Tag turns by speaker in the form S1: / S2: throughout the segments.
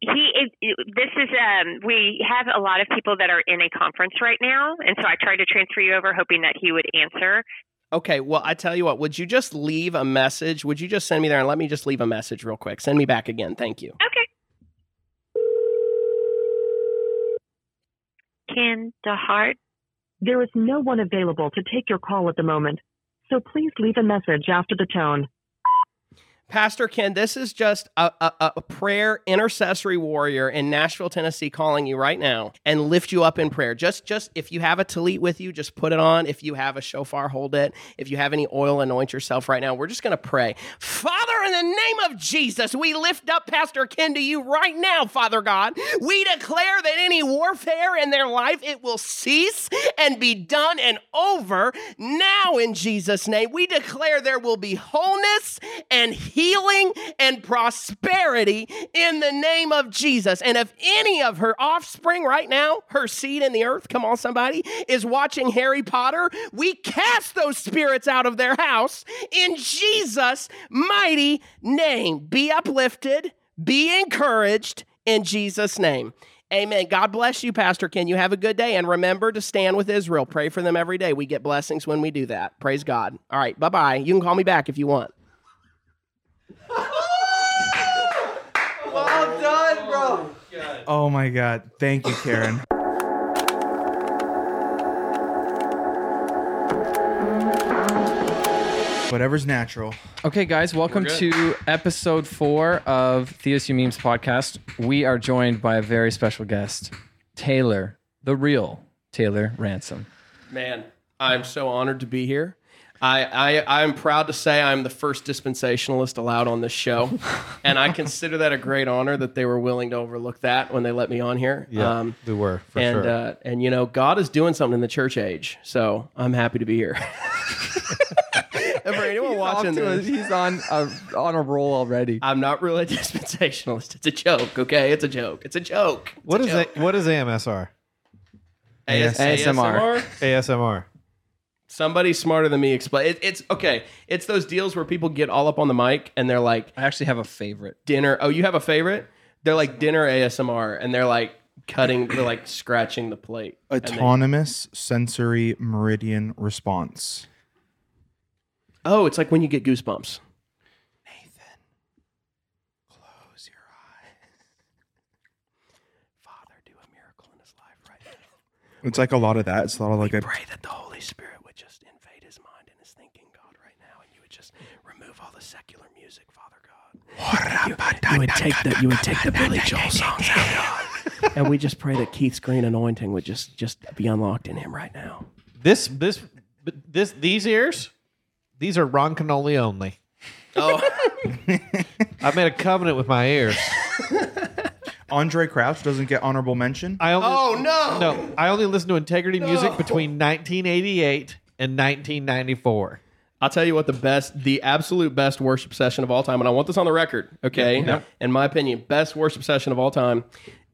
S1: he it, it, this is um we have a lot of people that are in a conference right now and so i tried to transfer you over hoping that he would answer
S2: Okay, well, I tell you what, would you just leave a message? Would you just send me there and let me just leave a message real quick? Send me back again. Thank you.
S1: okay ken dehart
S3: There is no one available to take your call at the moment, so please leave a message after the tone.
S2: Pastor Ken, this is just a, a, a prayer intercessory warrior in Nashville, Tennessee, calling you right now and lift you up in prayer. Just, just if you have a talit with you, just put it on. If you have a shofar, hold it. If you have any oil, anoint yourself right now. We're just going to pray. Father, in the name of Jesus, we lift up Pastor Ken to you right now, Father God. We declare that any warfare in their life, it will cease and be done and over now in Jesus' name. We declare there will be wholeness and healing and prosperity in the name of Jesus. And if any of her offspring right now, her seed in the earth, come on, somebody, is watching Harry Potter, we cast those spirits out of their house in Jesus' mighty name. Be uplifted, be encouraged in Jesus' name. Amen. God bless you, Pastor Ken. You have a good day. And remember to stand with Israel. Pray for them every day. We get blessings when we do that. Praise God. All right. Bye bye. You can call me back if you want.
S4: Well done, bro.
S5: Oh my God. Thank you, Karen. Whatever's natural.
S4: Okay, guys, welcome to episode four of Theus Memes podcast. We are joined by a very special guest, Taylor, the real Taylor Ransom.
S2: Man, I'm so honored to be here. I, I I'm proud to say I'm the first dispensationalist allowed on this show, and I consider that a great honor that they were willing to overlook that when they let me on here. Um,
S6: Yeah, we were for
S2: and
S6: sure.
S2: uh, and you know God is doing something in the church age, so I'm happy to be here. And For anyone watching this,
S4: he's on a, on a roll already.
S2: I'm not really a dispensationalist. It's a joke, okay? It's a joke. It's a joke. It's
S6: what
S2: a
S6: is
S2: joke.
S6: a, what is AMSR?
S2: AS-
S4: ASMR.
S2: ASMR?
S6: ASMR.
S2: Somebody smarter than me explain. It, it's okay. It's those deals where people get all up on the mic and they're like,
S4: I actually have a favorite.
S2: dinner. Oh, you have a favorite? They're like dinner ASMR, and they're like cutting, they're like scratching the plate. And they-
S5: Autonomous sensory meridian response.
S2: oh, it's like when you get goosebumps.
S5: Close your
S2: Father, do a miracle in his life right now.
S5: eyes. It's like a lot of that. It's a lot of like a
S2: Pray that the Holy Spirit would just invade his mind and his thinking, God, right now, and you would just remove all the secular music, Father God. You, you would take the you would take the Billy Joel songs out, God, and we just pray that Keith's green anointing would just just be unlocked in him right now.
S6: This this this these ears, these are Ron Canoli only.
S2: Oh.
S6: I made a covenant with my ears.
S5: Andre Crouch doesn't get honorable mention.
S6: I only,
S2: Oh, no.
S6: no! I only listened to integrity music
S2: No.
S6: between 1988 and 1994.
S2: I'll tell you what the best, the absolute best worship session of all time, and I want this on the record, okay? In my opinion, best worship session of all time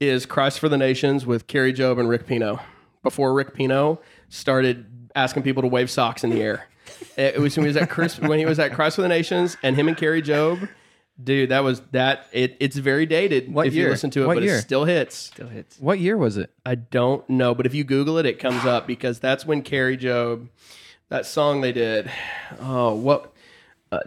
S2: is Christ for the Nations with Carrie Job and Rick Pino. Before Rick Pino started asking people to wave socks in the air, it it was when he was at Chris, when he was at Christ for the Nations, and him and Carrie Job, dude, that was that. It, it's very dated
S4: What
S2: if you
S4: year?
S2: listen to it,
S4: What
S2: but
S4: year?
S2: it still hits.
S4: What year was it?
S2: I don't know, but if you Google it, it comes up because that's when Carrie Job, that song they did. Oh, what? Uh,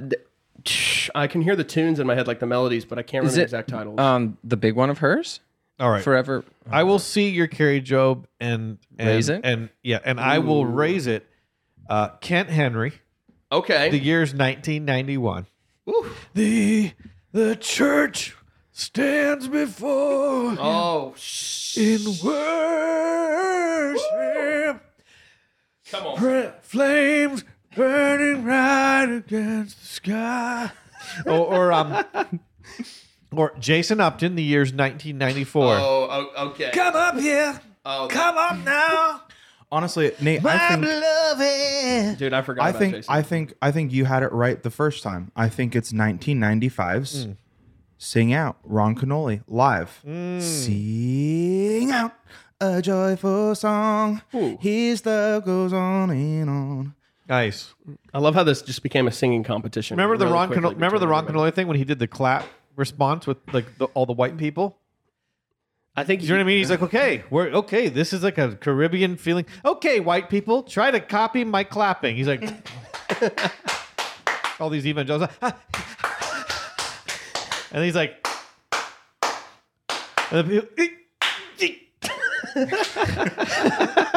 S2: th- I can hear the tunes in my head, like the melodies, but I can't remember
S4: it-
S2: the exact titles.
S4: Um, the big one of hers.
S6: All right,
S4: Forever.
S6: I will see your Carrie Job and, and
S4: Raise it?
S6: and yeah, and I will raise it. Uh, Kent Henry, the
S2: okay.
S6: year's 1991.
S2: Woo.
S6: The the church stands before
S2: Oh, sh-
S6: in worship.
S2: come on.
S6: Bra- flames burning right against the sky. or, or um, or Jason Upton, the year's 1994.
S2: Oh, o- okay.
S6: Come up here,
S2: Oh,
S6: come up now,
S5: Honestly, Nate, I
S6: my
S5: think
S6: beloved.
S2: dude, I forgot.
S5: I
S2: about
S5: think
S2: Jason.
S5: I think I think you had it right the first time. I think it's 1995's Sing Out Ron Canoli live. Sing out a joyful song. His love goes on and on.
S6: Nice.
S2: I love how this just became a singing competition.
S6: Remember the
S2: Really
S6: Ron?
S2: quickly
S6: Cano- remember the
S2: between
S6: Ron
S2: everybody.
S6: Canoli thing when he did the clap response with like the, all the white people.
S2: I think
S6: Do you know what I mean? He's like, okay, we're okay. This is like a Caribbean feeling. Okay, white people, try to copy my clapping. He's like, all these evangelicals, and he's like, and the people- "Eh."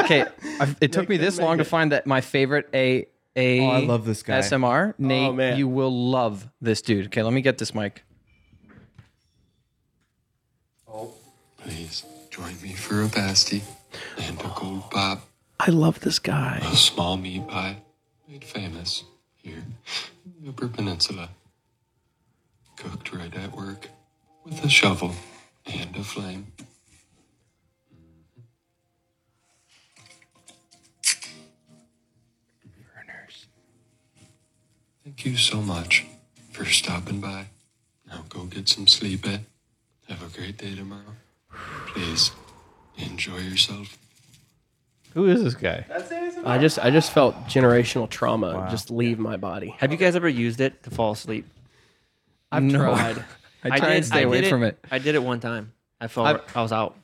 S4: Okay, I've- it took me this long to find that my favorite a a
S5: Oh, I love this guy.
S4: SMR Nate.
S2: Oh, man.
S4: You will love this dude. Okay, let me get this mic.
S7: Please join me for a pasty and a gold pop,
S2: I love this guy.
S7: a small meat pie made famous here in the Upper Peninsula. Cooked right at work with a shovel and a flame. Thank you so much for stopping by. Now go get some sleep. It. Have a great day tomorrow. Please enjoy yourself.
S6: who is this guy?
S2: I just I just felt generational trauma just leave my body.
S8: Have you guys ever used it to fall asleep?
S2: I've
S4: No.
S2: tried.
S4: I try and stay away
S8: did
S4: from it.
S8: I did it one time. I fell.
S2: I've-
S8: I was out.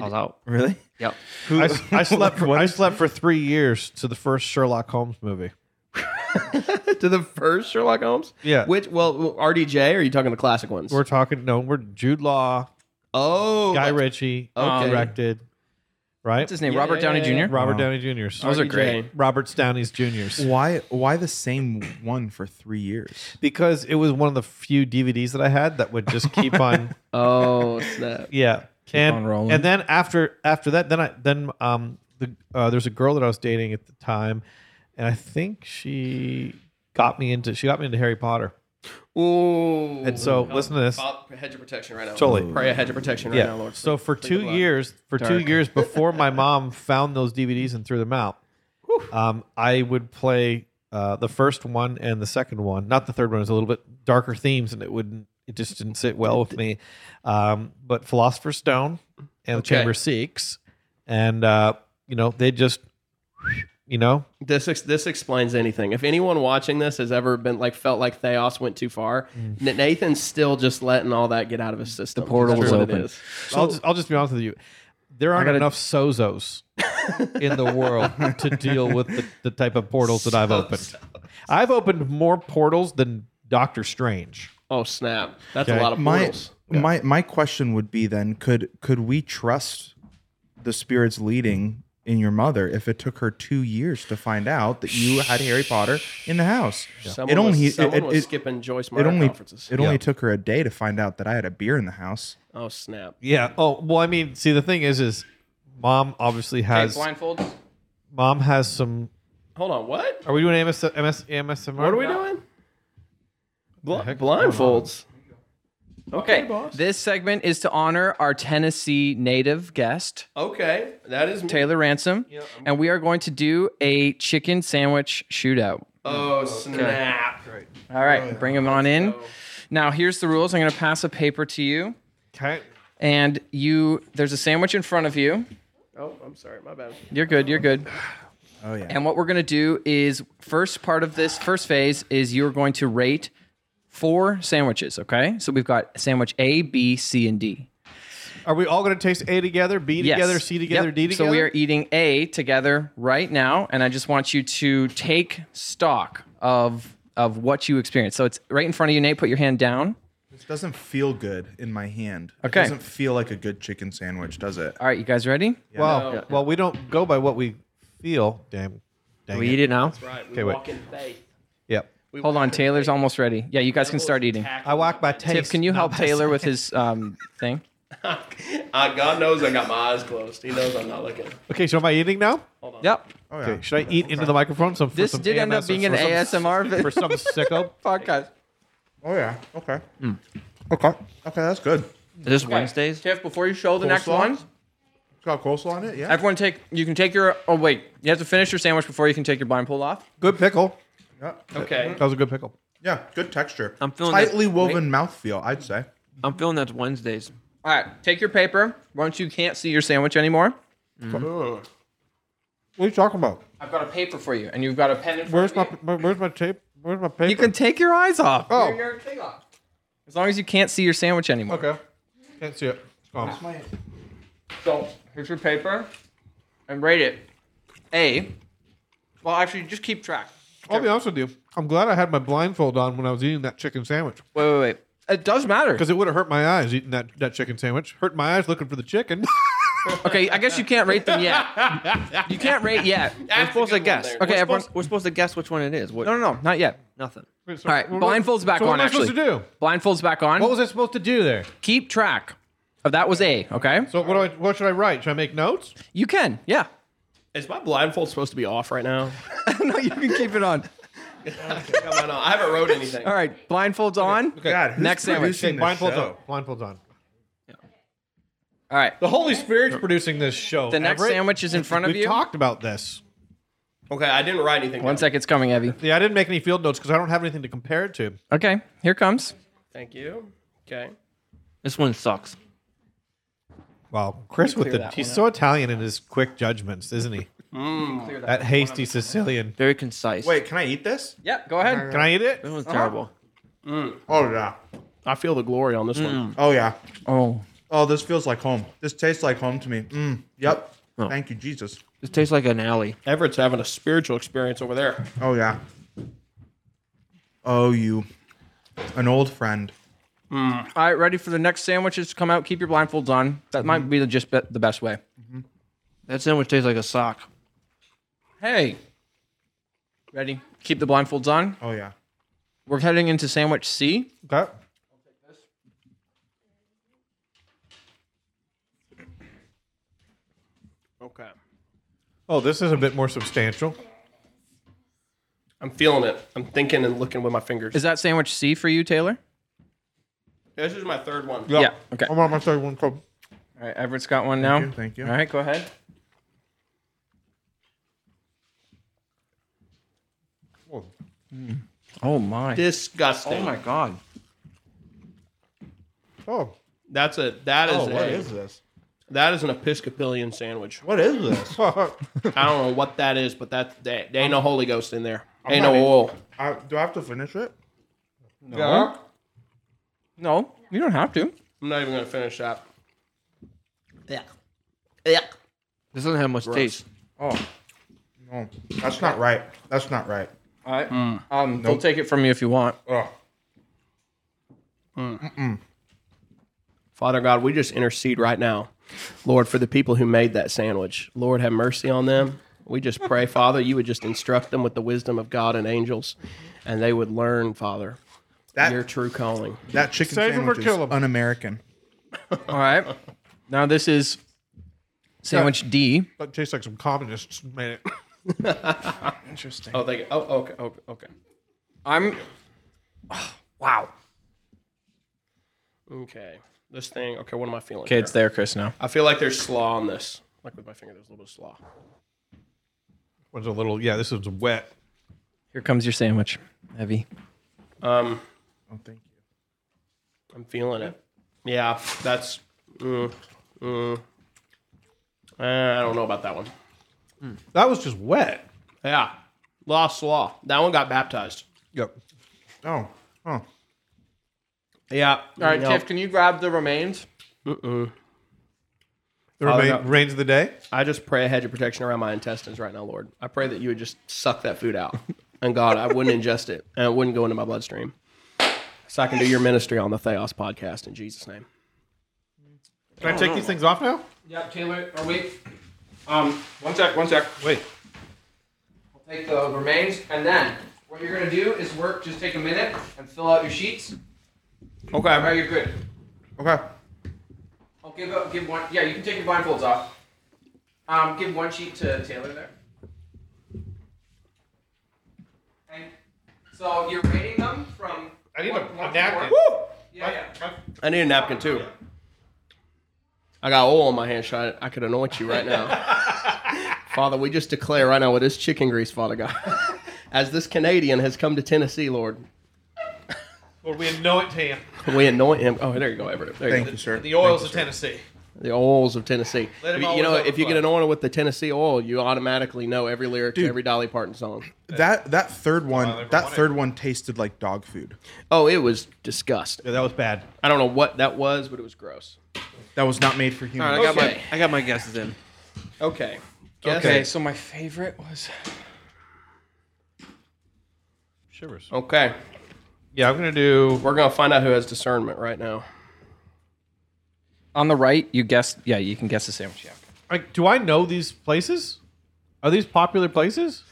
S8: I was out.
S5: Really?
S8: Yep.
S6: I, I slept. For, I slept for three years to the first Sherlock Holmes movie.
S2: to the first Sherlock Holmes.
S6: Yeah.
S2: Which well RDJ? Or are you talking the classic ones?
S6: We're talking. No, we're Jude Law,
S2: oh,
S6: Guy
S2: but-
S6: Ritchie
S2: Okay.
S6: directed, right?
S4: What's his name? Robert Downey Jr.
S6: Robert
S5: Wow.
S6: Downey Jr.
S4: Those are
S2: RDJ.
S4: great.
S6: Robert Downey's Jr.'s.
S5: Why? Why the same one for three years?
S6: Because it was one of the few DVDs that I had that would just keep on.
S2: Oh snap!
S6: Yeah, and
S4: on rolling.
S6: and then after after that, then I then um the uh, there's a girl that I was dating at the time, and I think she got me into she got me into Harry Potter.
S2: Ooh.
S6: And so listen to this.
S2: Bob, hedge of protection right now.
S6: Totally.
S2: Pray a hedge of protection right
S6: yeah.
S2: now, Lord.
S6: so for
S2: plead the
S6: two
S2: blood.
S6: years, for two years before my mom found those DVDs and threw them out, um, I would play uh, the first one and the second one. Not the third one; it was a little bit darker themes, and it wouldn't. It just didn't sit well with me. Um, but Philosopher's Stone and
S2: Okay.
S6: Chamber of Six, and uh, you know they just, you know,
S2: This ex- this explains anything. If anyone watching this has ever been like felt like Theos went too far, Na- Nathan's still just letting all that get out of his system. The
S4: portal was open.
S6: I'll just I'll just be honest with you. There aren't
S4: gotta-
S6: enough sozos in the world to deal with the, the type of portals that I've opened. I've opened more portals than Doctor Strange.
S2: Oh snap! That's
S6: Okay.
S2: a lot of
S5: My
S2: portals.
S5: my my question would be then: Could could we trust the spirits leading in your mother if it took her two years to find out that you had Harry Potter in the house?
S2: Someone
S5: it only
S2: was, someone
S5: it,
S2: was
S5: it, it,
S2: skipping Joyce
S5: it
S2: Meyer
S5: only
S2: conferences.
S5: it only took her a day to find out that I had a beer in the house.
S2: oh snap!
S6: Yeah. Oh well, I mean, see, the thing is, is mom obviously has
S4: blindfold.
S6: mom has some.
S2: Hold on, what?
S6: Are we doing MS, MS, AMSMR?
S2: What are we doing? Bl-
S6: heck?
S2: blindfolds.
S4: Okay, this segment is to honor our Tennessee native guest.
S2: Okay, that is me.
S4: Taylor Ransom, and we are going to do a chicken sandwich shootout.
S2: Oh snap!
S4: All
S2: Oh,
S4: right, bring him on in. Now, here's the rules. I'm going to pass a paper to you,
S6: Okay.
S4: and you there's a sandwich in front of you.
S2: Oh, I'm sorry, my bad.
S4: You're good. You're good.
S5: Oh yeah.
S4: And what we're going to do is first part of this first phase is you're going to rate four sandwiches. Okay, so we've got sandwich A, B, C, and D.
S6: Are we all going to taste A together, B
S4: Yes.
S6: together, C together,
S4: Yep.
S6: D together?
S4: So we are eating A together right now, and I just want you to take stock of of what you experienced. So it's right in front of you, Nate. Put your hand down.
S5: It doesn't feel good in my hand.
S4: Okay.
S5: It doesn't feel like a good chicken sandwich, does it?
S4: All right, you guys ready?
S6: Well, well, we don't go by what we feel. Damn. Dang
S8: We
S6: it.
S8: eat it now.
S2: Right, we
S6: Okay, wait.
S2: walk in faith.
S6: Yep.
S2: We
S4: Hold
S2: walk
S4: on,
S2: in
S4: Taylor's
S2: faith.
S4: almost ready. Yeah, you guys can start eating.
S6: I walk by taste.
S4: Tiff, can you
S6: not
S4: help
S6: by
S4: Taylor with his um, thing?
S2: Uh, God knows I got my eyes closed. He knows I'm not looking.
S6: Okay, so am I eating now?
S4: Yep.
S5: Oh, yeah.
S6: Okay, should I eat into the microphone? Some, for
S4: This
S6: some
S4: did end up
S6: AMS,
S4: being
S6: for
S4: an
S6: some-
S4: ASMR vi-
S6: for some sicko.
S4: podcast.
S5: Oh yeah. Okay. Okay. Okay, that's good.
S8: Is this Wednesdays?
S4: Tiff, before you show the next
S5: Coleslaw?
S4: one,
S5: It's got coleslaw on it. Yeah.
S4: everyone take. You can take your. Oh wait, you have to finish your sandwich before you can take your blindfold off.
S6: Good pickle.
S5: yeah.
S2: Okay.
S6: That was a good pickle.
S5: Yeah, Good texture.
S8: I'm feeling
S5: tightly
S8: that-
S5: woven mouthfeel. I'd say.
S8: I'm feeling that's Wednesdays.
S4: All right, take your paper. Once you can't see your sandwich anymore,
S8: Mm-hmm.
S6: What are you talking about?
S4: I've got a paper for you, and you've got a pen. In front
S6: Where's
S4: of
S6: my
S4: you.
S6: where's my tape? Where's my paper?
S4: You can take your eyes off.
S6: Oh.
S4: Your- your thing off. As long as you can't see your sandwich anymore.
S2: Oh.
S6: Okay. Can't see it. It's gone.
S8: So here's your paper, and rate it. A. Well, actually, just keep track.
S6: I'll be honest with you. I'm glad I had my blindfold on when I was eating that chicken sandwich
S8: Wait, wait, wait. It does matter.
S6: because it would have hurt my eyes eating that, that chicken sandwich. Hurt my eyes looking for the chicken.
S8: Okay, I guess you can't rate them yet. You can't rate yet. we're supposed to guess. Okay,
S2: We're
S8: we're, everyone, supposed, we're supposed to guess which one it is. What,
S4: No, no, no, not yet.
S8: Nothing.
S6: All
S4: right, blindfold's back
S6: so what
S4: on,
S6: Am I supposed
S4: actually.
S6: to do?
S4: Blindfolds back on.
S6: What was I supposed to do there?
S4: Keep track. Of that was A. Okay.
S6: So what do I? What should I write? Should I make notes?
S4: You can. Yeah.
S2: Is my blindfold supposed to be off right now?
S4: no, you can keep it on.
S2: Come on, I haven't wrote anything.
S4: All right. Blindfolds on.
S5: God, who's
S4: Next sandwich.
S5: producing this
S6: blindfolds
S5: show?
S6: on. Blindfolds on.
S4: All right.
S6: The Holy Spirit's producing this show.
S4: The next
S6: Everett.
S4: sandwich is in front of
S6: We've
S4: you.
S6: talked about this.
S2: Okay, I didn't write anything.
S4: One
S2: down.
S4: sec, it's coming, Evie.
S6: Yeah, I didn't make any field notes because I don't have anything to compare it to.
S4: Okay, here comes.
S2: Thank you. Okay.
S8: This one sucks.
S6: Wow, Chris with the he's so Italian in his quick judgments, isn't he? that, hasty Sicilian.
S8: Very concise.
S5: Wait, can I eat this?
S4: Yeah, go ahead. Uh-huh. Mm.
S6: Can I eat it?
S8: This one's terrible.
S5: Oh yeah.
S2: I feel the glory on this
S8: Mm.
S2: one.
S5: Oh yeah.
S4: Oh,
S5: Oh, this feels like home. This tastes like home to me. Mm. Yep.
S8: Oh.
S5: Thank you, Jesus.
S8: This tastes like an alley.
S2: Everett's having a spiritual experience over there.
S5: Oh yeah. Oh, you, an old friend.
S8: Mm.
S4: all right. Ready for the next sandwiches to come out? Keep your blindfolds on. That might be the just be- the best way.
S6: Mm-hmm.
S8: That sandwich tastes like a sock.
S4: Hey, ready? Keep the blindfolds on.
S5: Oh yeah.
S4: We're heading into sandwich C.
S6: Okay.
S2: Okay.
S6: Oh, this is a bit more substantial.
S2: I'm feeling it. I'm thinking and looking with my fingers.
S4: Is that sandwich C for you, Taylor?
S2: this is my third one.
S4: Yeah. Okay.
S6: I'm on my third one. Cool.
S4: All right. Everett's got one now.
S5: you, thank you.
S4: All right. Go ahead. Oh my.
S2: Disgusting.
S8: Oh my god.
S6: Oh,
S2: That's a that is
S5: Oh,
S2: a
S5: what is this?
S2: that is an Episcopalian sandwich.
S5: What is this?
S2: I don't know what that is, but that they, they ain't no Holy Ghost in there. ain't
S5: not
S2: no
S5: even-
S2: oil.
S5: I, do I have to finish it?
S4: No, you don't have to.
S2: I'm not even gonna finish that. Yeah.
S8: This doesn't have much taste.
S4: Oh.
S5: No, that's not right. That's not right.
S4: All right.
S8: Mm.
S4: Um, They'll take it from you if you want.
S5: Ugh.
S2: Father God, we just intercede right now, Lord, for the people who made that sandwich. Lord, have mercy on them. We just pray, Father, you would just instruct them with the wisdom of God and angels, and they would learn, Father,
S5: That
S2: your true calling.
S5: that chicken
S6: Save 'em or
S5: sandwich is
S6: kill 'em.
S5: un-American.
S4: All right. Now this is sandwich D.
S6: that tastes like some communists made it.
S4: Interesting.
S2: Oh, they. Oh, okay, okay, okay,
S4: I'm. wow.
S2: okay. This thing. Okay, what am I feeling?
S4: Okay, it's
S2: here?
S4: there, Chris. Now.
S2: I feel like there's slaw on this. Like with my finger, there's a little bit of slaw.
S6: One's a little. Yeah, this one's wet.
S4: Here comes your sandwich, Evie.
S2: Um,
S5: Oh, thank you.
S2: I'm feeling it. Yeah, that's. Mm, mm. Uh, I don't know about that one.
S6: That was just wet.
S2: Yeah, lost slaw. That one got baptized.
S6: Yep.
S5: Oh, oh,
S2: Yeah. All
S4: All right, Tiff. Can you grab the remains?
S6: The
S2: Father
S6: remain,
S2: God.
S6: remains of the day.
S2: I just pray a hedge of protection around my intestines right now, Lord. I pray that you would just suck that food out. And God, I wouldn't ingest it and it wouldn't go into my bloodstream. So I can do your ministry on the Theos podcast in Jesus' name.
S6: Can I take these things off now?
S4: Yeah, Taylor. Or wait. Um, one sec. One sec.
S6: Wait.
S4: We'll take the remains, and then what you're gonna do is work. Just take a minute and fill out your sheets. All right,
S2: Okay.
S4: you're good.
S5: okay.
S4: I'll give up. Give one. Yeah, you can take your blindfolds off. Um, give one sheet to Taylor there. Okay. So you're rating them from.
S6: I need
S4: one-
S6: a,
S4: one
S6: a
S4: to
S6: napkin.
S4: four. Yeah, yeah.
S2: I need a napkin too. I got oil on my hand, so I, I could anoint you right now. Father, we just declare right now with this chicken grease, Father God, as this Canadian has come to Tennessee, Lord,
S6: Or we anoint him.
S2: we anoint him. Oh, there you go, Everett. There you go.
S5: Thank you, sir.
S6: The oils of Tennessee.
S2: the oils of Tennessee.
S6: Let 'em
S2: If you- you
S6: always
S2: know, if you
S6: overflow.
S2: get an order with the Tennessee oil, you automatically know every lyric to every Dolly Parton song.
S5: That that third one,
S6: they
S5: that
S6: wanted-
S5: third one tasted like dog food.
S2: Oh, it was disgust.
S6: Yeah, that was bad.
S2: I don't know what that was, but it was gross.
S5: That was not made for human.
S8: All right, I got
S2: Okay.
S8: my I got my guesses in.
S2: Okay.
S8: Okay, so my favorite was
S6: Shivers.
S2: Okay.
S6: Yeah, I'm gonna do.
S2: We're gonna find out who has discernment right now.
S4: On the right, you guessed. Yeah, you can guess the sandwich. Yeah.
S6: Like, do I know these places? Are these popular places?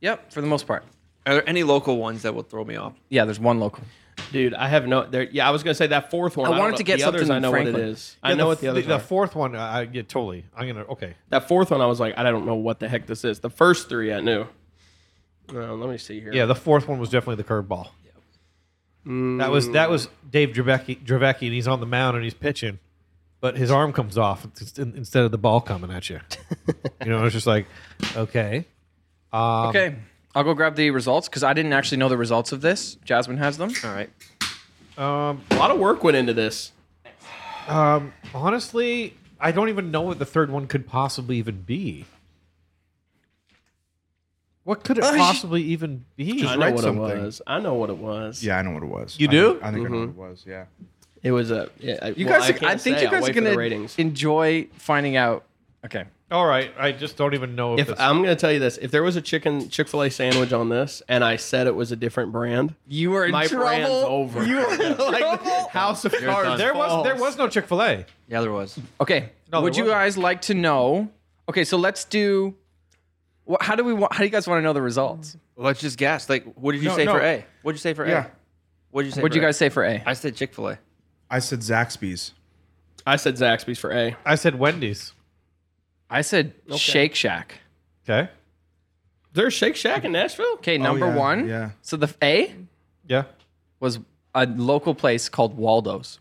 S4: Yep, for the most part.
S8: Are there any local ones that will throw me off?
S4: Yeah, there's one local.
S2: Dude, I have no. There, yeah, I was gonna say that fourth one.
S4: I
S2: don't
S4: wanted
S2: know-
S4: to get
S2: the others,
S4: something
S2: I know what it
S4: Franklin.
S2: is. I know what the others
S6: The,
S2: are.
S6: fourth one, uh, I, I yeah, totally. I'm gonna. Okay.
S2: that fourth one, I was like, I don't know what the heck this is. The first three, I knew. Uh, let me see here.
S6: Yeah, the fourth one was definitely the curveball.
S4: Mm.
S6: That was that was Dave Dravecki, Dravecki, and he's on the mound and he's pitching, but his arm comes off ins- instead of the ball coming at you. you know, it's just like, okay, Um,
S4: okay, I'll go grab the results because I didn't actually know the results of this. Jasmine has them.
S8: All right.
S6: um,
S2: a lot of work went into this.
S6: Um, honestly, I don't even know what the third one could possibly even be. What could it
S8: Uh, sh-
S6: possibly even be?
S2: I
S5: Just
S2: know
S5: write
S2: what it
S5: something.
S2: was. I know what it was.
S5: Yeah, I know what it was.
S6: You
S5: I
S6: do?
S5: think- I think I know what it was. Yeah.
S2: it was a. Yeah, I,
S4: You
S2: well,
S4: guys,
S2: I,
S4: I,
S2: can't
S4: think
S2: say.
S4: you
S2: I'll
S4: guys
S2: wait
S4: are
S2: for the
S4: gonna
S2: ratings.
S4: enjoy finding out. Okay,
S6: All right, I just don't even know if,
S2: If
S6: it's,
S2: I'm gonna tell you this, if there was a chicken Chick Fil A sandwich on this, and I said it was a different brand,
S4: you were in
S2: my brand's
S4: trouble.
S2: over. You are like House of Cards.
S6: there was there was no Chick Fil A.
S8: Yeah, there was.
S4: Okay,
S6: No,
S4: would
S6: there
S4: you
S6: wasn't.
S4: guys like to know? Okay, so let's do. What, how do we want? How do you guys want to know the results?
S8: Let's just guess. Like, what did you
S5: No,
S8: say for
S5: no.
S8: A? What did you say for
S5: Yeah.
S8: A? What did you say?
S4: What'd
S8: for
S4: you
S8: A?
S4: guys say for A?
S8: I said Chick Fil A.
S5: I said Zaxby's.
S2: I said Zaxby's for A.
S6: I said Wendy's.
S4: I said Shake Shack.
S6: Okay,
S2: There's Shake Shack in Nashville.
S4: Okay, number
S5: Oh, yeah,
S4: one.
S5: yeah.
S4: So the f- A
S6: yeah,
S4: was a local place called Waldo's.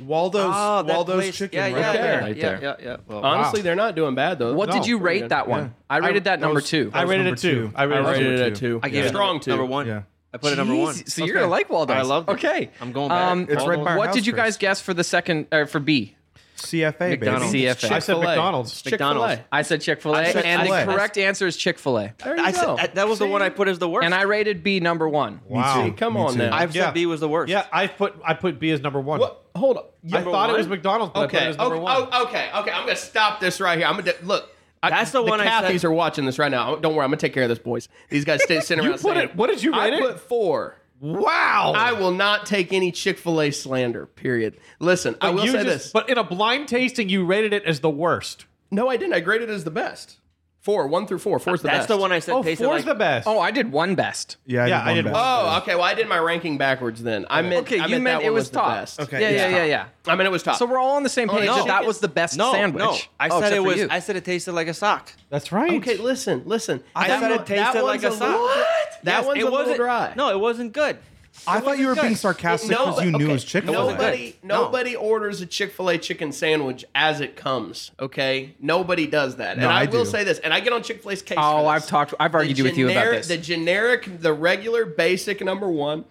S5: Waldo's. Waldo's chicken.
S8: Ah, Yeah,
S5: right
S8: yeah,
S5: up there.
S8: yeah,
S4: Right
S8: yeah,
S4: there.
S8: yeah, yeah. Well,
S2: Honestly, they're not doing bad though.
S4: What
S6: No,
S4: did you
S2: pretty
S4: rate
S2: good.
S4: that one? I rated that
S5: that
S4: number
S5: was-
S4: two.
S6: I
S5: was
S6: rated it
S5: number
S6: two.
S5: two.
S6: I rated
S2: I
S6: it two.
S2: rated it at
S5: two.
S2: two.
S8: I gave it
S2: strong
S8: number,
S2: two.
S8: number one.
S5: Yeah.
S8: I put it number one.
S4: Jeez, So you're gonna like Waldo's.
S8: I loved it.
S4: Okay,
S8: I'm going back.
S4: Um,
S5: It's right by our
S4: what
S5: house,
S4: did you guys
S5: Chris.
S4: guess for the second or for B?
S5: CFA,
S8: McDonald's.
S5: baby.
S4: CFA.
S6: I said
S2: Chick-fil-A.
S6: McDonald's.
S2: Chick Fil A.
S8: McDonald's.
S4: I said Chick Fil A,
S5: I said
S4: and the
S5: Chick-fil-A.
S4: correct answer is Chick Fil A.
S2: There you
S8: I
S2: go.
S8: said, that, that was the one I put as the worst.
S4: And I rated B number one.
S6: Wow.
S2: See, come
S5: Me
S2: on
S5: too.
S2: now.
S8: I've
S6: Yeah.
S8: said B was the worst.
S6: Yeah, I put I put B as number one.
S2: What? Hold up.
S6: I thought it was McDonald's, but I put it
S2: Okay.
S6: as number
S2: okay.
S6: one.
S2: Oh, okay. Okay. I'm gonna stop this right here. I'm gonna look. I-
S8: That's the one I said-
S2: Cathys are watching this right now. Don't worry. I'm gonna take care of this, boys. These guys stay sitting
S6: You
S2: around.
S6: put
S2: saying,
S6: it- what did you rate
S2: I
S6: it?
S2: put four.
S6: Wow.
S2: I will not take any Chick Fil A slander. Period. Listen, I will
S6: you
S2: say
S6: just-
S2: this.
S6: But in a blind tasting, you rated it as the worst.
S2: no, I didn't. I graded it as the best. Four, one through four. Four's the
S8: Uh, That's
S2: best.
S8: the one I said
S6: Oh,
S8: tasted
S6: four's
S8: like.
S6: the best.
S4: Oh, I did one best.
S5: Yeah, I
S6: Yeah, I
S5: did
S6: did
S5: one
S6: one.
S5: back.
S2: Oh, okay. Well, I did my ranking backwards then. I meant.
S4: Okay,
S2: I
S4: you
S2: meant, that
S4: meant it
S2: one
S4: was,
S2: was
S4: top.
S2: The best.
S5: Okay,
S4: yeah,
S5: it's
S4: yeah, yeah, yeah.
S2: I mean, it was top.
S4: So we're all on the same page.
S8: Oh, no.
S4: that that was the best
S8: no,
S4: sandwich.
S8: No, I
S4: Oh,
S8: said
S4: except
S8: it
S4: for
S8: was.
S4: you.
S8: I said it tasted like a sock.
S6: That's right.
S2: Okay, listen, listen.
S8: I
S2: That
S8: said it
S2: one-
S8: tasted
S2: that
S8: like
S2: one's
S8: a sock.
S2: What? That
S8: Yes,
S2: one's
S8: it
S2: a little
S8: wasn't-
S2: dry.
S8: No, it wasn't good.
S5: I thought you were being
S8: good.
S5: sarcastic
S2: No,
S5: because you knew
S2: okay,
S5: it was Chick Fil A.
S2: Nobody,
S8: No.
S2: nobody orders a Chick Fil A chicken sandwich as it comes. Okay, nobody does that. and I,
S5: I
S2: will
S5: do.
S2: say this, and I get on Chick Fil A's case.
S4: Oh,
S2: for
S4: I've
S2: this.
S4: talked. I've
S2: The
S4: argued with you about
S2: generic-
S4: this.
S2: The generic, the regular, basic number one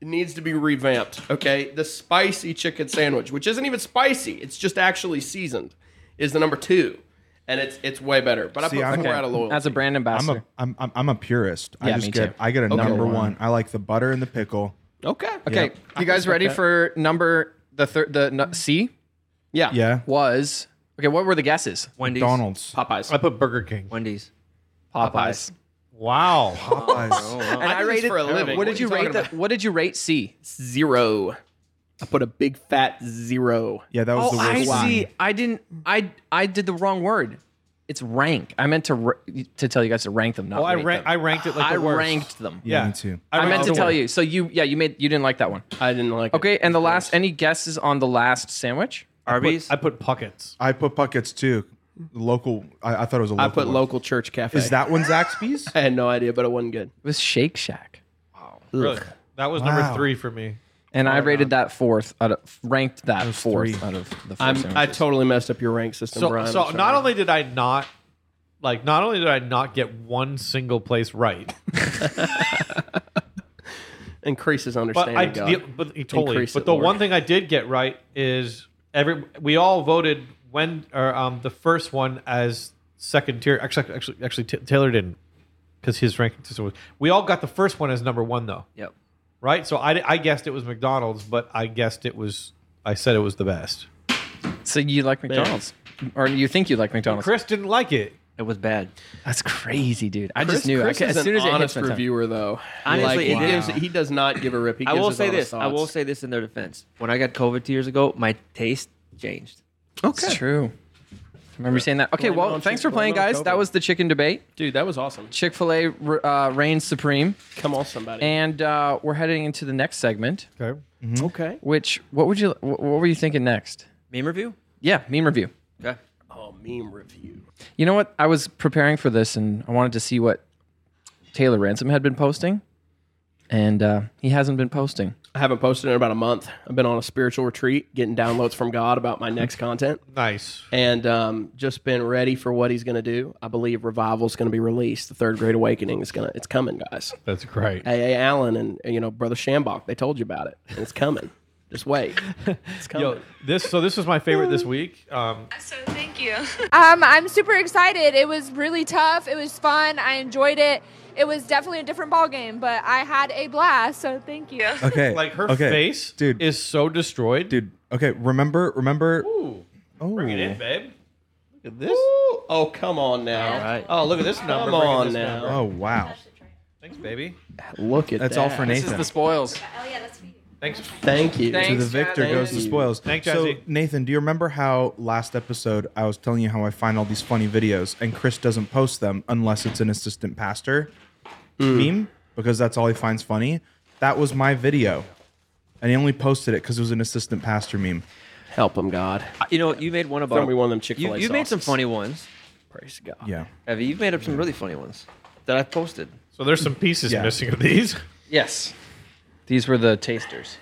S2: needs to be revamped. Okay, the spicy chicken sandwich, which isn't even spicy, it's just actually seasoned, is the number two, and it's it's way better. But
S5: See,
S2: I put
S5: I'm-
S2: four
S5: Okay.
S2: out of loyalty.
S4: As a brand
S5: I'm
S4: ambassador.
S5: a I'm I'm, I'm a purist. I
S4: Yeah,
S5: just
S4: me
S5: get
S4: too.
S5: I get a number
S2: Wow.
S5: one. I like the butter and the pickle.
S2: okay,
S4: okay, you guys ready for number the third the nu- C
S2: yeah,
S5: Yeah.
S4: was okay. What were the guesses?
S8: Wendy's.
S5: McDonald's.
S2: Popeyes.
S6: I put Burger King.
S8: Wendy's.
S4: Popeyes.
S6: Wow.
S5: Popeyes.
S4: And
S2: Oh, I do this for a living.
S4: What did
S2: What are
S4: you
S2: you talking
S4: rate that?
S2: about?
S4: What did you rate C?
S2: zero. I put a big fat zero.
S5: Yeah, that was
S4: Oh,
S5: the worst
S4: I
S5: one.
S4: see. I didn't. I I did the wrong word. It's rank. I meant to ra- to tell you guys to rank them. Not
S6: Well, Oh, I,
S4: rate
S6: rank,
S4: them.
S6: I ranked it like
S4: I
S6: the worst.
S4: ranked them.
S5: Yeah, me too.
S4: I, meant
S6: ranked
S4: to
S6: the
S4: tell
S6: worst.
S4: you. So you yeah you made you didn't like that one.
S2: I didn't like it.
S4: Okay, and the last any guesses on the last sandwich?
S8: Arby's.
S6: I put Puckett's.
S5: I put buckets too. Local. I, I thought it was a local.
S2: I put
S5: one.
S2: local church cafe.
S5: Is that one Zaxby's?
S2: I had no idea, but it wasn't good.
S4: It was Shake Shack,
S6: Really? That was number
S5: Wow.
S6: three for me.
S4: and I
S2: um,
S4: rated that fourth out of ranked that fourth
S5: three.
S4: out of the 4
S2: I'm, I
S4: sandwiches.
S2: totally messed up your rank system,
S6: So,
S2: Brian. I'm
S6: so
S2: sorry.
S6: not only did I not like, not only did I not get one single place right,
S2: increases
S6: but
S2: understanding.
S6: I
S2: God.
S6: the, but he totally.
S2: Increase
S6: but
S2: it,
S6: the
S2: Lord.
S6: one thing I did get right is every we all voted when or um the first one as second tier. Actually, actually, actually, Ta- Taylor didn't because his ranking system was. We all got the first one as number one though.
S8: yep.
S6: right? So I, I guessed it was McDonald's, but I guessed it was I said it was the best.
S4: So you like McDonald's, or you think you like McDonald's?
S6: Chris didn't like it.
S8: It was bad.
S4: That's crazy, dude. I
S2: Chris,
S4: just knew.
S2: Chris
S4: I,
S2: is
S4: as soon
S2: an
S4: as it hit
S2: honest
S4: my tongue.
S2: reviewer, though.
S8: Honestly,
S2: like,
S8: it
S2: he,
S8: is.
S2: gives, he does not give a rip. He
S8: I
S2: gives
S8: will
S2: his
S8: say
S2: honest
S8: this. I will
S2: thoughts.
S8: say this in their defense. When I got COVID two years ago, my taste changed.
S4: It's true. Remember saying that? Okay,
S2: Blame it
S4: well,
S2: on
S4: thanks
S2: Chick-
S4: for playing,
S2: blame it on
S4: guys.
S2: Cobra.
S4: That was the chicken debate.
S2: dude, that was awesome.
S4: Chick Fil A uh, reigns supreme,
S2: Come on, somebody.
S4: and uh, we're heading into the next segment.
S6: Okay.
S2: okay.
S4: Which, what would you, wh- what were you thinking next?
S8: Meme review.
S4: Yeah, meme review.
S8: Okay.
S2: Oh, meme review.
S4: You know what? I was preparing for this, and I wanted to see what Taylor Ransom had been posting, and uh, he hasn't been posting.
S2: I haven't posted in about a month. I've been on a spiritual retreat, getting downloads from God about my next content,
S6: Nice.
S2: and um, just been ready for what He's going to do. I believe revival is going to be released. The Third Great Awakening is going to. It's coming, guys.
S6: That's great.
S2: A.A. Allen and you know Brother Shambach, they told you about it, and it's coming. Just wait. It's coming.
S6: Yo, this so this was my favorite this week. Um,
S9: So thank you. Um, I'm super excited. It was really tough. It was fun. I enjoyed it. It was definitely a different ball game, but I had a blast. So thank you.
S5: Okay.
S6: like her
S5: okay.
S6: face,
S5: Dude.
S6: is so destroyed.
S5: Dude, okay, remember, remember.
S6: Ooh,
S5: Oh,
S6: bring it in, babe. Look at this.
S2: Ooh, oh, come on now.
S6: Oh, look at this number.
S2: Come
S6: Bring in
S2: on
S6: this
S2: now.
S6: number.
S5: oh wow.
S6: Thanks, baby.
S2: Look at
S5: That's
S2: that.
S5: all for
S4: This is
S5: Nathan.
S4: the spoils.
S6: Thanks.
S2: Thank you.
S4: Thanks.
S5: to the victor
S4: Jazzy.
S5: goes the spoils.
S6: Thanks,
S5: so,
S6: Jazzy.
S5: Nathan, do you remember how last episode I was telling you how I find all these funny videos and Chris doesn't post them unless it's an assistant pastor
S2: Hmm.
S5: meme because that's all he finds funny? That was my video. And he only posted it because it was an assistant pastor meme.
S2: Help him, God.
S8: You know, you made one about.
S2: Throw me one of them Chick-fil-A
S8: You, you made some
S2: sauces.
S8: funny ones.
S2: Praise God.
S5: Yeah.
S8: Evie, you've made up some really funny ones that I've posted.
S6: So there's some pieces
S5: Yeah.
S6: missing of these.
S4: Yes, these were the tasters.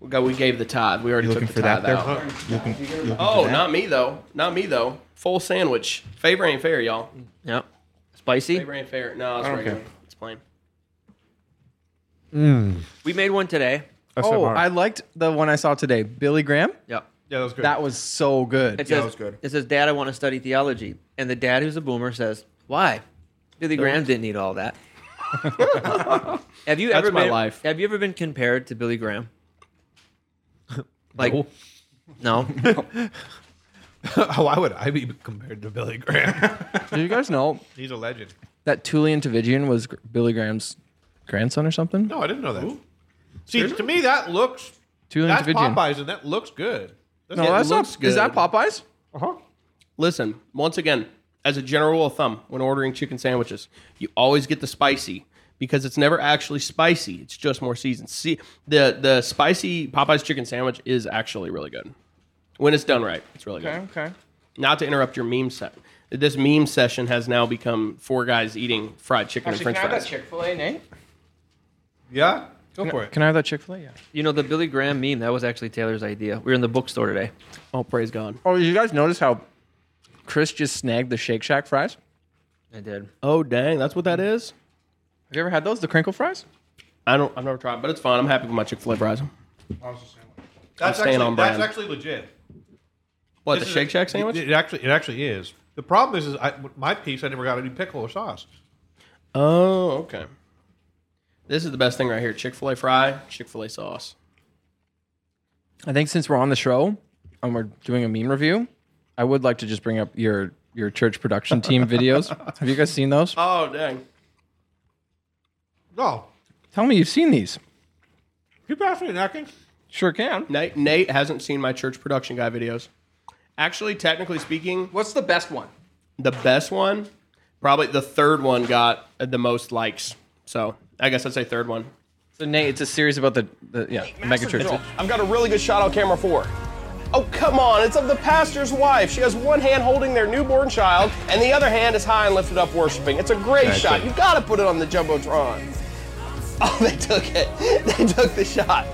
S2: We, got, we gave the tithe. We already
S5: You
S2: took
S5: looking
S2: the
S5: for
S2: tithe
S5: that there?
S2: out.
S5: Looking- looking
S2: Oh,
S5: for that?
S2: not me though. Not me though. Full sandwich. Favor ain't fair, y'all.
S8: Yep. Spicy.
S2: Favor ain't fair. No, it's regular. It's plain.
S5: Mm,
S8: We made one today.
S4: Oh, I liked the one I saw today. Billy Graham.
S8: Yep.
S6: Yeah, that was good.
S4: That was so good.
S8: It
S5: Yeah,
S8: says,
S5: that was good.
S8: It says, Dad, I want to study theology. And the dad, who's a boomer, says, Why? Billy Graham didn't need all that. have you
S2: That's
S8: ever
S2: my
S8: been,
S2: life.
S8: Have you ever been compared to Billy Graham? Like, no.
S6: Why would I be compared to Billy Graham?
S4: Do you guys know
S6: He's a legend.
S4: that Tulian Tavigian was Gr- Billy Graham's grandson or something?
S6: No, I didn't know that. See, to me that looks
S4: Tulian
S6: that's
S4: Tavigian.
S6: Popeyes, and that looks good. That's
S4: No,
S6: it.
S4: that's
S2: looks
S4: not.
S2: good.
S4: Is that Popeyes?
S6: Uh-huh.
S2: Listen, once again, as a general rule of thumb, when ordering chicken sandwiches, you always get the spicy because it's never actually spicy. It's just more seasoned. See, the the spicy Popeye's chicken sandwich is actually really good when it's done right. It's really good.
S4: Okay.
S2: Not to interrupt your meme set. This meme session has now become four guys eating fried chicken and French fries.
S4: Chick Fil A, Nate?
S6: yeah, go for it.
S4: Can I have that Chick Fil A? Yeah.
S8: You know, the Billy Graham meme, that was actually Taylor's idea. We were in the bookstore today.
S2: Oh, praise God!
S4: Oh, you guys notice how Chris just snagged the Shake Shack fries?
S8: I did.
S2: Oh, dang, that's what that is.
S4: Have you ever had those? The crinkle fries?
S2: I don't. I've never tried, but it's fine. I'm happy with my Chick Fil A fries.
S6: That's
S2: staying
S6: actually,
S2: on
S6: that's
S2: brand.
S6: actually legit.
S2: What
S6: This
S2: the
S6: is
S2: Shake
S6: a-
S2: Shack sandwich?
S6: It, it actually, it actually is. The problem is, is I, my piece, I never got any pickle or sauce.
S2: oh, okay. This is the best thing right here: Chick Fil A fry, Chick Fil A sauce.
S4: I think since we're on the show and we're doing a meme review, I would like to just bring up your your church production team videos. Have you guys seen those?
S2: Oh, dang!
S6: No,
S4: Tell me you've seen these.
S6: you pass me a napkin.
S4: Sure can.
S2: Nate, Nate hasn't seen my church production guy videos. Actually, technically speaking,
S8: What's the best one?
S2: the best one, probably the third one, got the most likes. So I guess I'd say third one.
S4: So Nate, it's a series about the, the yeah, the mega church.
S2: I've got a really good shot on camera four. Oh, come on. It's of the pastor's wife. She has one hand holding their newborn child, and the other hand is high and lifted up worshiping. It's a great shot. You've got to put it on the Jumbotron. Oh, they took it. They took the shot.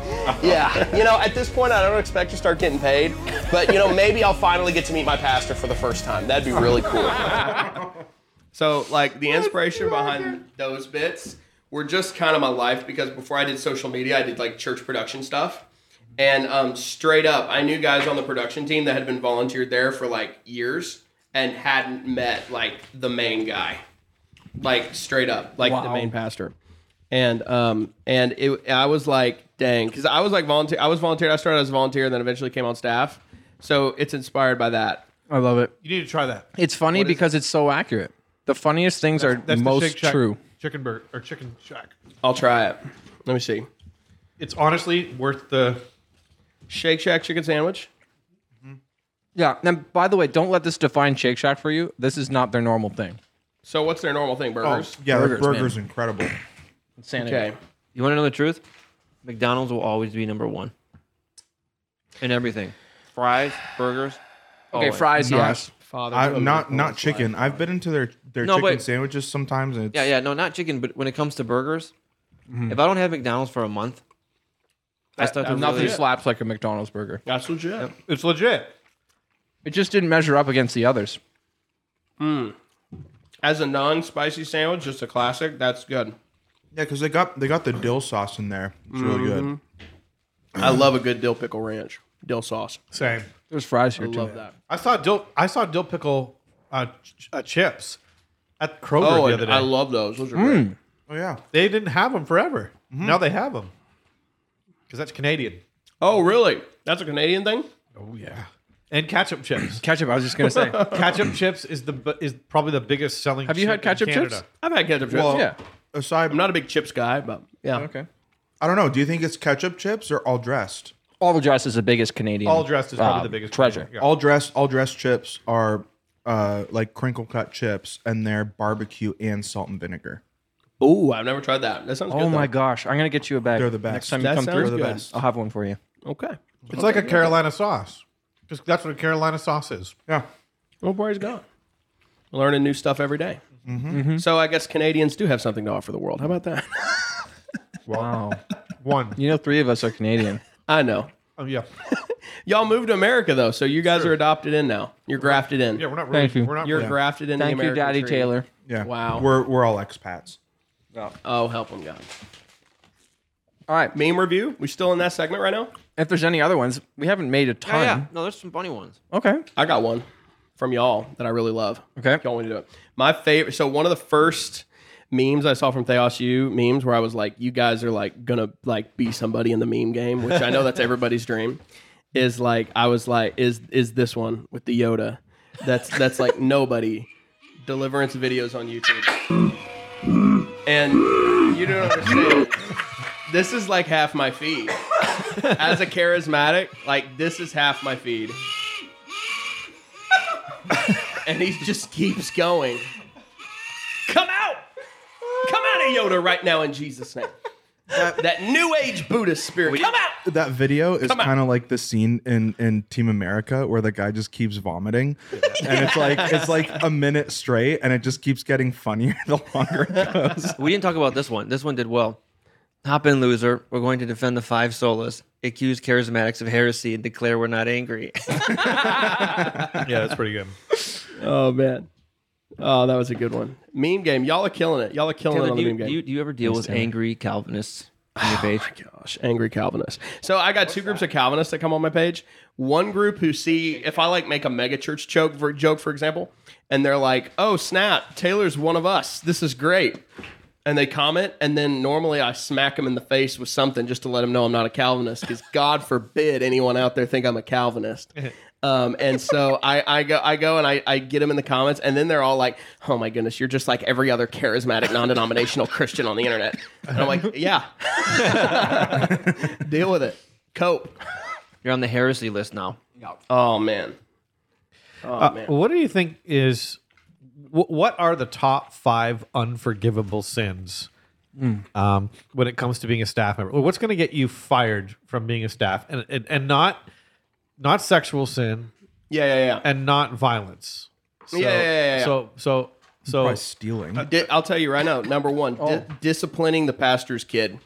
S2: Yeah. You know, at this point, I don't expect to start getting paid, but, you know, maybe I'll finally get to meet my pastor for the first time. That'd be really cool. So, like, the inspiration behind those bits were just kind of my life because before I did social media, I did like church production stuff. And um, straight up, I knew guys on the production team that had been volunteered there for like years and hadn't met like the main guy, like straight up, like the main pastor. And um, and it, I was like, dang, because I was like volunteer. I was volunteer. I started as a volunteer, and then eventually came on staff. So it's inspired by that.
S4: I love it.
S6: You need to try that.
S4: It's funny because it's so accurate. The funniest things are
S6: That's the
S4: most
S6: Shake Shack
S4: true.
S6: Chicken burger or chicken shack.
S2: I'll try it. Let me see.
S6: It's honestly worth the.
S2: Shake Shack chicken sandwich.
S4: Yeah. And by the way, don't let this define Shake Shack for you. This is not their normal thing.
S2: So what's their normal thing? Oh, Burgers.
S5: yeah,
S4: Burgers,
S5: the burger's incredible.
S4: Oh, Insanity.
S2: Okay.
S8: You want to know the truth? McDonald's will always be number one in everything. Fries, burgers.
S4: Okay,
S8: always.
S4: fries,
S5: Not-
S4: yes.
S2: Father.
S5: I, not not chicken. I've been into their their
S8: No,
S5: chicken
S8: but-
S5: sandwiches sometimes. And it's,
S8: Yeah, yeah, no, not chicken. But when it comes to burgers, if I don't have McDonald's for a month, I start to
S4: Nothing
S8: really,
S4: slaps like a McDonald's burger.
S2: That's legit.
S6: It's legit.
S4: It just didn't measure up against the others.
S2: Hmm. As a non-spicy sandwich, just a classic. That's good.
S5: Yeah, because they got they got the dill sauce in there. It's really good. Mm-hmm.
S2: I love a good dill pickle ranch, dill sauce.
S6: Same.
S4: There's fries here
S2: I
S4: too.
S2: love that.
S6: I saw dill. I saw dill pickle uh, ch- uh, chips at Kroger
S2: Oh,
S6: the
S2: and
S6: other day. Mm.
S2: I love those. Those are great.
S5: Oh yeah,
S6: they didn't have them forever. Now they have them because that's Canadian.
S2: Oh, really? That's a Canadian thing.
S6: Oh yeah. And ketchup chips.
S4: Ketchup. I was just gonna say.
S6: ketchup chips is the bu- is probably the biggest selling.
S4: Have you
S6: chip
S4: had
S6: in
S4: ketchup
S6: Canada.
S4: chips?
S2: I've had ketchup chips.
S5: Well-
S4: yeah.
S5: aside,
S2: I'm not a big chips guy, but yeah.
S4: Okay.
S5: I don't know. Do you think it's ketchup chips or all dressed?
S4: All dressed is the biggest Canadian. uh,
S6: All dressed is probably the biggest
S4: treasure.
S6: Canadian. Yeah.
S5: All dressed, all dressed chips are uh, like crinkle cut chips, and they're barbecue and salt and vinegar.
S2: Oh, I've never tried that. That sounds good.
S4: Oh my
S2: though.
S4: gosh! I'm gonna get you a bag.
S5: They're the best.
S4: Next time
S2: That
S4: you come
S2: sounds
S4: through,
S5: They're the
S2: good.
S5: best.
S4: I'll have one for you.
S2: Okay.
S6: It's like a Carolina sauce. Because that's what a Carolina sauce is.
S5: Yeah,
S2: Well, Barry's gone. Learning new stuff every day.
S6: Mm-hmm.
S4: Mm-hmm.
S2: So I guess Canadians do have something to offer the world. How about that?
S4: Wow.
S6: One.
S4: you know, three of us are Canadian.
S2: I know.
S6: Um, yeah.
S2: Y'all moved to America though, so you guys are adopted in now. You're grafted in.
S6: Yeah, we're not really.
S4: Thank you.
S6: We're not
S2: You're
S6: really-
S2: grafted in.
S4: Thank
S2: the
S4: you,
S2: American
S4: Daddy
S2: tree.
S4: Taylor.
S5: yeah.
S2: Wow.
S5: We're we're all expats.
S2: Oh, help him, God.
S4: All right.
S2: Meme review. We still in that segment right now?
S4: If there's any other ones, we haven't made a
S8: Yeah,
S4: ton.
S8: yeah. No, there's some funny ones.
S4: Okay.
S2: I got one from y'all that I really love.
S4: Okay.
S2: If y'all want to do it. My favorite. So one of the first memes I saw from Theos U memes where I was like, "You guys are like gonna like be somebody in the meme game," which I know that's everybody's dream. Is like I was like, is is this one with the Yoda? That's that's like nobody. Deliverance videos on YouTube. And you don't understand. This is like half my feed. As a charismatic, like this is half my feed and he just keeps going. Come out! Come out of Yoda right now in Jesus' name. That, new age Buddhist spirit. Come out!
S5: That video is
S2: on.
S5: kind of like the scene in in Team America where the guy just keeps vomiting, and it's like it's like a minute straight, and it just keeps getting funnier the longer it goes.
S8: We didn't talk about this one. This one did well. Hop in, loser. We're going to defend the five solas. Accuse charismatics of heresy and declare we're not angry.
S6: Yeah, that's pretty good.
S2: Oh man. Oh, that was a good one. Meme game. Y'all are killing it. Y'all are killing it
S8: Taylor,
S2: on
S8: do,
S2: the
S8: you,
S2: meme
S8: do,
S2: game. Oh,
S8: you, do you ever deal with angry Calvinists on your page?
S2: Gosh, angry Calvinists. So I got two groups of Calvinists that come on my page. One group who see if I like make a mega church joke for, joke, for example, and they're like, "Oh snap, Taylor's one of us. This is great." And they comment, and then normally I smack them in the face with something just to let them know I'm not a Calvinist, because God forbid anyone out there think I'm a Calvinist. Um, and so I, I go I go and I, I get them in the comments, and then they're all like, "Oh my goodness, you're just like every other charismatic non-denominational Christian on the internet." And I'm like, "Yeah, deal with it. Cope.
S8: You're on the heresy list now.
S2: Oh man. Oh,
S6: Uh, What do you think is wh- what are the top five unforgivable sins um, when it comes to being a staff member? What's going to get you fired from being a staff, and and, and not not sexual sin
S2: Yeah, yeah, yeah.
S6: and not violence? So,
S2: Yeah, yeah, yeah, yeah.
S6: So so so Oh.
S5: Probably stealing.
S2: Di- I'll tell you right now. Number one, di- disciplining the pastor's kid.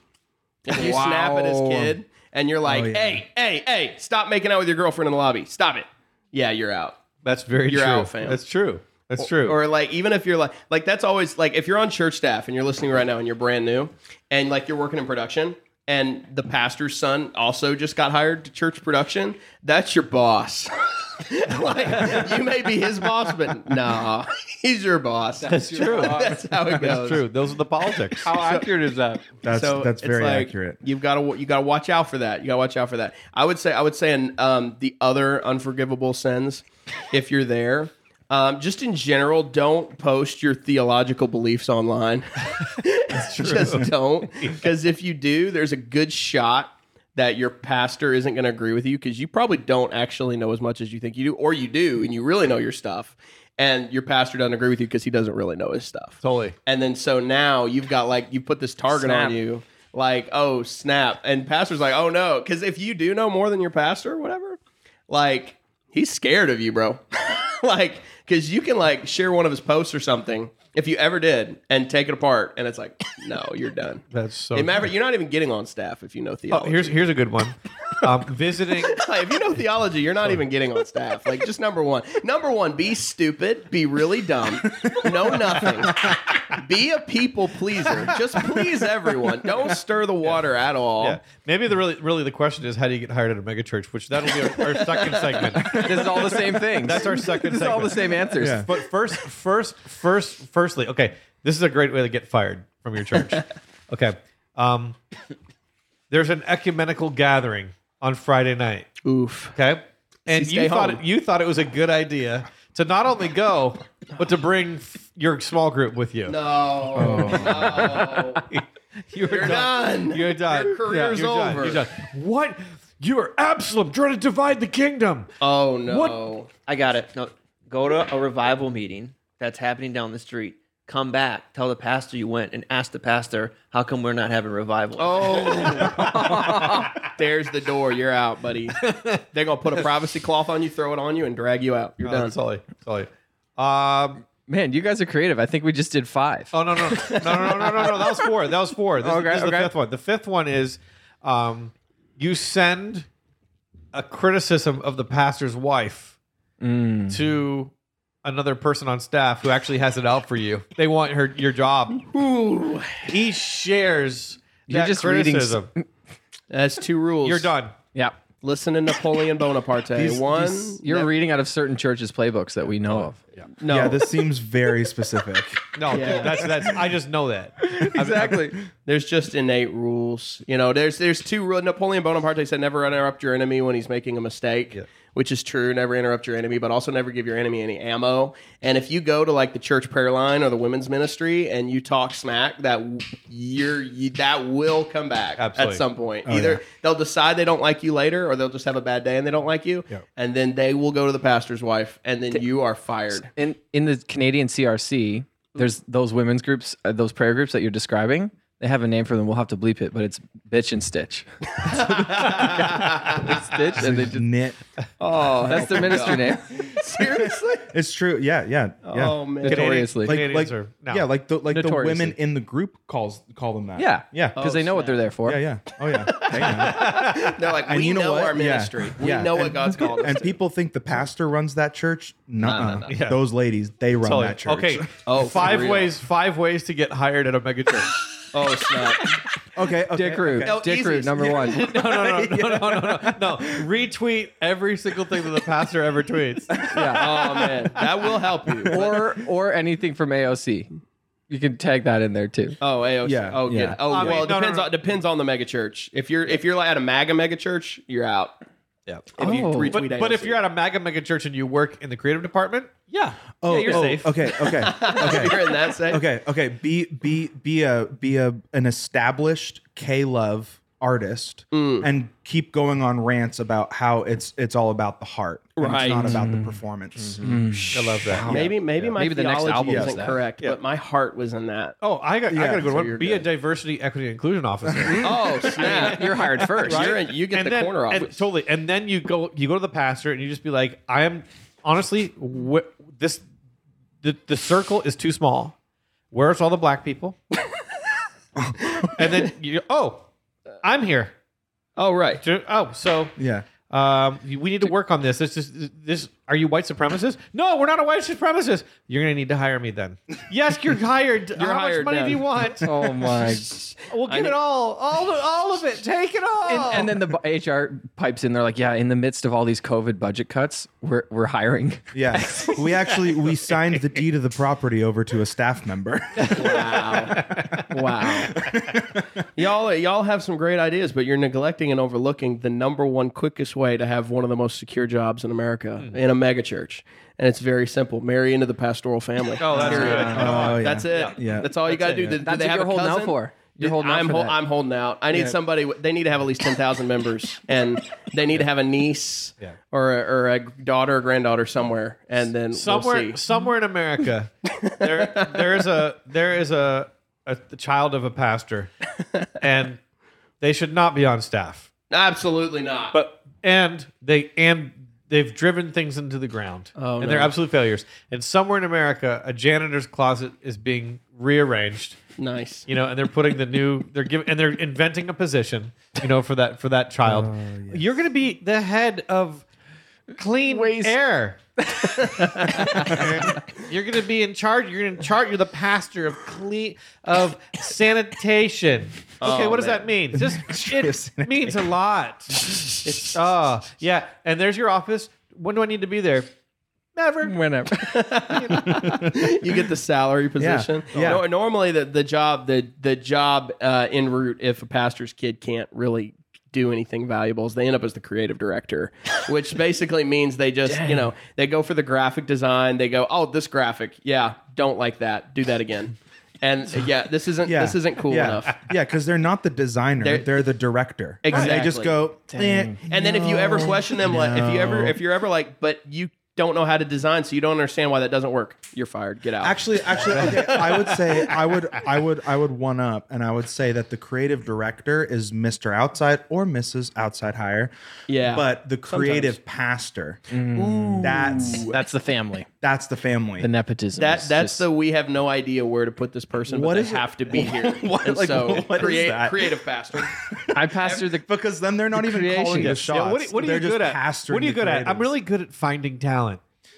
S2: If you snap at his
S4: Wow.
S2: kid and
S6: Oh,
S2: you're like,
S5: yeah.
S2: "Hey, hey, hey, stop making out with your girlfriend in the lobby. Stop it." Yeah, you're out.
S6: that's very
S2: You're
S6: true.
S2: out, fam.
S6: That's true. That's true.
S2: Or like, even if you're like, like that's always like, if you're on church staff and you're listening right now and you're brand new, and like you're working in production, and the pastor's son also just got hired to church production, that's your boss. like, you may be his boss, but nah, He's your boss. That's
S6: true.
S2: That's how it goes.
S6: That's true. Those are the politics.
S4: How accurate is that?
S5: That's
S2: So
S5: that's
S2: it's
S5: very
S2: like,
S5: accurate.
S2: You've got to you got to watch out for that. You got to watch out for that. I would say I would say in um, the other unforgivable sins, if you're there, um, just in general, don't post your theological beliefs online. just don't, because if you do, there's a good shot that your pastor isn't going to agree with you because you probably don't actually know as much as you think you do, or you do and you really know your stuff, and your pastor doesn't agree with you because he doesn't really know his stuff.
S6: Totally.
S2: And then so now you've got like you put this target
S8: Snap.
S2: on you, like oh snap, and pastor's like oh no, because if you do know more than your pastor, whatever, like he's scared of you, bro. like because you can like share one of his posts or something if you ever did and take it apart, and it's like no, you're done.
S6: That's so.
S2: Hey, Maverick, you're not even getting on staff if you know
S6: Oh,
S2: theology.
S6: here's here's a good one. Um, visiting.
S2: Like, if you know theology, you're
S6: Oh.
S2: not even getting on staff. Like, just number one. Number one, be stupid, be really dumb, know nothing, be a people pleaser. Just please everyone. Don't stir the water at all.
S6: Yeah. Maybe the really really the question is how do you get hired at a megachurch? Which that'll be our, our second segment.
S4: This is all the same thing.
S6: That's our second
S4: This is all the
S6: segment.
S4: same answers.
S5: Yeah.
S6: But first, first, first, firstly, okay, this is a great way to get fired from your church. Okay, um, there's an ecumenical gathering on Friday night.
S2: Oof.
S6: Okay, and
S2: So
S6: you
S2: stay
S6: thought
S2: home.
S6: it, you thought it was a good idea to not only go but to bring f- your small group with you.
S2: No.
S6: you're,
S2: You're done.
S6: You're done.
S2: Your career's
S6: you're done.
S2: over.
S6: You're done. What? You are Absalom trying to divide the kingdom.
S2: Oh no.
S6: What?
S8: I got it. No, go to a revival meeting that's happening down the street. Come back, tell the pastor you went, and ask the pastor how come we're not having revival.
S2: Oh. There's the door. You're out, buddy. They're gonna put a privacy cloth on you, throw it on you, and drag you out. You're
S6: No,
S2: done.
S6: that's all I. That's all I. Um,
S4: Man, you guys are creative. I think we just did five.
S6: Oh no no no no no no no! no. That was four. That was four. This,
S4: Okay,
S6: this is the
S4: okay.
S6: fifth one. The fifth one is, um, you send a criticism of the pastor's wife
S4: Mm.
S6: to another person on staff who actually has it out for you. They want her your job.
S2: Ooh.
S6: He shares
S4: You're
S6: that
S4: just reading s-
S6: criticism.
S2: That's two rules.
S6: You're done.
S4: Yeah.
S2: Listen to Napoleon Bonaparte. One.
S4: You're reading out of certain churches' playbooks that we know of.
S2: no.
S5: Yeah, this seems very specific.
S6: No, dude,
S2: Yeah.
S6: that's that's. I just know that.
S4: Exactly.
S2: There's just innate rules. You know, there's there's two rules. Napoleon Bonaparte said never interrupt your enemy when he's making a mistake, which is true. Never interrupt your enemy, but also never give your enemy any ammo. And if you go to like the church prayer line or the women's ministry and you talk smack, that w- you're you, that will come back
S6: Absolutely. Oh,
S2: at some point. Either they'll decide they don't like you later, or they'll just have a bad day and they don't like you, and then they will go to the pastor's wife, and then you are fired.
S4: in in the Canadian CRC, there's those women's groups, uh, those prayer groups that you're describing. They have a name for them. We'll have to bleep it, but it's bitch and stitch. It's stitch, and they just,
S5: Knit.
S2: Oh,
S4: that's their ministry name.
S2: seriously.
S5: It's true. Yeah, yeah, yeah.
S2: Oh man.
S4: Notoriously,
S5: like,
S6: Canadians
S5: like
S6: are- no.
S5: yeah, like the like the
S4: Notoriously.
S5: women in the group calls call them that.
S4: yeah,
S5: yeah,
S4: because they know what they're there for.
S5: yeah, yeah. Oh yeah. They know.
S2: They're like,
S5: And
S2: we
S5: you know
S2: know,
S5: what?
S2: our
S5: Yeah.
S2: ministry. We
S5: Yeah.
S2: know what
S5: And-
S2: God's called us
S5: and
S2: to.
S5: people think the pastor runs that church. Nuh-uh.
S6: Yeah.
S5: Those ladies, they run
S6: Totally.
S5: that church.
S6: Okay.
S2: Oh,
S6: Oh,
S2: for
S6: five
S2: real.
S6: ways. Five ways to get hired at a megachurch.
S2: oh, snap.
S5: okay, okay.
S4: Dick Root,
S5: okay.
S2: No,
S4: Dick
S2: easy.
S4: Root, number one.
S6: Oh, No, no, no, no, no, no, no, no. Retweet every single thing that the pastor ever tweets.
S4: Yeah.
S2: oh, man. That will help you.
S4: or or anything from AOC. You can tag that in there too.
S2: Oh, AOC.
S5: Yeah,
S2: oh, good.
S5: yeah.
S2: Oh,
S6: I mean,
S2: well, it
S6: no, no,
S2: depends
S6: no.
S2: on depends on the megachurch. If you're if you're like at a MAGA megachurch, you're out.
S6: Yeah.
S2: If you
S4: Oh.
S2: retweet
S6: But, but if you're at a MAGA mega church and you work in the creative department, yeah.
S5: Oh,
S6: yeah, you're
S5: oh,
S6: safe.
S5: okay, okay, okay.
S2: if you're in that state,
S5: okay okay be be be a be a an established k-love artist
S2: Mm.
S5: and keep going on rants about how it's it's all about the heart and
S2: Right. Mm-hmm.
S5: it's not about the performance
S6: I love that.
S2: maybe maybe my
S4: Maybe the next
S2: theology
S4: album is
S2: isn't
S4: that.
S2: correct, but my heart was in that.
S6: Oh, I got, I got a good one.
S2: you're
S6: Be a
S2: good.
S6: diversity, equity, and inclusion officer.
S2: Oh, snap!
S4: You're hired first.
S2: You're in, you get
S6: and
S2: the
S6: then,
S2: corner
S6: and-
S2: office.
S6: totally. And then you go, you go to the pastor and you just be like, I am honestly, wh- this, the, the circle is too small. Where's all the black people? and then you, oh, I'm here.
S2: Oh, right.
S6: Oh, so
S5: yeah
S6: Um, we need to work on this. This is this Are you white supremacist? No, we're not a white supremacist. You're gonna need to hire me then. Yes, you're hired. How much
S2: hired
S6: money
S2: then.
S6: do you want?
S4: Oh my!
S6: We'll give it all, all, all of it. Take it all.
S5: Oh.
S4: And, and then the bu- HR pipes in. They're like, "Yeah, in the midst of all these COVID budget cuts, we're we're hiring."
S5: Yeah, we actually we signed the deed of the property over to a staff member.
S2: Wow. y'all y'all have some great ideas, but you're neglecting and overlooking the number one quickest way to have one of the most secure jobs in America
S6: Hmm.
S2: in a megachurch. And it's very simple. Marry into the pastoral family.
S6: oh, that's
S2: Period. Uh,
S6: good. Come on.
S5: yeah.
S2: That's it.
S5: Yeah.
S2: That's all you got to do. Do- Do
S4: That's
S2: they
S4: what
S2: have
S4: you're
S2: a
S4: holding out
S2: cousin?
S4: for. You're
S2: Do-
S4: holding out
S2: I'm
S4: for
S2: hol-
S4: that.
S2: I'm holding out. I need somebody. w- They need to have at least ten thousand members, and they need to have a niece
S6: Yeah.
S2: or a, or a daughter or granddaughter somewhere, and then
S6: somewhere
S2: We'll see.
S6: somewhere in America, there there is a there is a, a the child of a pastor, and they should not be on staff.
S2: Absolutely not.
S6: But and they and they've driven things into the ground,
S2: Oh,
S6: and
S2: no.
S6: they're absolute failures. And somewhere in America, a janitor's closet is being rearranged.
S2: nice.
S6: You know, and they're putting the new they're giving and they're inventing a position. You know, for that for that
S2: Oh,
S6: child, you're going to be the head of clean air. You're going to be in charge. You're in charge. You're the pastor of clean of sanitation.
S5: Oh,
S6: Okay, what does that mean? Just it means a lot. It's oh yeah, and there's your office. When do I need to be there? Never.
S4: Whenever.
S2: you get the salary position.
S5: Yeah.
S2: No- normally, the, the job the the job uh, en route if a pastor's kid can't really do anything valuable is they end up as the creative director, which basically means they just you know they go for the graphic design. They go, oh, this graphic, yeah, don't like that, do that again, and yeah, this isn't
S5: Yeah.
S2: this isn't cool
S5: yeah.
S2: enough.
S5: Yeah, because they're not the designer;
S2: They're-
S5: they're, the director. And they just
S2: Exactly.
S5: go. "Eh,
S2: And then if you ever question them, like if you ever
S5: no.
S2: if you're ever like, but you don't know how to design, so you don't understand why that doesn't work, you're fired. Get out.
S5: Actually, actually, okay. I would say I would, I would, I would one up, and I would say that the creative director is Mister Outside or Mrs. Outside Hire.
S2: Yeah.
S5: but the creative pastor, that's
S4: That's the family.
S5: that's the family.
S4: The nepotism.
S2: That
S4: is
S2: that's
S4: just-
S2: the we have no idea where to put this person, but
S5: What
S2: they
S5: is it-
S2: have to be here.
S5: what-
S2: and
S5: like,
S2: so
S5: what is
S2: create,
S5: that?
S2: creative pastor.
S4: I passed through the.
S5: because then they're not even
S4: creation.
S5: calling
S4: Yeah.
S5: the shots.
S6: Yeah, what, are- what are
S5: they're
S6: you
S5: just
S6: good at?
S5: pastoring
S6: What are you
S5: the
S6: good at? I'm
S5: creatives.
S6: really Hmm. good at finding talent.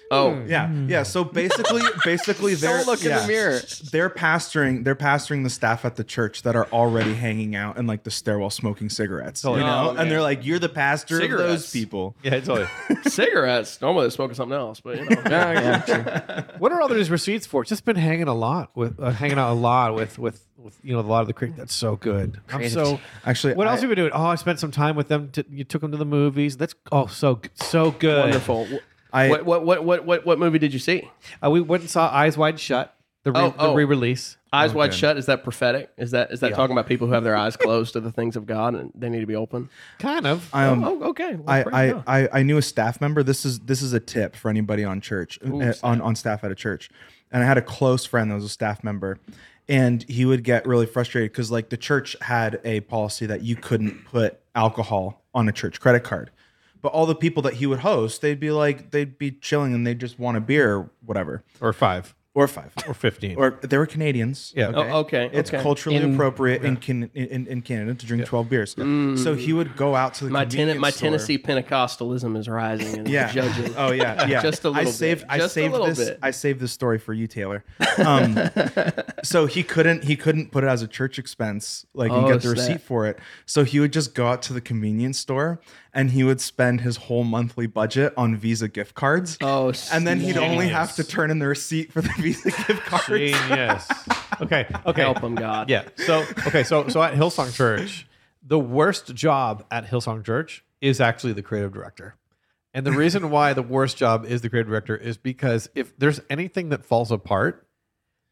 S2: Oh,
S5: Yeah, yeah. So basically, basically, they're
S4: look in the
S5: yeah.
S4: mirror.
S5: They're pastoring. They're pastoring the staff at the church that are already hanging out in like the stairwell smoking cigarettes. You
S6: Oh,
S5: know, and they're like, "You're the pastor of
S2: Cigarettes.
S5: those people."
S6: Yeah, totally.
S2: cigarettes. Normally they're smoking something else, but you know.
S4: Yeah, yeah, true.
S6: What are all these receipts for? It's just been hanging a lot with uh, hanging out a lot with with with you know a lot of the creek. That's so good. I'm so
S5: Actually,
S6: What
S5: I-
S6: else have you been doing? Oh, I spent some time with them. To, you took them to the movies. That's oh so g- so good.
S2: wonderful. Wh-
S5: I-
S2: what, what what what what what movie did you see?
S6: Uh, we went and saw Eyes Wide Shut. The re,
S2: Oh, oh.
S6: the re-release.
S2: Eyes wide shut. Is that prophetic? Is that is that talking about people who have their eyes closed to the things of God and they need to be open?
S6: Kind of.
S5: I, um,
S2: Oh, okay. Well,
S5: I,
S2: praise God.
S5: I, I, I knew a staff member. This is this is a tip for anybody on church uh, on, on staff at a church. And I had a close friend that was a staff member, and he would get really frustrated because like the church had a policy that you couldn't put alcohol on a church credit card. But all the people that he would host, they'd be like they'd be chilling and they'd just want a beer or whatever.
S6: or five.
S5: Or five.
S6: Or fifteen.
S5: Or they were Canadians.
S6: Yeah.
S5: okay?
S2: Oh, okay.
S5: It's
S2: okay.
S5: culturally appropriate in, can, in in Canada to drink twelve beers. So he would go out to the
S2: Mm. My ten,
S5: convenience
S2: my
S5: store.
S2: Tennessee Pentecostalism is rising and
S5: Yeah.
S2: judging.
S5: Oh yeah, yeah.
S2: Just a little
S5: I
S2: bit.
S5: saved. I
S2: Just a
S5: saved
S2: little
S5: this.
S2: bit.
S5: I saved this story for you, Taylor. Um, so he couldn't. He couldn't put it as a church expense, like and
S2: Oh,
S5: get the
S2: snap.
S5: receipt for it. So he would just go out to the convenience store and he would spend his whole monthly budget on Visa gift cards.
S2: Oh,
S5: and then he'd only have to turn in the receipt for the Visa gift cards.
S6: Genius. okay. Okay.
S2: help them, God.
S6: Yeah. So okay. So so at Hillsong Church, the worst job at Hillsong Church is actually the creative director. And the reason why the worst job is the creative director is because if there's anything that falls apart,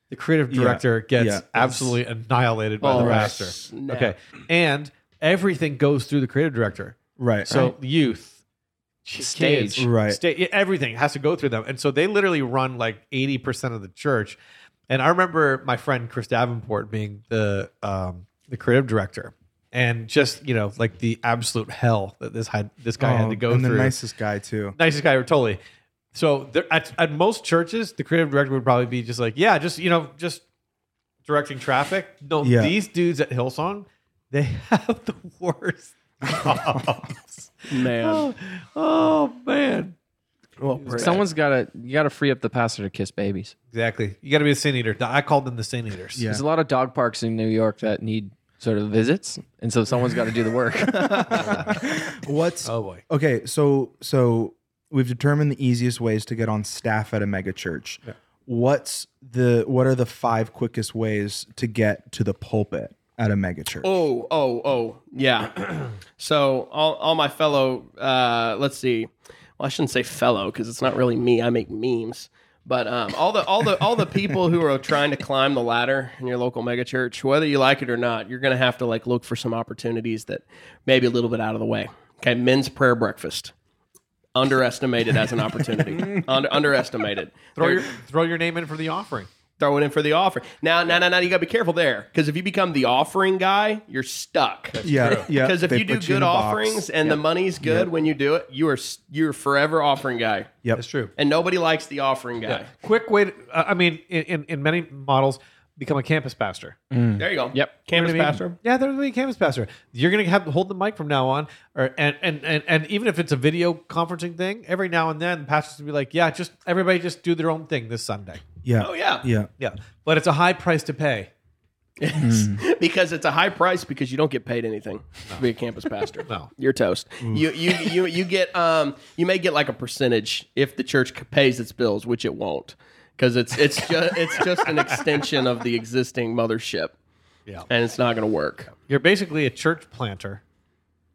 S6: the creative
S5: Yeah.
S6: director gets
S5: Yeah.
S6: absolutely annihilated by
S2: Oh,
S6: the
S2: right.
S6: pastor.
S2: Snap.
S6: Okay. And everything goes through the creative director.
S5: Right.
S6: So youth,
S4: Stage.
S6: kids,
S5: Right.
S6: sta- yeah, everything has to go through them, and so they literally run like eighty percent of the church. And I remember my friend Chris Davenport being the um, the creative director, and just you know like the absolute hell that this had this guy had
S5: Oh,
S6: to go
S5: and
S6: through.
S5: the nicest guy too.
S6: nicest guy ever, totally. So there, at, at most churches, the creative director would probably be just like, yeah, just you know, just directing traffic. No,
S5: Yeah.
S6: these dudes at Hillsong, they have the worst jobs.
S2: Man.
S6: Oh, oh, man.
S5: Well, Brad.
S4: Someone's gotta you gotta free up the pastor to kiss babies.
S6: Exactly. You got to be a sin eater. I called them the sin eaters.
S5: Yeah.
S4: There's a lot of dog parks in New York that need sort of visits, and so someone's got to do the work.
S5: What's
S6: Oh boy.
S5: okay? So so we've determined the easiest ways to get on staff at a mega church. What's the what are the five quickest ways to get to the pulpit at a mega church?
S2: Oh, oh, oh, yeah. so all, all my fellow, uh, let's see. Well, I shouldn't say fellow because it's not really me. I make memes. But um, all the all the all the people who are trying to climb the ladder in your local megachurch, whether you like it or not, you're gonna have to like look for some opportunities that maybe a little bit out of the way. Okay, men's prayer breakfast, underestimated as an opportunity. Under, underestimated.
S6: Throw
S2: There-
S6: your throw your name in for the offering.
S2: throw it in for the offering. Now, now, now, now, you got to be careful there because if you become the offering guy, you're stuck.
S5: yeah, yeah.
S2: Because if
S5: they
S2: you do
S5: put
S2: good
S5: in a box.
S2: offerings and the money's good when you do it, you are s- you're forever offering guy,
S5: yep.
S6: That's true.
S2: and nobody likes the offering guy.
S6: Quick way. To, uh, I mean, in, in, in many models, become a campus pastor.
S5: Mm.
S2: There you go.
S4: Yep.
S2: campus
S6: I mean,
S2: pastor.
S6: Yeah, there's a campus pastor. You're gonna have to hold the mic from now on, or and and and, and even if it's a video conferencing thing, every now and then the pastors will be like, "Yeah, just everybody just do their own thing this Sunday."
S5: Yeah.
S2: Oh yeah,
S5: Yeah.
S6: Yeah, but it's a high price to pay.
S5: Mm.
S2: because it's a high price because you don't get paid anything to be a campus pastor.
S6: No. Mm.
S2: You're toast. You, you you you get um you may get like a percentage if the church c- pays its bills, which it won't, because it's it's just it's just an extension of the existing mothership.
S6: Yeah.
S2: and it's not going to work.
S6: You're basically a church planter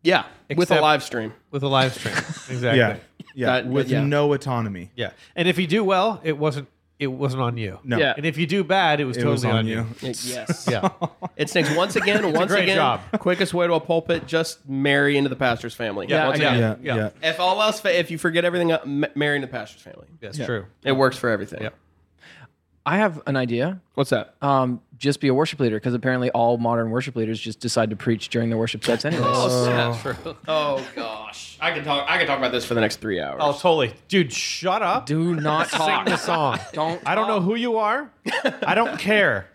S2: Yeah, with a
S6: Except-
S2: live stream.
S6: with a live stream. exactly.
S5: Yeah.
S6: Yeah.
S5: Yeah.
S2: That-
S5: With
S2: yeah.
S5: no autonomy.
S6: and if you do well, it wasn't it wasn't on you.
S5: No.
S2: Yeah.
S6: and if you do bad, it was
S5: It
S6: totally
S5: was on you.
S2: Yes.
S6: Yeah,
S2: It stinks. Once again, once
S6: great
S2: again,
S6: job.
S2: quickest way to a pulpit, just marry into the pastor's family.
S6: Yeah,
S2: once
S6: I got
S2: again.
S5: Yeah.
S6: Yeah.
S5: Yeah.
S2: If all else, fa- if you forget everything, uh, m- marry into the pastor's family.
S6: that's true.
S2: It works for everything.
S6: Yep.
S4: I have an idea.
S2: What's that?
S4: Um, just be a worship leader because apparently all modern worship leaders just decide to preach during their worship sets anyways.
S2: true. Oh gosh, I can talk. I can talk about this for the next three hours.
S6: Oh, totally, dude. Shut up.
S4: Do not
S6: Sing
S4: talk.
S6: the song.
S4: Don't
S6: I don't know who you are. I don't care.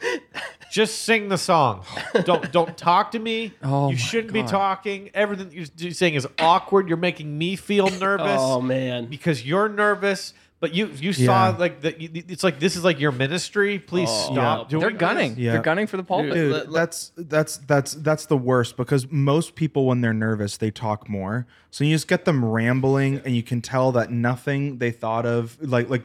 S6: Just sing the song. Don't don't talk to me.
S4: Oh my
S6: you shouldn't be
S4: God.
S6: talking. Everything you're d- saying is awkward. You're making me feel nervous
S2: Oh, man.
S6: because you're nervous. But you you
S5: Yeah.
S6: saw like that. you- It's like this is like your ministry. Please stop
S4: Oh.
S6: doing.
S4: They're
S6: this.
S4: gunning.
S5: Yeah.
S4: They're gunning for the pulpit.
S5: Dude,
S2: let- let-
S5: that's that's that's that's the worst because most people when they're nervous they talk more. So you just get them rambling and you can tell that nothing they thought of like like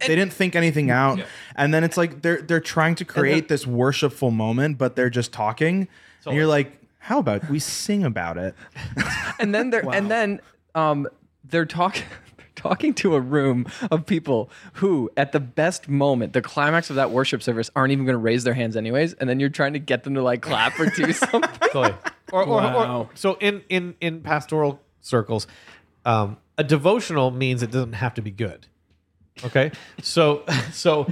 S5: they didn't think anything out. And then it's like they're they're trying to create this worshipful moment, but they're just talking. and you're like, how about we sing about it?
S8: Oh.
S4: and then they're and then um they're talking they're talking to a room of people who at the best moment the climax of that worship service aren't even going to raise their hands anyways and then you're trying to get them to like clap or do something
S6: Totally. Or, or,
S2: Wow.
S6: or so in in in pastoral circles, um, a devotional means it doesn't have to be good. Okay, so so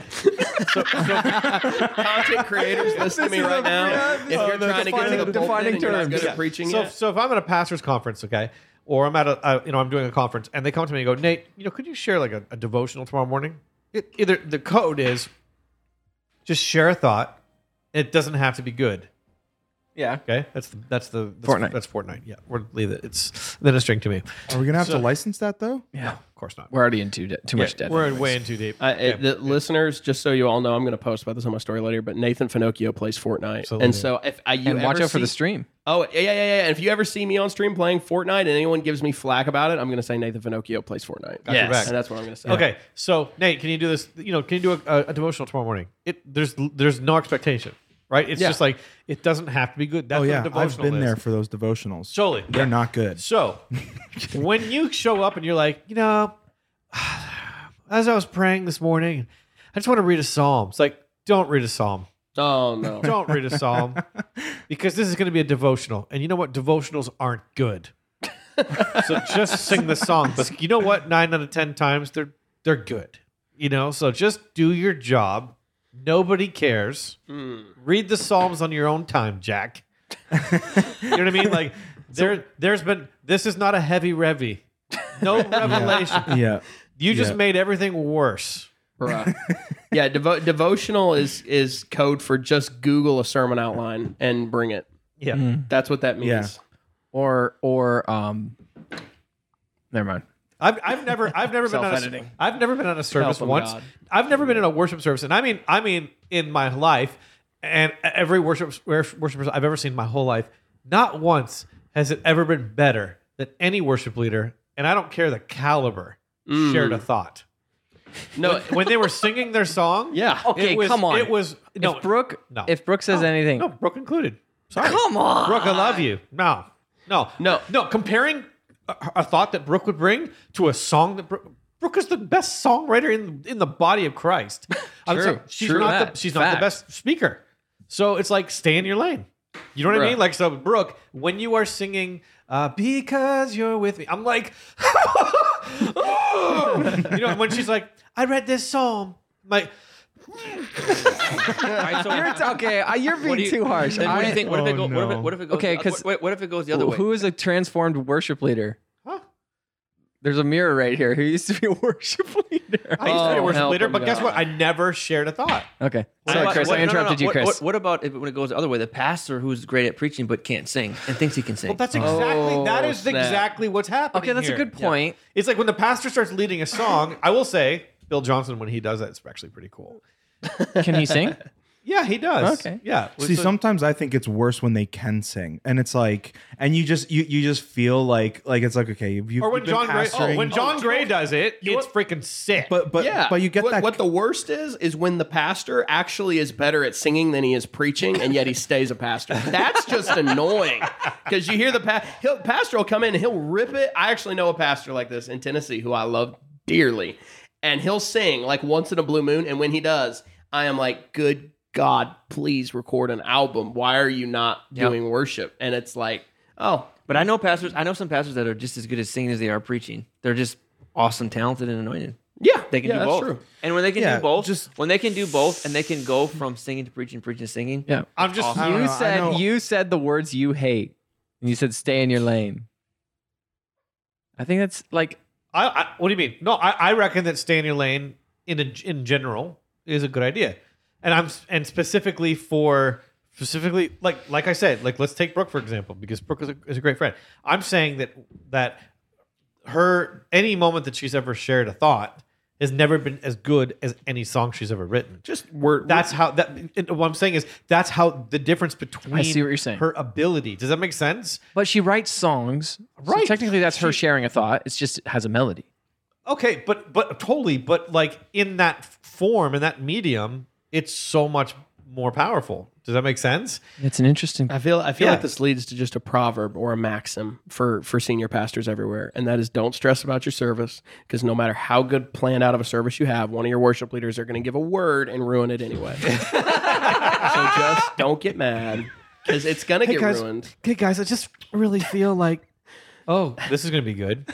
S2: Content creators, listen to me right now. If you're trying to get to the pulpit
S4: defining
S2: and you're not
S4: terms.
S2: good at
S4: Yeah.
S2: preaching
S6: so,
S2: yet,
S6: so if I'm at a pastor's conference, okay, or I'm at a, uh, you know, I'm doing a conference, and they come to me and go, Nate, you know, could you share like a, a devotional tomorrow morning? It, either the code is just share a thought. It doesn't have to be good.
S4: yeah
S6: Okay, that's the that's the that's,
S4: Fortnite.
S6: That's Fortnite. Yeah, or leave it. It's then a string to me.
S5: Are we gonna have to license that though?
S4: yeah
S6: Of course not.
S4: we're already in too, de- too much debt
S6: We're way in too deep.
S2: I, it- the listeners, just so you all know, I'm going to post about this on my story later. But Nathan Finocchio plays Fortnite,
S6: Absolutely.
S2: and so if I, you
S4: and watch
S2: ever
S4: out for the
S2: see-
S4: stream
S2: Oh yeah, yeah, yeah, yeah. And if you ever see me on stream playing Fortnite, and anyone gives me flack about it, I'm going to say Nathan Finocchio plays Fortnite.
S6: Got your Yes. back.
S2: and that's what I'm going to say.
S6: Okay, so Nate, can you do this? You know, can you do a, a, a devotional tomorrow morning? It there's there's no expectation, right? It's
S2: Yeah.
S6: just like it doesn't have to be good. That's
S5: Oh
S6: what a
S5: yeah, I've
S6: devotional
S5: been
S6: is.
S5: there for those devotionals.
S6: Surely.
S5: They're
S6: Yeah.
S5: not good.
S6: So, when you show up and you're like, you know, as I was praying this morning, I just want to read a psalm. It's like, don't read a psalm.
S2: Oh no.
S6: Don't read a psalm because this is going to be a devotional. And you know what? Devotionals aren't good. so just sing the song. But you know what? Nine out of ten times they're they're good. You know, so just do your job. Nobody cares.
S2: Hmm.
S6: Read the Psalms on your own time, Jack. you know what I mean? Like there there's been this is not a heavy revy. No revelation.
S5: Yeah.
S6: You just
S5: Yeah.
S6: made everything worse.
S2: Bruh. yeah, devo- devotional is is code for just Google a sermon outline and bring it.
S6: Yeah.
S2: That's what that means.
S5: Yeah.
S4: or or um never mind
S6: I've, I've never I've never been on a,
S8: Self-editing.
S6: I've never been on a service
S8: him,
S6: once.
S8: God.
S6: I've never been in a worship service, and I mean I mean in my life, and e-, every worship worshiper I've ever seen in my whole life, not once has it ever been better than any worship leader, and I don't care the caliber shared a thought
S2: No,
S6: when they were singing their song.
S2: yeah.
S4: Okay,
S6: it was,
S4: come on.
S6: It was no
S4: if Brooke,
S6: no.
S4: if Brooke says anything,
S6: no Brooke included. Sorry,
S4: come on.
S6: Brooke, I love you. No, no,
S2: No.
S6: no. Comparing a, a thought that Brooke would bring to a song that Brooke, Brooke is the best songwriter in in the body of Christ. I'm
S4: True.
S6: sorry, she's
S4: True
S6: not
S4: that.
S6: the, she's not the
S4: Fact.
S6: best speaker. So it's like stay in your lane. You know what I
S4: Bruh.
S6: mean? Like so, Brooke, when you are singing uh, "Because You're With Me," I'm like, you know, when she's like, "I read this psalm," I'm like.
S8: All right, so
S4: You're t- okay, I- you're
S8: what
S4: being
S8: do you-
S4: too harsh.
S8: Then what do
S4: I-
S8: you think? What if
S5: Oh,
S8: it goes? What, if
S5: no.
S8: it, what if it goes?
S4: Okay,
S8: uh,
S4: 'cause-
S8: what, what if it goes the other way?
S4: Who is a transformed worship leader?
S6: Huh?
S4: There's a mirror right here. Who used to be a worship leader?
S6: I used to be a
S4: Oh,
S6: worship
S4: help
S6: leader,
S4: him,
S6: but guess
S4: God.
S6: what? I never shared a thought.
S4: Okay.
S8: What
S4: Sorry,
S8: about-
S4: Chris.
S8: what-
S4: I
S8: no, no, no.
S4: interrupted you,
S8: What-
S4: Chris.
S8: What, what about if, when it goes the other way? The pastor who's great at preaching but can't sing and thinks he can sing.
S6: Well, that's exactly that
S2: Oh,
S6: is
S2: snap.
S6: exactly what's happening.
S4: okay, that's
S6: here.
S4: a good point.
S6: It's like when the pastor starts leading a song. I will say, Bill Johnson, when he does that, it's actually pretty cool.
S4: Can he sing?
S6: Yeah, he does.
S4: Okay.
S6: Yeah.
S5: See,
S6: So-
S5: sometimes I think it's worse when they can sing, and it's like, and you just you you just feel like like it's like okay, you
S6: or when John Gray, oh, when John Gray does it,
S2: you
S6: it's freaking sick.
S5: but but
S2: yeah,
S5: but you get
S2: what,
S5: that
S2: What the worst is is when the pastor actually is better at singing than he is preaching, and yet he stays a pastor. That's just annoying because you hear the pa- he'll, pastor will come in and he'll rip it. I actually know a pastor like this in Tennessee who I love dearly, and he'll sing like once in a blue moon. And when he does, I am like, good God, please record an album. Why are you not
S8: Yeah.
S2: doing worship? And it's like, oh,
S8: but I know pastors. I know some pastors that are just as good at singing as they are preaching. They're just awesome, talented, and anointed.
S2: yeah,
S8: They can do
S2: yeah, that's
S8: both.
S2: true.
S8: And when they can
S5: Yeah,
S8: do both,
S5: just-
S8: when they can do both, and they can go from singing to preaching, preaching to singing.
S4: Yeah.
S6: I'm just
S5: I don't
S4: Oh, You
S5: know, I
S4: said
S5: know-
S4: you said the words you hate, and you said stay in your lane. I think that's like
S6: I, I what do you mean? No, I, I reckon that stay in your lane in a, in general is a good idea, and I'm and specifically for specifically like like I said, like let's take Brooke for example because Brooke is a, is a great friend. I'm saying that that her any moment that she's ever shared a thought has never been as good as any song she's ever written.
S2: Just word.
S6: That's how that. and What I'm saying is that's how the difference between
S4: I see what you're saying.
S6: her ability. Does that make sense?
S4: But she writes songs. so
S6: Right.
S4: technically, that's her sharing a thought. It's just it has a melody.
S6: Okay, but but totally, but like in that f- form in that medium, it's so much more powerful. Does that make sense?
S4: It's an interesting.
S2: I feel I feel
S6: Yeah.
S2: like this leads to just a proverb or a maxim for for senior pastors everywhere, and that is don't stress about your service because no matter how good planned out of a service you have, one of your worship leaders are going to give a word and ruin it anyway. so just don't get mad because it's going to get
S6: guys.
S2: ruined.
S6: Okay, guys, I just really feel like, oh, this is gonna be good.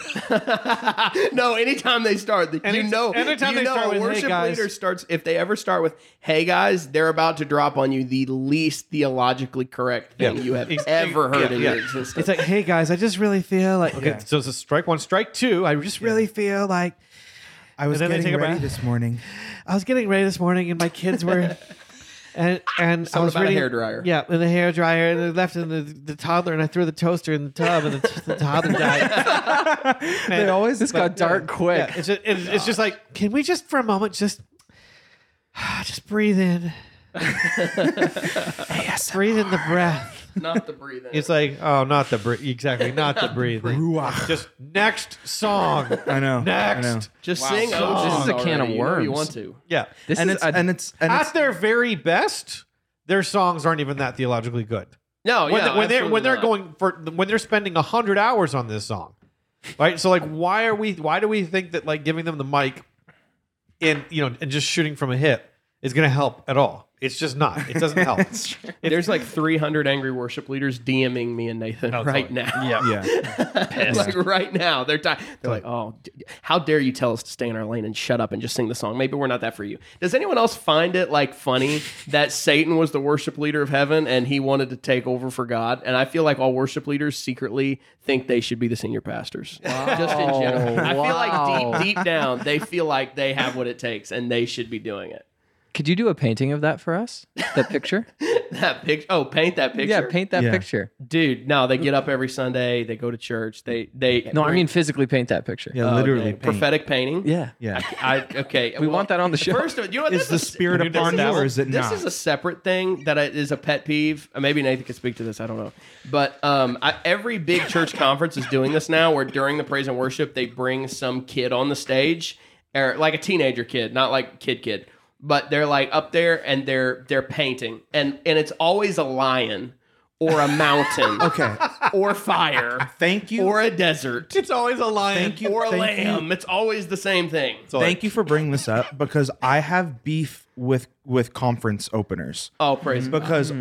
S2: no, anytime they start, the, you
S6: Any-
S2: know,
S6: anytime
S2: you
S6: they
S2: know,
S6: start
S2: a
S6: with, "Hey,
S2: worship
S6: guys."
S2: leader starts if they ever start with "Hey guys," they're about to drop on you the least theologically correct thing
S6: Yeah.
S2: you have
S6: Ex-
S2: ever heard
S6: yeah,
S2: in
S6: yeah.
S2: your existence.
S10: It's like, hey guys, I just really feel like
S6: Okay, so it's a strike one, strike two. I just
S10: just really feel like
S5: I was
S6: And then they
S5: getting
S6: take a
S5: ready
S6: breath.
S5: this morning.
S10: I was getting ready this morning and my kids were and and I
S2: Something
S10: was
S2: about a
S10: reading
S2: hairdryer.
S10: Yeah, in the hair dryer and I left in the, the toddler and I threw the toaster in the tub and the, t- the toddler died.
S4: They always this got dark quick.
S6: Yeah, it's just, it's, it's just like
S10: Can we just for a moment just just breathe in? yes, breathe in the breath.
S2: not the breathing.
S6: it's like oh, not the breath. Exactly, not the breathing. just next song.
S5: I know. I know.
S6: Next.
S2: Just sing.
S6: So
S2: Oh,
S6: this is
S4: a can of
S2: You, know you
S4: worms.
S2: want to?
S6: Yeah.
S4: This
S5: And
S4: is
S5: it's
S4: a,
S5: and it's and it's
S6: At their very best, their songs aren't even that theologically good.
S2: No,
S6: when,
S2: yeah.
S6: when they're when they're
S2: absolutely not.
S6: going for when they're spending hundred hours on this song, right? So like, why are we? Why do we think that like giving them the mic and you know and just shooting from a hip is going to help at all? It's just not. It doesn't help.
S2: there's like 300 angry worship leaders DMing me and Nathan
S6: Oh,
S2: right
S6: totally.
S2: now.
S5: yeah.
S2: like right now, they're di- they're like, oh, d- how dare you tell us to stay in our lane and shut up and just sing the song? Maybe we're not that for you. Does anyone else find it like funny that Satan was the worship leader of heaven and he wanted to take over for God? And I feel like all worship leaders secretly think they should be the senior pastors. Just in general, I feel like
S4: Wow.
S2: deep deep down they feel like they have what it takes and they should be doing it.
S4: Could you do a painting of that for us? That picture?
S2: that picture. Oh, paint that picture.
S4: Yeah, paint that
S5: Yeah.
S4: picture.
S2: Dude, no, they get up every Sunday. They go to church. They they.
S4: No, I mean physically paint that picture.
S5: Yeah,
S2: Oh, okay.
S5: literally. paint.
S2: prophetic painting.
S4: Yeah.
S5: Yeah.
S2: I okay.
S4: We want that on the show.
S2: First of you know,
S5: Is
S2: this
S5: the spirit upon
S2: this
S5: you
S2: is-
S5: or is it
S2: this
S5: not?
S2: is a separate thing that I- is a pet peeve. Uh, Maybe Nathan can speak to this. I don't know. But um, I, every big church conference is doing this now, where during the praise and worship they bring some kid on the stage, or like a teenager kid, not like kid kid, but they're like up there and they're they're painting, and and it's always a lion or a mountain,
S5: okay.
S2: or fire,
S5: Thank you.
S2: or a desert,
S6: It's always a lion.
S5: thank you.
S2: or a
S5: thank you.
S2: lamb. It's always the same thing.
S5: Thank you for bringing this up because I have beef with with conference openers Mm.
S2: Oh, praise God.
S5: because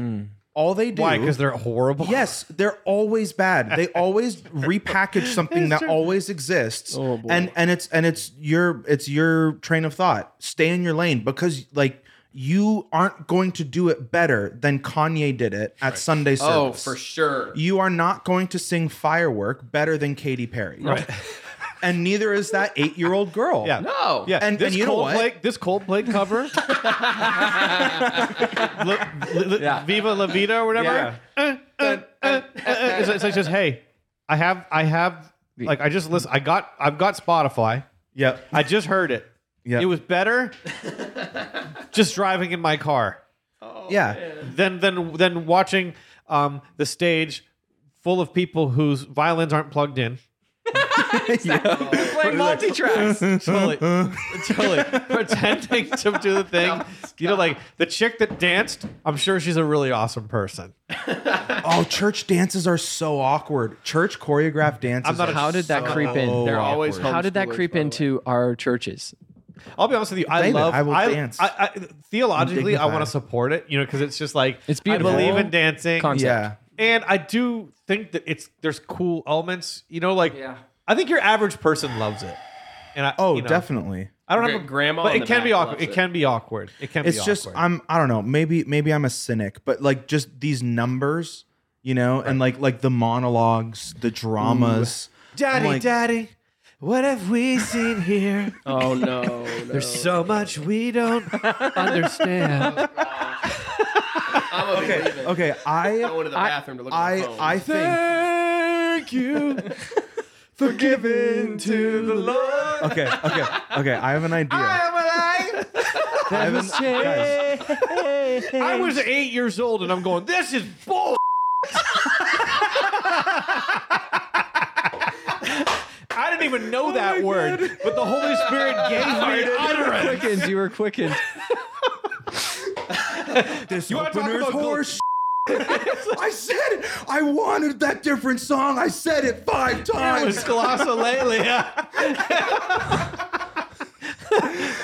S5: all they do
S6: Why? Because they're horrible.
S5: Yes, they're always bad. They always repackage something that always exists.
S2: Oh,
S5: And and it's and it's your it's your train of thought. Stay in your lane because like you aren't going to do it better than Kanye did it at Sunday
S2: Oh,
S5: service.
S2: for sure.
S5: You are not going to sing Firework better than Katy Perry. and neither is that 8-year-old girl.
S6: Yeah.
S2: No.
S6: Yeah.
S5: And-
S6: this
S5: and you know
S6: Coldplay,
S5: what?
S6: This Coldplay cover. Li- li- Viva La Vida or whatever.
S5: Yeah.
S6: Uh, uh, uh, uh, uh. It's, it's like just hey, I have I have like I just listen. I got I've got Spotify.
S5: Yep.
S6: I just heard it.
S5: Yeah.
S6: It was better just driving in my car
S5: yeah.
S6: than than than watching um, the stage full of people whose violins aren't plugged in.
S4: Playing multi tracks.
S6: totally, totally pretending to do the thing. You know, like the chick that danced. I'm sure she's a really awesome person.
S5: Oh, church dances are so awkward. Church choreographed dances.
S6: I'm not
S5: are
S6: a-
S4: How did that
S5: so
S4: creep in?
S2: They're always
S5: awkward.
S4: How did that
S2: homeschoolers,
S4: creep
S2: by the way.
S4: into our churches?
S6: I'll be honest with you. I
S5: David,
S6: love.
S5: I will dance.
S6: I, I, theologically, I
S5: Undignified.
S6: want to support it. You know, because it's just like
S4: It's
S6: I
S4: beautiful.
S6: believe in dancing,
S4: Concept.
S5: Yeah.
S6: and I do think that it's there's cool elements. You know, like I think your average person loves it. And I,
S5: Oh,
S6: you know,
S5: definitely.
S6: I don't
S2: Gr-
S6: have a
S2: grandma
S6: but
S2: in
S6: it
S2: the
S6: can be
S2: back
S6: awkward.
S2: loves
S6: It
S2: it.
S6: can be awkward. It can.
S5: It's
S6: be
S5: just
S6: awkward.
S5: I'm I don't know. Maybe maybe I'm a cynic, but like just these numbers, you know, and like like the monologues, the dramas.
S6: Daddy,
S5: like-
S6: Daddy, what have we seen here?
S2: Oh no, no.
S6: There's so much we don't understand.
S2: I'm gonna be leaving.
S5: Okay, I
S2: Going to the bathroom to look at my
S5: I I
S2: phone.
S5: think
S6: Thank you for giving to the Lord.
S5: okay okay okay. I have an idea. I have an, guys,
S6: I was eight years old and I'm going, this is bull. I didn't even
S5: Oh
S6: know that word, but the Holy Spirit gave me an utterance.
S4: Quickened. You were quickened.
S5: this
S6: wanna talk
S5: opener's
S6: about gold-
S5: horse. I said it. I wanted that different song. I said it five
S6: That
S5: times.
S6: was glossolalia.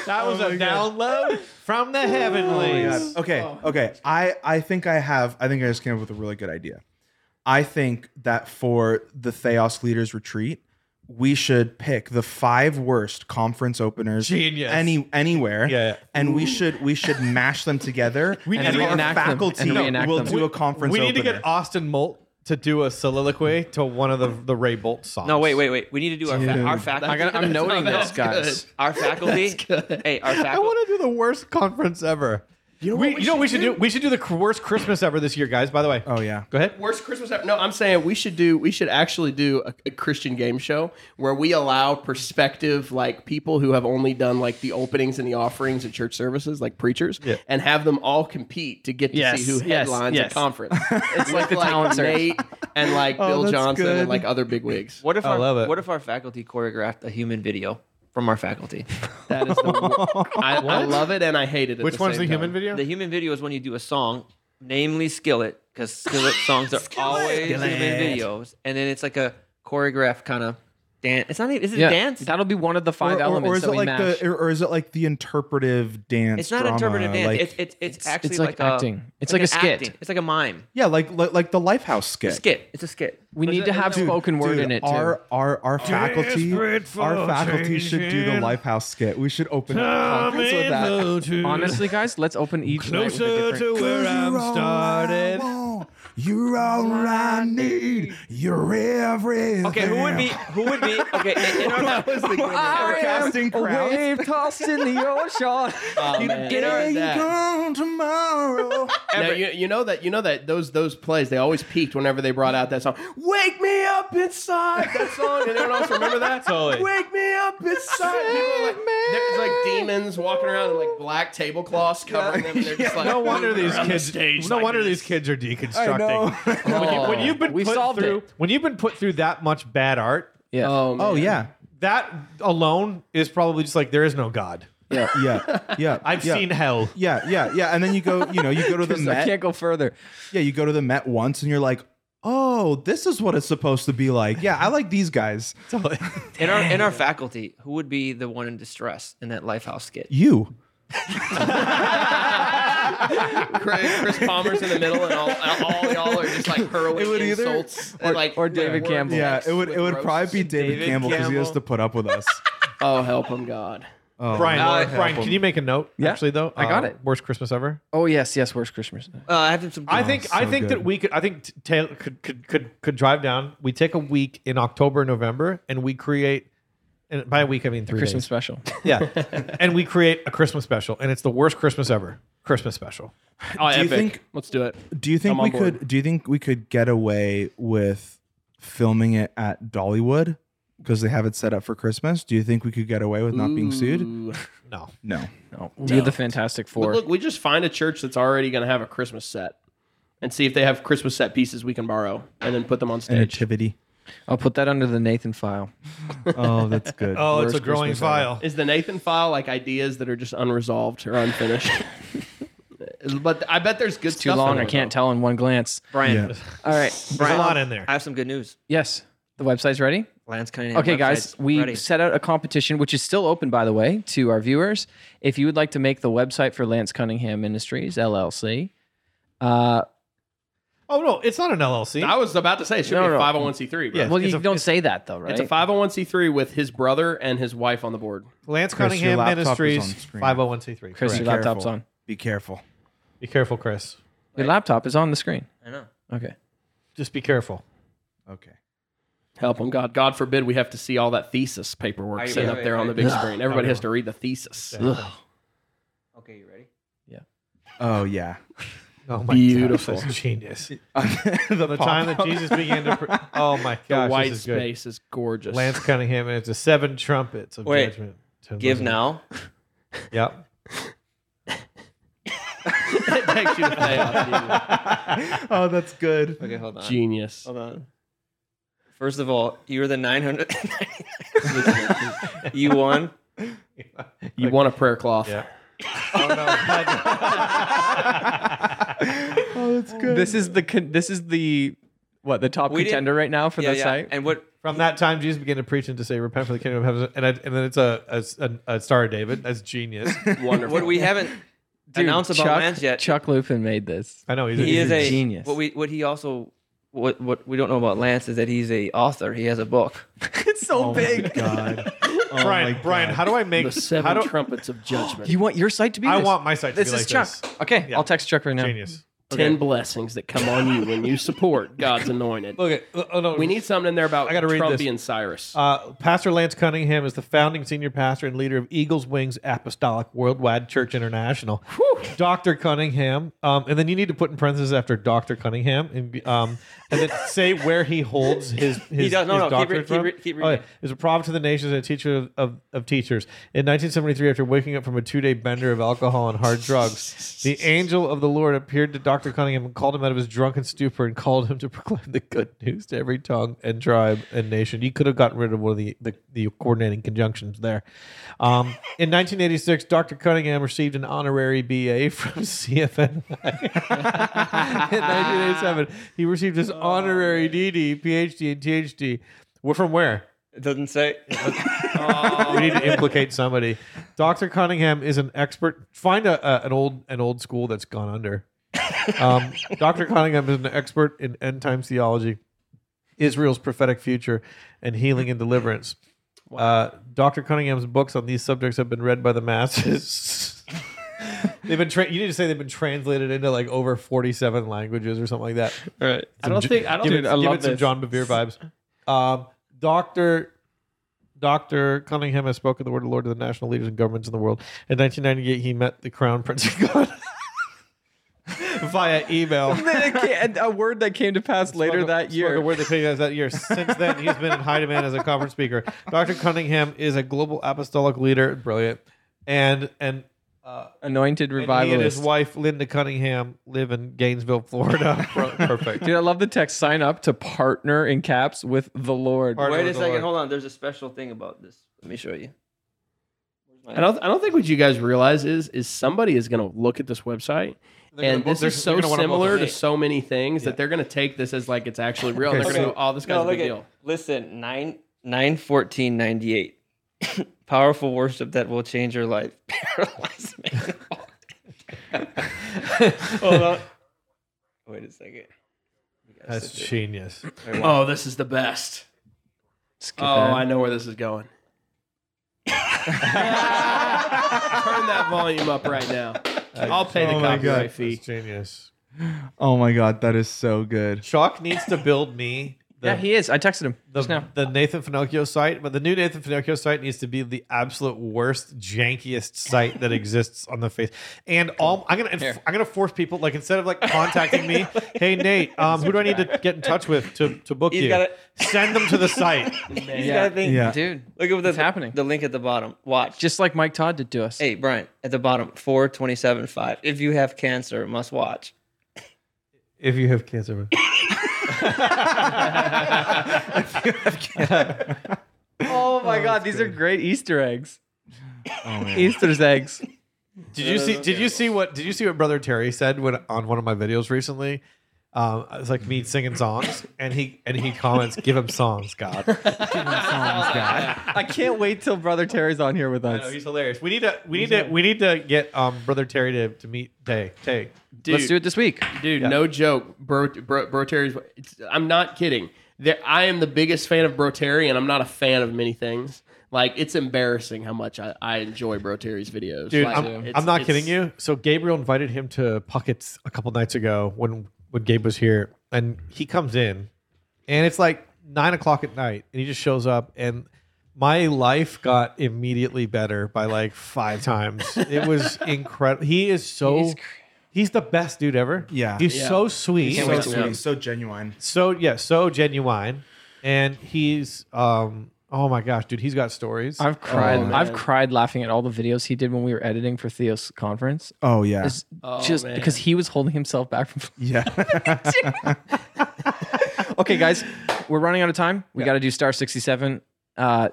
S6: that
S5: Oh
S6: was a download from the heavenlies.
S5: Okay, okay. I I think I have. I think I just came up with a really good idea. I think that for the Theos Leaders Retreat, we should pick the five worst conference openers
S6: Genius.
S5: any anywhere.
S6: Yeah, yeah.
S5: And we should we should mash them together. we
S6: need
S5: and
S6: to
S5: our
S4: reenact them.
S5: faculty
S4: And reenact
S5: will
S4: them.
S5: do a conference.
S6: we need to
S5: opener.
S6: get Austin Molt to do a soliloquy to one of the, the Ray Bolt songs.
S8: No, wait, wait, wait. We need to do our fa- our
S4: I
S8: faculty.
S4: gotta, I'm noting
S2: that's
S4: this, guys.
S8: our faculty. Hey, our
S6: I
S8: faculty.
S6: want to do the worst conference ever. You know, we, you know what we should do? We should do the cr- worst Christmas ever this year, guys. By the way.
S5: Oh yeah.
S6: Go ahead.
S2: Worst Christmas ever. No, I'm saying we should do. We should actually do a, a Christian game show where we allow perspective, like people who have only done like the openings and the offerings at church services, like preachers,
S6: Yeah.
S2: and have them all compete to get to
S4: Yes,
S2: see who
S4: yes,
S2: headlines
S4: yes.
S2: a conference. It's like
S4: the talent search.
S2: Nate and like Bill
S5: that's
S2: Johnson
S5: good.
S2: and like other big wigs.
S8: What if
S6: Oh, I
S8: our,
S6: love it.
S8: What if our faculty choreographed a human video from our faculty?
S2: That is. The, wor- I, I love it and I hate it. At
S6: Which
S2: the
S6: one's the
S2: same
S6: human
S2: time.
S6: video?
S8: The human video is when you do a song, namely Skillet, because Skillet songs are always human videos, and then it's like a choreographed kind of dance. It's not even. Is it
S4: Yeah,
S8: dance?
S4: That'll be one of the
S5: Or,
S4: five
S5: or-
S4: elements
S5: or is
S4: that
S5: it
S4: we
S5: like
S4: mash.
S5: the or, or is it like the interpretive dance?
S8: it's not
S5: drama,
S8: interpretive dance.
S5: Like,
S8: it's, it's, it's actually
S4: it's like
S8: a-
S4: acting. It's like
S8: an
S4: a skit.
S8: acting. It's like a mime.
S5: yeah, like like, like the Lifehouse skit.
S8: Skit. It's a skit.
S4: we need to have spoken word
S5: Dude,
S4: in it too.
S5: Our our our faculty,
S6: Desperate for
S5: our faculty should do the
S6: changing.
S5: Lifehouse skit. We should open up conference with that.
S4: Honestly, guys, let's open each night with a different.
S6: where I'm started.
S5: You're all I need. You're everything.
S8: Okay, who would be? Who would be? Okay, in- in our,
S2: That was the good
S4: I
S5: Casting
S4: am a
S5: crowd.
S4: wave tossed in the ocean.
S2: Oh, man.
S8: in our-
S5: There you
S2: that.
S5: go tomorrow.
S2: Now, you, you know that you know that those those plays they always peaked whenever they brought out that song. Wake me up inside that song. Did anyone else remember that?
S6: Totally.
S2: Wake me up inside. People are like, there's like demons walking around in like black tablecloths covering them. And they're just like,
S6: no wonder
S2: moving
S6: these
S2: around the
S6: kids.
S2: stage
S6: no
S2: like
S6: wonder
S2: this.
S6: these kids are deconstructing.
S5: I know.
S6: when, you, when you've been
S4: We
S6: put
S4: solved
S6: through,
S4: it.
S6: when you've been put through that much bad art,
S4: Yeah.
S2: Oh, man.
S5: oh yeah,
S6: that alone is probably just like there is no god.
S5: yeah, yeah.
S6: I've
S5: yeah.
S6: seen hell.
S5: Yeah, yeah, yeah. And then you go, you know, you go to the
S4: I
S5: Met.
S4: can't go further.
S5: Yeah, you go to the Met once, and you're like, oh, this is what it's supposed to be like. Yeah, I like these guys.
S8: in our in our faculty, who would be the one in distress in that Lifehouse skit?
S5: You.
S2: Chris, Chris Palmer's in the middle, and all all y'all are just like hurling
S5: It would either-
S2: insults
S4: or-
S2: and like
S4: or David
S2: word
S4: Campbell.
S5: Yeah,
S2: blocks
S5: it would
S2: with
S5: it would
S2: roasts.
S5: probably be David,
S8: David
S5: Campbell because he has
S8: Campbell.
S5: to put up with us.
S2: Oh, help him, God.
S5: Oh,
S6: Brian, uh,
S8: Now I have
S6: Brian,
S8: them.
S6: can you make a note?
S4: Yeah,
S6: actually, though, Uh,
S4: I got it.
S6: Worst Christmas ever.
S4: Oh yes, yes. Where's Christmas?
S8: Uh, I have some.
S6: I think I
S5: so
S6: think that
S5: good.
S6: we could. I think t- Taylor could could could could drive down. We take a week in October, November, and we create. And by a week, I mean three
S4: Christmas
S6: days.
S4: special.
S6: Yeah, and we create a Christmas special, and it's the worst Christmas ever. Christmas special.
S2: Oh,
S5: Do you
S2: epic.
S5: think-
S2: Let's do it.
S5: Do you think
S2: I'm on
S5: we
S2: board.
S5: could? Do you think we could get away with filming it at Dollywood because they have it set up for Christmas? Do you think we could get away with not being sued?
S2: Ooh.
S6: No,
S5: No.
S4: No, we had the Fantastic
S2: But
S4: Four.
S2: look, we just find a church that's already going to have a Christmas set and see if they have Christmas set pieces we can borrow and then put them on stage.
S5: Nativity.
S4: I'll put that under the Nathan file.
S5: Oh, that's good.
S6: oh, it's
S4: Worst
S6: a growing
S4: Christmas
S6: file.
S2: Is the Nathan file like ideas that are just unresolved or unfinished? but I bet there's good
S4: It's too long. I can't tell in one glance.
S8: Brian.
S5: Yeah.
S4: All right.
S6: There's a
S8: Brian,
S6: lot in there.
S8: I have some good news.
S4: Yes. The website's ready.
S8: Lance Cunningham.
S4: Okay, guys,
S8: website's
S4: we
S8: ready.
S4: set out a competition, which is still open, by the way, to our viewers. If you would like to make the website for Lance Cunningham Industries LLC, uh,
S6: Oh no, it's not an LLC.
S2: I was about to say it should
S4: No,
S2: be oh a
S4: no.
S2: 501c3. Bro.
S6: Yeah.
S4: well,
S6: It's
S4: you
S6: a-
S4: don't say that though, right?
S2: It's a 501c3 with his brother and his wife on the board.
S6: Lance
S5: Chris, your
S6: Cunningham
S5: laptop is
S6: Ministries,
S5: on screen.
S6: 501c3.
S4: Chris, your
S5: Correct.
S4: laptop's
S5: Careful.
S4: on.
S5: Be careful.
S6: Be careful, Chris.
S4: Your laptop is on the screen.
S8: I know.
S4: Okay.
S6: Just be careful.
S5: Okay.
S2: Help him, God. God forbid we have to see all that thesis paperwork
S8: Are you
S2: sitting
S8: ready?
S2: up there on the big
S8: Ugh.
S2: screen. Everybody has to read the thesis.
S6: Ugh.
S8: Okay, you ready?
S5: Oh yeah.
S6: Oh my
S2: Beautiful.
S6: God, that's genius.
S5: the
S6: the time that Jesus began to. Pre- oh my
S2: The
S6: gosh,
S2: white
S6: this is good.
S2: space is gorgeous.
S6: Lance Cunningham and it's the seven trumpets of
S8: Wait.
S6: judgment.
S8: Give now.
S6: Yep.
S2: it takes you to payoff.
S5: oh, that's good.
S8: Okay, hold on.
S2: dude.
S4: Oh.
S2: Genius.
S8: Hold on. First of all, you were the 900. you won.
S2: You want a prayer cloth.
S6: Yeah.
S2: Oh,
S4: This is the con- this is the what the top
S8: We didn't-
S4: contender right now for
S8: yeah,
S4: the
S8: yeah.
S4: site.
S8: And what?
S6: From that time, Jesus began to preach and to say, "Repent, for the kingdom of heaven." And, I, and then it's a, a, a, a Star of David. That's genius.
S2: Wonderful.
S8: What we haven't announced about
S4: Chuck,
S8: Lance yet?
S4: Chuck Lupin made this.
S6: I know he's
S8: he
S6: he's
S8: is a
S4: genius.
S8: What we what he also what what we don't know about Lance is that he's a author. He has a book.
S4: it's so big.
S5: Oh God.
S4: Oh
S6: Brian. Brian, how do I make
S2: the seven
S6: how do,
S2: trumpets of judgment.
S4: You want your site to be?
S6: I
S4: this?
S6: want my site to
S4: This
S6: be
S4: is
S6: like
S4: Chuck.
S6: this.
S4: Okay,
S6: Yeah.
S4: I'll text Chuck right now.
S6: Genius.
S2: Ten blessings that come on you when you support God's anointed.
S6: Look at. Oh no.
S2: we need something in there about
S6: I gotta read
S2: Trump
S6: this.
S2: and Cyrus.
S6: Uh, pastor Lance Cunningham is the founding senior pastor and leader of Eagles Wings Apostolic Worldwide Church International. Dr. Cunningham. Um, and then you need to put in parentheses after Dr. Cunningham and, um, and then say where he holds his, his,
S8: does- no,
S6: his
S8: no,
S6: doctorate
S8: keep re- keep
S6: from.
S8: re- keep
S6: Oh, yeah.
S8: reading.
S6: He's a prophet to the nations and a teacher of, of, of teachers. In 1973, after waking up from a two-day bender of alcohol and hard drugs, the angel of the Lord appeared to Dr. Cunningham and called him out of his drunken stupor and called him to proclaim the good news to every tongue and tribe and nation. You could have gotten rid of one of the, the, the coordinating conjunctions there. Um, in 1986, Dr. Cunningham received an honorary BA from CFNY. in 1987, he received his honorary DD, PhD, and THD. We're from where?
S8: It doesn't say.
S6: we need to implicate somebody. Doctor Cunningham is an expert. Find a, a an old an old school that's gone under. Um, Doctor Cunningham is an expert in end times theology, Israel's prophetic future, and healing and deliverance. Uh, Doctor Cunningham's books on these subjects have been read by the masses. They've been tra- you need to say they've been translated into like over forty-seven languages or something like that.
S4: All right.
S10: I don't think. I don't
S6: Give
S10: think.
S6: it, give it some John Bevere vibes. Um, Doctor Doctor Cunningham has spoken the word of the Lord to the national leaders and governments in the world. In 1998, he met the Crown Prince of God via email.
S4: And then it ca- and a word that came to pass later
S6: Spoke-
S4: that
S6: spoke
S4: year.
S6: The word they paid us that year. Since then, he's been in high demand as a conference speaker. Dr. Cunningham is a global apostolic leader, brilliant, and and uh,
S4: Anointed
S6: and he and his
S4: revivalist.
S6: wife Linda Cunningham live in Gainesville, Florida. Perfect.
S4: Dude, I love the text. Sign up to partner in caps with the Lord.
S6: Partner
S8: Wait a
S6: with the
S8: second.
S6: Lord.
S8: Hold on. There's a special thing about this. Let me show you. Where's my-
S2: I don't. I don't think what you guys realize is is somebody is going to look at this website,
S6: They're gonna
S2: and
S6: bo-
S2: this
S6: they're-
S2: is
S6: they're
S2: so
S6: gonna wanna both
S2: similar
S6: of
S2: to
S6: them.
S2: so many things that they're going to take this as like it's actually real. and they're
S8: Okay,
S2: going to
S8: so-
S2: go, "Oh, this guy's
S8: No,
S2: a
S8: look
S2: big
S8: at-
S2: deal."
S8: Listen, nine nine fourteen ninety eight. Powerful worship that will change your life. Paralyzed man. Hold on. Wait a second. We gotta
S6: That's
S8: sit there.
S6: genius.
S8: Wait, wait.
S2: Oh, this is the best.
S4: Skip
S2: Oh,
S4: that.
S2: I know where this is going. Turn that volume up right now. I'll pay the
S5: Oh my God.
S2: copyright fee.
S6: That's genius.
S5: Oh my god, that is so good.
S6: Chalk needs to build me. The,
S4: yeah, he is. I texted him
S6: the,
S4: just now.
S6: the Nathan Finocchio site, but the new Nathan Finocchio site needs to be the absolute worst, jankiest site that exists on the face. And all I'm gonna
S4: Here.
S6: I'm gonna force people like instead of like contacting me, hey Nate, um, who do I need to get in touch with to, to book
S8: He's
S6: you?
S8: gotta-
S6: Send them to the site.
S8: You gotta think.
S5: Yeah.
S4: Dude,
S8: Look at
S4: It's
S8: what's
S4: happening.
S8: The link at the bottom. Watch.
S4: just like Mike Todd did to us.
S8: hey, Brian, at the bottom, four twenty seven five. If you have cancer, must watch.
S6: if you have cancer.
S4: Oh my God, these are great Easter eggs.
S5: Oh man.
S4: Easter's eggs.
S6: Did you see? Did you see what? Did you see what Brother Terry said when on one of my videos recently? Um, it's like me singing songs, and he and he comments, "Give him songs, God."
S4: I can't wait till Brother Terry's on here with
S6: I know
S4: us.
S6: he's hilarious. We need to we need to we need to get um brother Terry to, to meet Tay. Tay.
S4: Let's do it this week.
S2: Dude,
S6: Yeah.
S2: no joke. Bro, bro, bro Terry's. It's, I'm not kidding. There, I am the biggest fan of Bro Terry, and I'm not a fan of many things. Like it's embarrassing how much I, I enjoy Bro Terry's videos.
S6: Dude,
S2: Like,
S6: I'm,
S2: it's-
S6: I'm not
S2: it's-
S6: kidding you. So Gabriel invited him to Puckett's a couple nights ago when when Gabe was here, and he comes in, and it's like nine o'clock at night, and he just shows up, and my life got immediately better by like five times. It was incredible. He is so he's, the best dude ever.
S5: Yeah.
S6: he's
S2: Yeah.
S6: so sweet.
S5: He's
S2: Can't
S5: so
S2: wait to see
S5: sweet,
S2: him.
S5: so genuine.
S6: so yeah, so genuine, and he's um oh my gosh, dude, he's got stories.
S4: I've cried.
S2: Oh,
S5: man.
S4: I've cried laughing at all the videos he did when we were editing for Theo's conference.
S5: Oh yeah.
S4: It's
S2: Oh,
S4: just
S2: man.
S4: because he was holding himself back from.
S5: Yeah.
S4: okay, guys, we're running out of time. We got to do Star 67. Uh,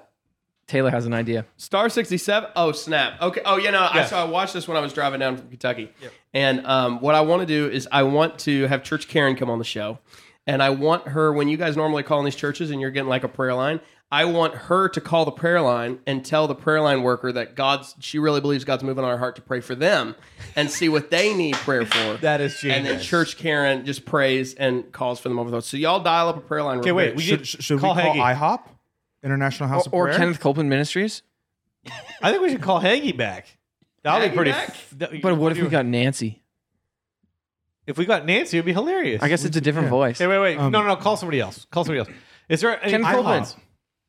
S4: Taylor has an idea.
S2: Star 67? Oh, snap. Okay. Oh, yeah, no. I,
S6: Yes.
S2: so I watched this when I was driving down from Kentucky. And um, what I want to do is I want to have Church Karen come on the show. And I want her, when you guys normally call in these churches and you're getting like a prayer line, I want her to call the prayer line and tell the prayer line worker that God's, she really believes God's moving on her heart to pray for them and see what they need prayer for.
S6: that is genius.
S2: and then Church Karen just prays and calls for them over the So y'all dial up a prayer line.
S6: Okay,
S2: real
S6: wait,
S2: quick.
S6: we
S5: should
S6: did-
S5: sh- should
S6: call
S5: we call
S6: Hagee.
S5: IHOP? International House of
S4: Or
S5: Prayer?
S4: Kenneth Copeland Ministries.
S6: I think we should call Haggy back. That'll
S2: Hagee
S6: be pretty.
S2: back?
S6: that-
S4: But what if we got Nancy?
S6: if we got Nancy? It'd be hilarious.
S4: I guess it's a different
S5: yeah.
S4: voice.
S6: Okay, wait, wait.
S5: Um,
S6: no, no, no. Call somebody else. Call somebody else. Is there any
S4: Ken
S6: IHOP?
S4: Copeland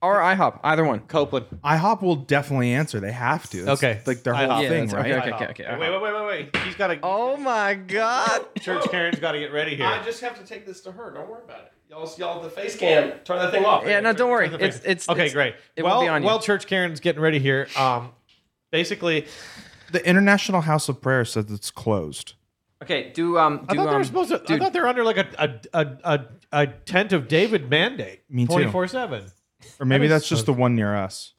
S4: or IHOP, either one.
S6: Copeland.
S5: IHOP will definitely answer. They have to. That's
S6: Okay.
S5: Like their whole
S6: IHOP. Yeah,
S5: thing,
S4: that's
S5: right?
S4: okay. okay,
S6: Wait, wait, wait, wait, wait. He's got to.
S4: Oh my God!
S6: Church Karen's got to get ready here.
S2: I just have to take this to her. Don't worry about it. Y'all, y'all, the face cam, turn that thing off.
S4: Yeah, no, don't worry. It's it's
S6: okay,
S4: it's-
S6: great.
S4: It
S6: well,
S4: won't be on you.
S6: well, Church Karen's getting ready here. Um, basically,
S5: The International House of Prayer says it's closed.
S4: okay, do um,
S6: I
S4: do
S6: thought they
S4: um,
S6: were supposed to.
S4: dude.
S6: I thought they're under like a a a a, a tent of David mandate.
S5: Me too.
S6: Twenty four seven.
S5: Or maybe
S6: is
S5: that's just
S6: so-
S5: the one near us.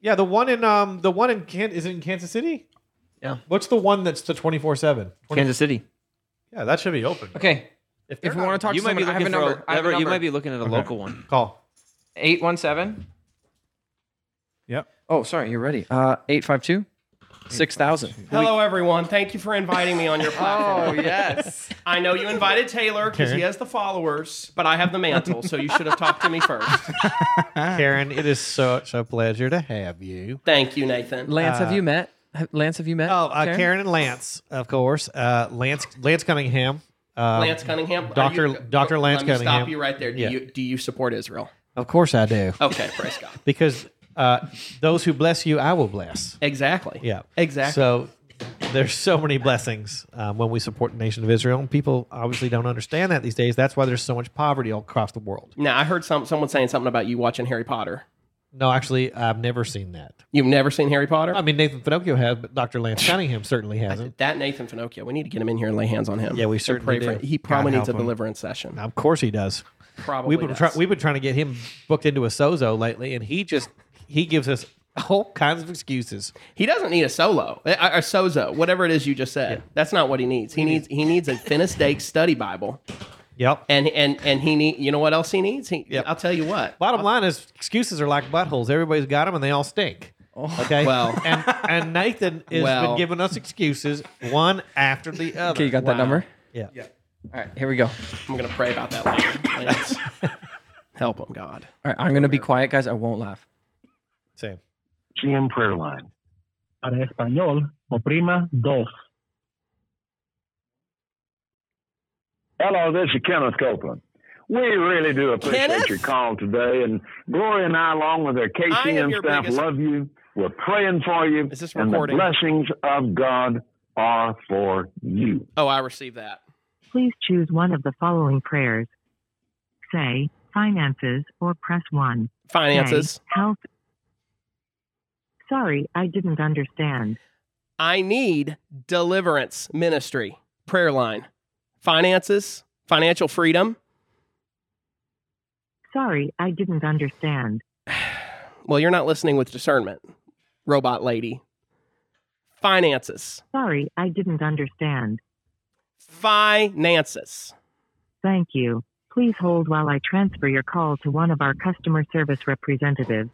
S6: Yeah, the one in um the one in Can is it in Kansas City?
S8: Yeah.
S6: What's the one that's the twenty four seven?
S8: Kansas City.
S6: Yeah, that should be open.
S4: Okay,
S6: they're
S4: if we
S6: not-
S4: want to talk
S8: You
S4: to
S8: might be
S4: someone, I have
S8: looking
S4: a
S8: for
S4: number. I
S8: a
S4: have a
S8: lever- You might
S4: number.
S8: be looking at a
S5: Okay.
S8: local one.
S6: Call.
S4: Eight one seven.
S5: Yep.
S4: Oh, sorry, you're ready. Uh, eight five two, six thousand.
S2: Hello, everyone. Thank you for inviting me on your platform.
S4: yes.
S2: I know you invited Taylor because he has the followers, but I have the mantle, so you should have talked to me first.
S6: Karen, it is such a pleasure to have you.
S2: Thank you, Nathan.
S4: Lance, have you met? Have- Lance, have you met?
S6: Oh, uh, Karen and Lance, of course. Uh, Lance Lance Cunningham. Uh,
S2: Lance Cunningham, are
S6: Dr.
S2: you-
S6: Dr. Lance
S2: let me
S6: Cunningham.
S2: Stop you right Oh. there. Do
S6: Yeah.
S2: you do you support Israel?
S6: Of course I do,
S2: Okay, praise God.
S6: because uh, those who bless you, I will bless.
S2: Exactly.
S6: Yeah,
S2: Exactly.
S6: So there's so many blessings um, when we support the nation of Israel, and people obviously don't understand that these days. That's why there's so much poverty all across the world.
S2: now I heard some someone saying something about you watching Harry Potter.
S6: No, actually, I've never seen that.
S2: You've never seen Harry Potter?
S6: I mean, Nathan Finocchio has, but Dr. Lance Cunningham certainly hasn't.
S2: that Nathan Finocchio. We need to get him in here and lay hands on him.
S6: Yeah, we
S2: And
S6: certainly
S2: pray for
S6: do.
S2: him. He probably
S5: God
S2: needs a
S5: help him.
S2: deliverance session.
S6: Of course, he does.
S2: Probably.
S6: We've been
S2: does.
S6: try- we've been trying to get him booked into a sozo lately, and he just he gives us all kinds of excuses.
S2: He doesn't need a solo or or sozo, whatever it is you just said. That's not what he needs. He needs he needs a Finnish study Bible,
S6: Yep.
S2: and and and he need you know what else he needs? He,
S6: Yep.
S2: I'll tell you what.
S6: Bottom line is excuses are like buttholes. Everybody's got them, and they all stink. Okay.
S2: Oh, Well.
S6: and and Nathan has
S2: Well.
S6: been giving us excuses one after the other.
S4: Okay, you got that number?
S6: Yeah.
S4: All right, here we go. All
S2: I'm gonna pray about that later. Lance. Help him, God.
S4: right, I'm going to be quiet, guys. I won't laugh.
S6: Same.
S11: GM prayer line. Para español, oprima dos. Hello, this is Kenneth Copeland. We really do appreciate
S2: Kenneth?
S11: your call today, and Gloria and I, along with our
S2: I
S11: KTM
S2: am your
S11: staff,
S2: biggest-
S11: love you. We're praying for you,
S2: Is this
S11: and the
S2: recording?
S11: blessings of God are for you.
S2: Oh, I received that.
S3: Please choose one of the following prayers. Say, finances, or press 1. Say,
S2: Finances.
S3: health. Sorry, I didn't understand.
S2: I need deliverance ministry prayer line, finances, financial freedom.
S3: Sorry, I didn't understand.
S2: Well, you're not listening with discernment, robot lady. Finances,
S3: Sorry, I didn't understand.
S2: finances.
S3: Thank you. Please hold while I transfer your call to one of our customer service representatives.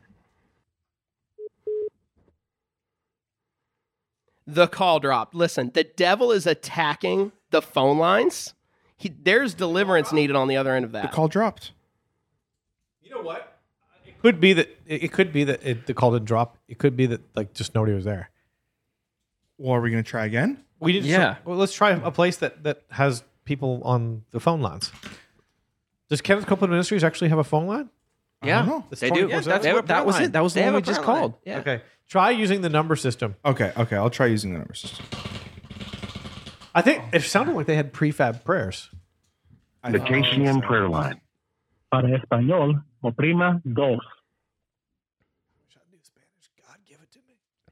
S2: the call dropped. Listen, the devil is attacking the phone lines. He, there's deliverance needed on the other end of
S5: The
S2: that.
S5: call dropped.
S6: You know what? It could be that it it could be that it, the call didn't drop. It could be that like just nobody was there.
S5: Well, are we gonna try again?
S6: We didn't.
S4: Yeah.
S6: try- well, let's try a place that that has people on the phone lines. Does Kevin Copeland Ministries actually have a phone line?
S5: I don't
S8: Yeah,
S5: know.
S6: It's
S8: they do.
S6: 24/7?
S8: They have a
S4: that was
S8: prayer
S4: it. That was the
S8: line.
S4: one
S8: They
S4: we
S8: have a
S4: just
S8: prayer line.
S4: called.
S8: Yeah.
S6: Okay. Try using the number system.
S5: Okay, okay. I'll try using the numbers.
S6: I think it sounded like they had prefab prayers.
S5: I
S11: The
S5: know.
S11: KCM prayer line. Para español, oprima dos.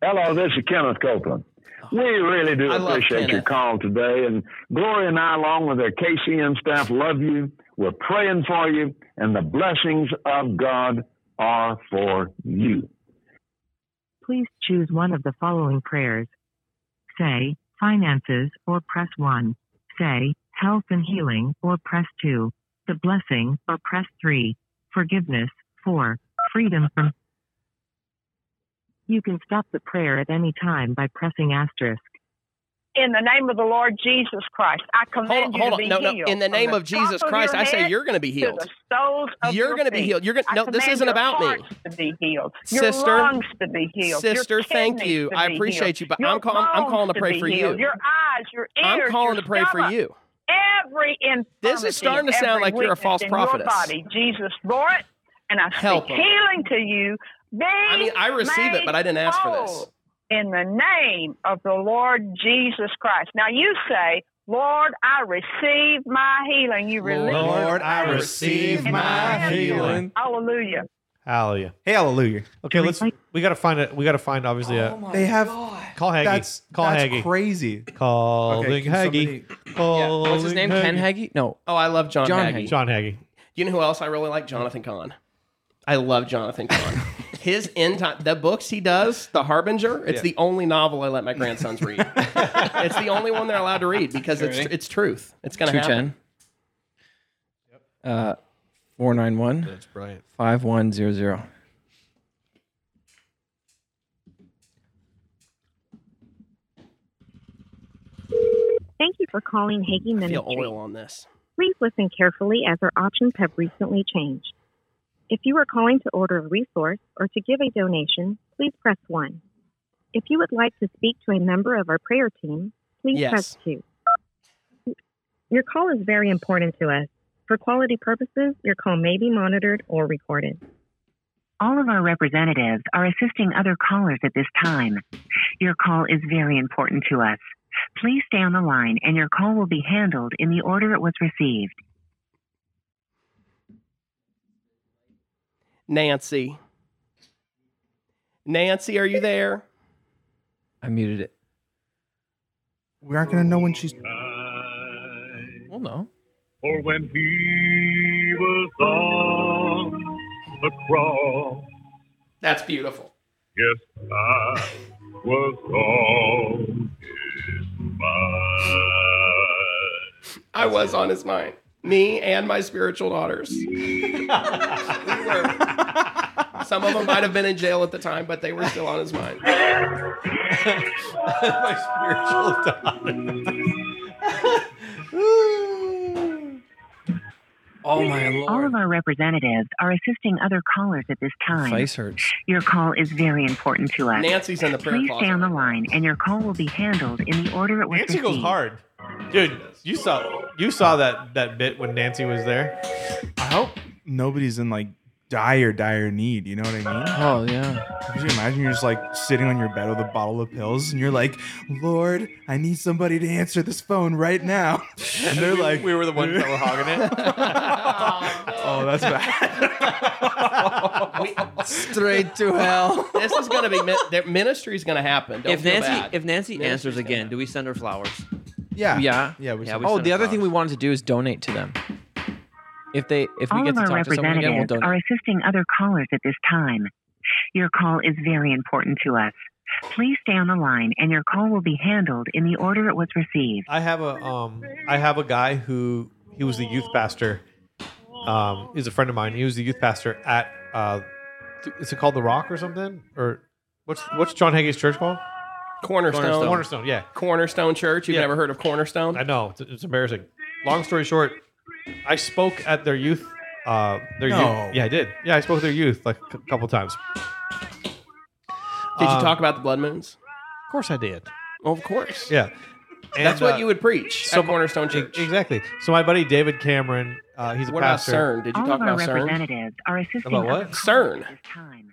S11: Hello, this is Kenneth Copeland. We really do
S2: Oh, I love
S11: appreciate your
S2: Kenneth.
S11: call today, and Gloria and I, along with our KCM staff, love you. We're praying for you, and the blessings of God are for you.
S3: Please choose one of the following prayers. Say, finances, or press 1. Say, health and healing, or press 2. The blessing, or press 3. Forgiveness, 4. Freedom from. You can stop the prayer at any time by pressing asterisk.
S12: In the name of the Lord Jesus Christ, I command
S2: Hold on,
S12: you
S2: hold
S12: to
S2: on.
S12: be
S2: No, no.
S12: healed.
S2: In the
S12: from
S2: name of Jesus
S12: top
S2: Christ,
S12: your
S2: I say
S12: head
S2: you're going to be
S12: to
S2: healed.
S12: the soles of
S2: You're
S12: your
S2: gonna be
S12: feet.
S2: healed. You're gonna-
S12: I
S2: no, this
S12: command
S2: isn't
S12: your
S2: about me.
S12: hearts To be healed,
S2: Sister-
S12: your lungs to be healed, your
S2: Sister, thank
S12: kidneys
S2: you.
S12: to
S2: I
S12: be
S2: appreciate
S12: healed,
S2: you, but
S12: your
S2: I'm calling- I'm calling
S12: lungs
S2: to pray
S12: be
S2: for you.
S12: healed, Your eyes, your ears,
S2: I'm calling
S12: your
S2: to pray for
S12: stomach,
S2: you.
S12: Every infirmity,
S2: This is starting to
S12: every
S2: sound like you're a
S12: weakness
S2: false
S12: in
S2: prophetess.
S12: Your body, Jesus bore it, and I speak
S2: Help 'em.
S12: healing to you. Be
S2: I mean, I receive it, but I didn't ask for this.
S12: in the name of the Lord Jesus Christ. Now you say, Lord, I receive my healing. You release.
S6: Lord, I
S12: faith
S6: receive
S12: in
S6: my
S12: the name of
S6: healing.
S12: Hallelujah.
S6: Hallelujah.
S5: Hallelujah.
S6: Okay, let's. We gotta find it. We gotta find obviously a
S5: they have
S6: call Haggy.
S5: that's
S6: call
S5: that's
S6: Haggy.
S5: crazy.
S6: Calling
S5: Okay, can
S6: Haggy.
S4: Yeah.
S6: Calling
S4: What's his name? Ken Haggy? No.
S2: Oh, I love John,
S4: John
S2: Hagee.
S4: Hagee.
S6: John Haggy.
S2: You know who else I really like? Jonathan Kahn. I love Jonathan Kahn. His end time, the books he does, The Harbinger, it's the only novel I let my grandsons read. it's the only one they're allowed to read because it's
S4: Ready?
S2: it's truth. It's going to
S4: Two
S2: happen.
S4: ten. Uh, four nine one
S6: That's brilliant.
S4: five one zero zero.
S3: Thank you for calling Hagee
S2: I feel oil on this.
S3: Please listen carefully as our options have recently changed. If you are calling to order a resource or to give a donation, please press 1.
S13: If you would like to speak to a member of our prayer team, please
S14: Yes.
S13: press 2. Your call is very important to us. For quality purposes, your call may be monitored or recorded.
S15: All of our representatives are assisting other callers at this time. Your call is very important to us. Please stay on the line and your call will be handled in the order it was received.
S2: Nancy. Nancy, are you there?
S4: I muted it.
S5: We aren't gonna know when she's.
S4: Well, no.
S16: Or when he was on the cross.
S2: That's beautiful.
S16: Yes, I was all his mind.
S2: I was on his mind. Me and my spiritual daughters. we were. Some of them might have been in jail at the time, but they were still on his mind. my spiritual
S4: Oh my
S15: All of our representatives are assisting other callers at this time.
S4: Face hurts.
S15: Your call is very important to us.
S4: Nancy's in the prayer
S15: Please
S4: closet
S15: stay on the line and your call will be handled in the order it was
S6: Nancy
S15: received.
S6: goes hard, dude. You saw you saw that that bit when Nancy was there.
S5: I hope nobody's in like dire, dire need. You know what I mean?
S4: Oh yeah.
S5: Could you imagine you're just like sitting on your bed with a bottle of pills and you're like, Lord, I need somebody to answer this phone right now. And they're like,
S6: we were Oh, the ones that were hogging it.
S5: Oh, that's bad.
S4: Straight to hell.
S2: This is going to be, min- their ministry is going to happen. Don't
S8: if
S2: feel
S8: Nancy
S2: bad.
S8: if Nancy
S2: Ministry's
S8: answers
S2: gonna
S8: again, do we send her flowers?
S5: Yeah.
S4: Yeah.
S5: Yeah. We
S8: send
S4: oh,
S8: them
S4: the other thing we wanted to do is donate to them. If they if
S15: All
S4: we
S15: of
S4: get to
S15: our
S4: talk to someone again, we'll
S15: representatives
S4: donate.
S15: are assisting other callers at this time. Your call is very important to us. Please stay on the line and your call will be handled in the order it was received.
S6: I have a um I have a guy who he was the youth pastor. Um, he's a friend of mine. He was the youth pastor at uh, th- is it called the Rock or something or what's what's John Hagee's church called?
S2: Cornerstone.
S6: Cornerstone. Cornerstone, yeah.
S2: Cornerstone Church. You've
S6: Yeah.
S2: never heard of Cornerstone?
S6: I know it's, it's embarrassing. Long story short, I spoke at their youth. Uh, their
S2: No.
S6: youth. Yeah, I did. Yeah, I spoke at their youth like a couple times.
S2: Did you
S6: Um,
S2: talk about the blood moons?
S6: Of course I did.
S2: Well, of course.
S6: Yeah. And,
S2: That's what
S6: uh,
S2: you would preach
S6: so e-,
S2: at Cornerstone Church.
S6: Exactly. So my buddy David Cameron, uh, he's a
S2: What about
S6: pastor.
S2: CERN? Did you
S15: All
S2: talk
S15: of our
S2: about CERN?
S15: representatives are assisting
S6: About what?
S15: other
S2: CERN.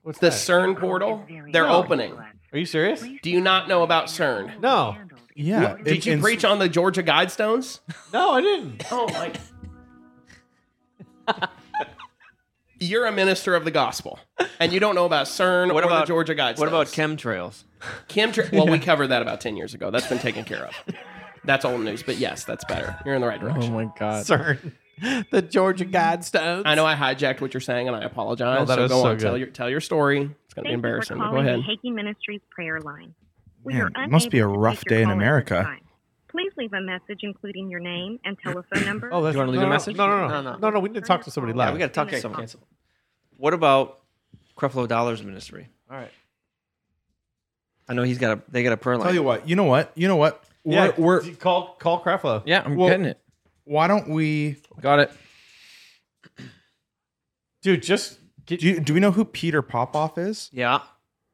S6: What's
S2: the
S6: that?
S2: CERN portal? They're
S6: No.
S2: opening.
S6: Are you serious?
S2: Do you not know about CERN?
S6: No.
S5: Yeah.
S2: Did you preach on the Georgia Guidestones?
S6: No, I didn't.
S2: Oh my. You're a minister of the gospel, and you don't know about CERN
S8: What
S2: or
S8: about
S2: the Georgia Guidestones.
S8: What about chemtrails?
S2: chemtrails? Well, we covered that about ten years ago. That's been taken care of. That's old news, but yes, that's better. You're in the right direction.
S4: Oh my God.
S6: CERN. The Georgia Guidestones.
S2: I know I hijacked what you're saying, and I apologize.
S6: No, that
S2: so
S6: is
S2: go
S6: so
S2: on, tell
S6: good.
S2: your tell your story. It's gonna
S13: Thank
S2: be
S13: you for
S2: embarrassing. but
S13: calling
S2: Go ahead.
S13: the Hagen Ministries prayer line. We
S5: Man,
S13: are
S5: it must be a
S13: unable to
S5: rough
S13: take your
S5: day in
S13: call at this
S5: America.
S13: time. Please leave a message including your name and telephone number.
S6: Oh, that's,
S4: You wanna leave
S6: no,
S4: a
S6: no,
S4: message?
S6: No, no, no,
S8: No, no.
S6: no, no. We need to talk to somebody live.
S8: Yeah, we got to talk to someone. What about Creflo Dollars Ministry? All right. I know he's got a. They got a prayer line.
S5: Tell you what. You know what? You know what?
S8: Yeah,
S5: we're,
S6: call call Creflo.
S4: Yeah, I'm
S5: Well-
S4: getting it.
S5: Why don't we?
S4: Got it.
S6: Dude, just
S5: do. You, do we know who Peter Popoff is?
S8: Yeah.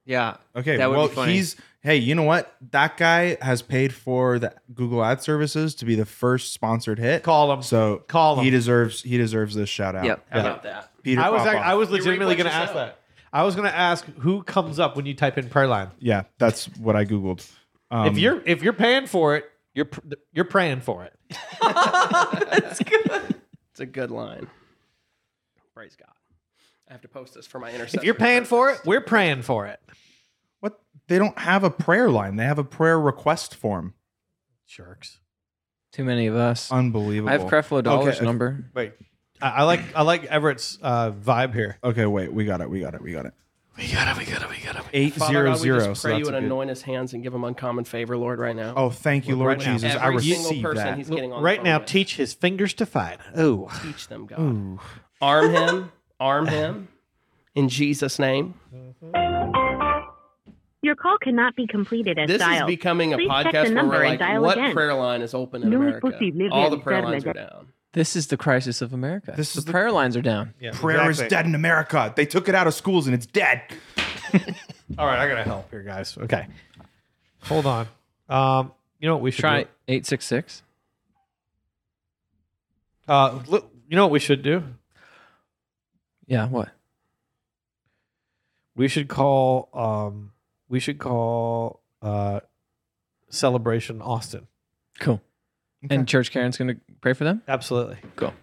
S8: Yeah.
S5: Okay,
S8: That would
S5: well,
S8: be funny.
S5: he's hey, you know what? That guy has paid for the Google Ad services to be the first sponsored hit.
S6: Call him.
S5: So
S6: Call him.
S5: He deserves he deserves this shout out.
S8: Yep. How
S6: Yeah.
S8: about that?
S5: Peter
S6: I was
S5: Popoff.
S6: act- I was
S8: You reap
S6: legitimately
S8: what you
S6: going to ask
S8: sow.
S6: that. I was going to ask who comes up when you type in prayer line.
S5: yeah, that's what I googled. Um,
S6: if you're if you're paying for it, you're pr- you're praying for it.
S2: It's a good line. Praise God. I have to post this for my intercession.
S6: If you're paying for it, we're praying for it.
S5: what they don't have a prayer line. They have a prayer request form.
S6: Jerks.
S4: Too many of us.
S5: Unbelievable.
S4: I have Creflo Dollar's number.
S6: Wait, I, I like I like Everett's uh, vibe here.
S5: Okay, wait, we got it. We got it. We got it.
S6: We got it. We got it. We got it.
S5: Eight
S2: Father
S5: zero
S2: God, we
S5: zero.
S2: just pray you would anoint his hands and give him uncommon favor, Lord, right now.
S5: Oh, thank you, Lord
S2: Right now.
S5: Jesus. I
S2: Every single
S5: receive
S2: person
S5: that.
S2: he's getting on the
S6: right
S2: phone
S6: now,
S2: with.
S6: teach his fingers to fight. Oh,
S2: teach them, God.
S5: Ooh.
S2: Arm him, arm him, in Jesus' name.
S13: Your call cannot be completed as
S2: This is
S13: dialed.
S2: becoming a
S13: Please check the
S2: podcast where
S13: number
S2: we're
S13: and
S2: like,
S13: dial
S2: what
S13: again.
S2: prayer line is open in
S13: No es
S2: America?
S13: posible
S2: All the prayer
S13: realizar
S2: lines
S13: la
S2: are
S13: llam-
S2: down.
S4: This is the crisis of America.
S5: This
S4: the prayer lines are down.
S6: Yeah,
S5: Prayer is
S6: exactly.
S5: dead in America. They took it out of schools and it's dead.
S6: All right, I gotta help here, guys. Okay. Hold on. Um, you know what we should
S4: Try
S6: do?
S4: eight six six.
S6: Uh, look, you know what we should do?
S4: Yeah, what?
S6: We should call. Um, we should call. Uh, Celebration Austin.
S4: Cool. And Church Karen's going to pray for them.
S6: Absolutely.
S4: Cool.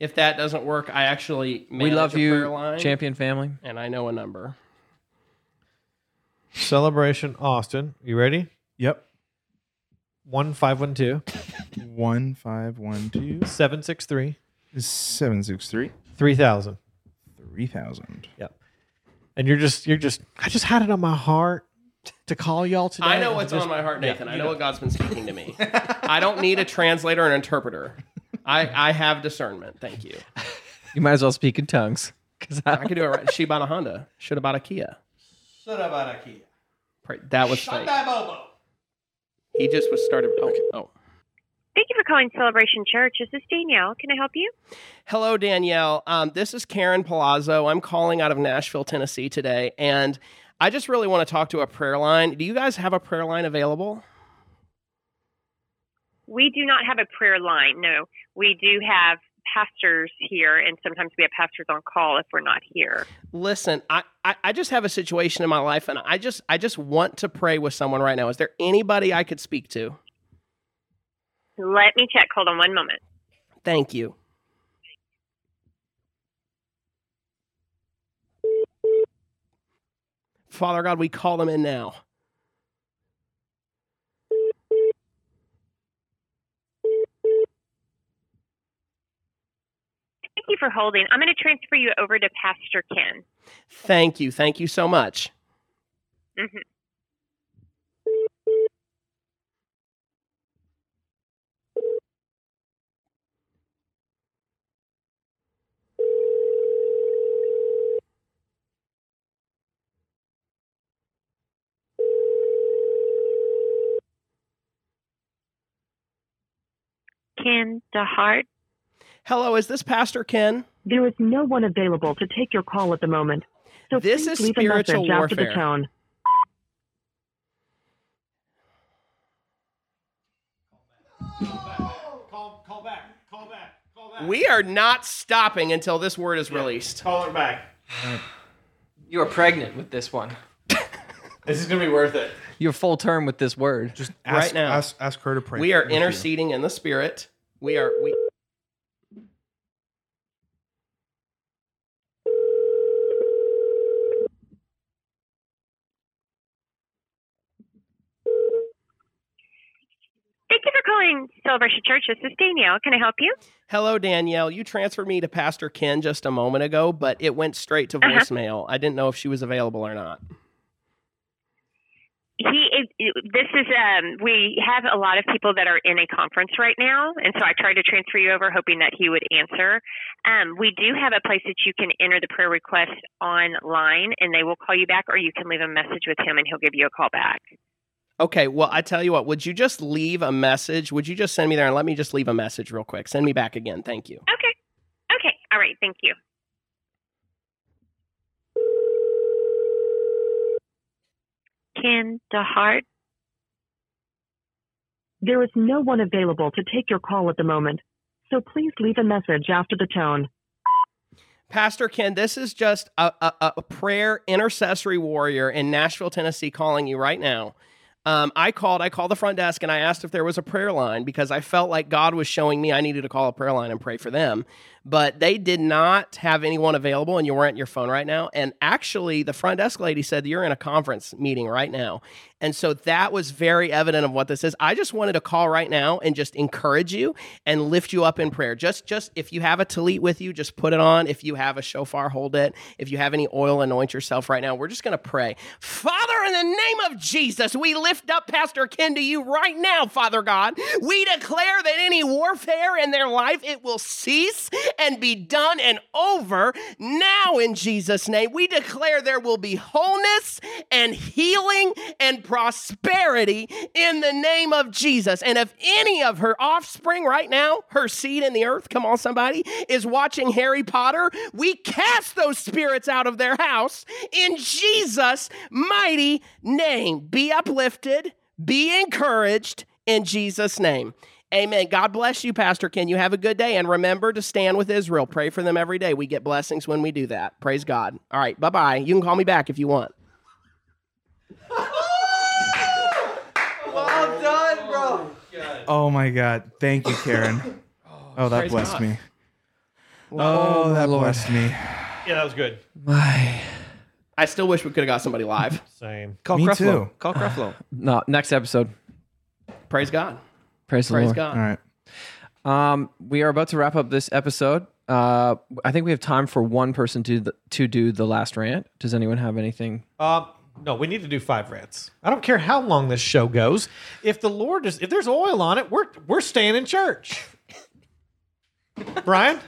S2: If that doesn't work, I actually
S4: We
S2: manage
S4: love
S2: a
S4: you,
S2: prayer line,
S4: champion family.
S2: and I know a number.
S6: Celebration Austin. You ready?
S5: Yep.
S6: One five one two
S5: One five one two
S6: seven six three
S5: seven six three
S6: three thousand.
S5: three thousand.
S6: Yep. And you're just you're just
S10: I just had it on my heart to call y'all today.
S2: I know what's
S10: Just-
S2: on my heart,
S10: Yeah,
S2: Nathan. I
S10: you
S2: know what God's been speaking to me. I don't need a translator or an interpreter. I, I have discernment. Thank you.
S4: You might as well speak in tongues. Because
S2: I could do it right. She bought a Honda. Should have bought a Kia. Pray- That was fake. He just was started. Oh, oh.
S13: Thank you for calling Celebration Church. This is Danielle. Can I help you?
S2: Hello, Danielle. Um, this is Karen Palazzo. I'm calling out of Nashville, Tennessee today, and I just really want to talk to a prayer line. Do you guys have a prayer line available?
S1: We do not have a prayer line. No, we do have pastors here, and sometimes we have pastors on call if we're not here.
S2: Listen, I, I, I just have a situation in my life, and I just I just want to pray with someone right now. Is there anybody I could speak to?
S1: Let me check. Hold on one moment.
S2: Thank you. Father God, we call them in now.
S1: Thank you for holding. I'm going to transfer you over to Pastor Ken.
S2: Thank you. Thank you so much.
S1: hmm
S13: Ken DeHart.
S2: Hello, is this Pastor Ken?
S3: There is no one available to take your call at the moment. So
S2: This
S3: please
S2: is
S3: leave a
S2: spiritual
S3: message after the
S2: warfare.
S3: tone.
S2: We are not stopping until this word is released.
S6: Call her back.
S4: You are pregnant with this one.
S6: This is gonna be worth it.
S4: You're full term with this word. Just
S2: Ask- Right now.
S5: Ask, ask her to pray.
S2: We are
S5: with you.
S2: interceding in the spirit. We are we
S1: Thank you for calling Celebration Church. This is Danielle. Can I help you?
S2: Hello Danielle, you transferred me to Pastor Ken just a moment ago, but it went straight to
S1: Uh-huh.
S2: voicemail. I didn't know if she was available or not.
S1: He is, this is um we have a lot of people that are in a conference right now and so I tried to transfer you over hoping that he would answer. Um we do have a place that you can enter the prayer request online and they will call you back or you can leave a message with him and he'll give you a call back.
S2: Okay, well, I tell you what, would you just leave a message? Would you just send me there and let me just leave a message real quick? Send me back again. Thank you.
S1: Okay. Okay. All right, thank you.
S13: Ken DeHart.
S3: There is no one available to take your call at the moment. So please leave a message after the tone.
S2: Pastor Ken, this is just a, a, a prayer intercessory warrior in Nashville, Tennessee, calling you right now. Um, I called, I called the front desk and I asked if there was a prayer line because I felt like God was showing me I needed to call a prayer line and pray for them. But they did not have anyone available and you weren't at your phone right now. And actually, the front desk lady said you're in a conference meeting right now. And so that was very evident of what this is. I just wanted to call right now and just encourage you and lift you up in prayer. Just just if you have a talit with you, just put it on. If you have a shofar, hold it. If you have any oil, anoint yourself right now. We're just going to pray. Father, in the name of Jesus, we lift up Pastor Ken to you right now, Father God. We declare that any warfare in their life it will cease and be done and over. Now, in Jesus' name, we declare there will be wholeness and healing and prosperity in the name of Jesus. And if any of her offspring right now, her seed in the earth, come on, somebody, is watching Harry Potter, we cast those spirits out of their house in Jesus' mighty name. Be uplifted, be encouraged in Jesus' name. Amen. God bless you, Pastor Ken. You have a good day. And remember to stand with Israel. Pray for them every day. We get blessings when we do that. Praise God. All right. Bye bye. You can call me back if you want.
S8: Well done, bro.
S5: Oh my God. Thank you, Karen. oh, that
S6: praise
S5: blessed
S6: God.
S5: me.
S6: Oh,
S5: Oh,
S6: my
S5: that
S6: Lord.
S5: blessed me.
S6: Yeah, that was good.
S4: My.
S2: I still wish we could have got somebody live.
S6: Same.
S4: Call Me Creflo. too.
S8: Call Creflo.
S4: No, next episode.
S2: Praise God.
S4: Praise the
S2: Praise
S4: Lord.
S2: God.
S5: All
S4: right. Um, we are about to wrap up this episode. Uh, I think we have time for one person to the, to do the last rant. Does anyone have anything?
S6: Um, no, we need to do five rants. I don't care how long this show goes. If the Lord is, if there's oil on it, we're we're staying in church. Brian,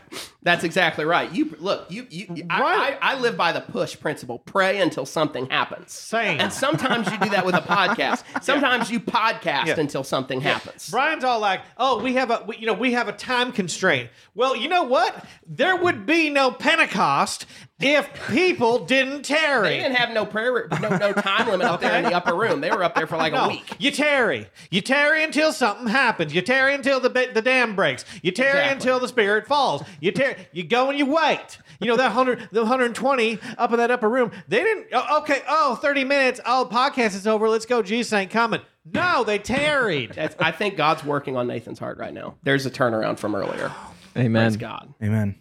S2: that's exactly right. You look, you, you I, I, I live by the push principle. Pray until something happens.
S6: Same.
S2: And sometimes you do that with a podcast. Sometimes you podcast until something happens.
S6: Brian's all like, "Oh, we have a, we, you know, we have a time constraint." Well, you know what? There would be no Pentecost if people didn't tarry.
S2: They didn't have no prayer, no, no time limit up there in the upper room. They were up there for like a
S6: No,
S2: week.
S6: You tarry. You tarry until something happens. You tarry until the ba- the dam breaks. You tarry
S2: Exactly.
S6: until the spirit falls. You tarry. You go and you wait. You know that hundred, the hundred and twenty up in that upper room. They didn't. Oh, okay. Oh, 30 minutes. Oh, podcast is over. Let's go. Jesus ain't coming. No, they tarried.
S2: That's, I think God's working on Nathan's heart right now. There's a turnaround from earlier.
S4: Amen.
S2: Praise God.
S5: Amen.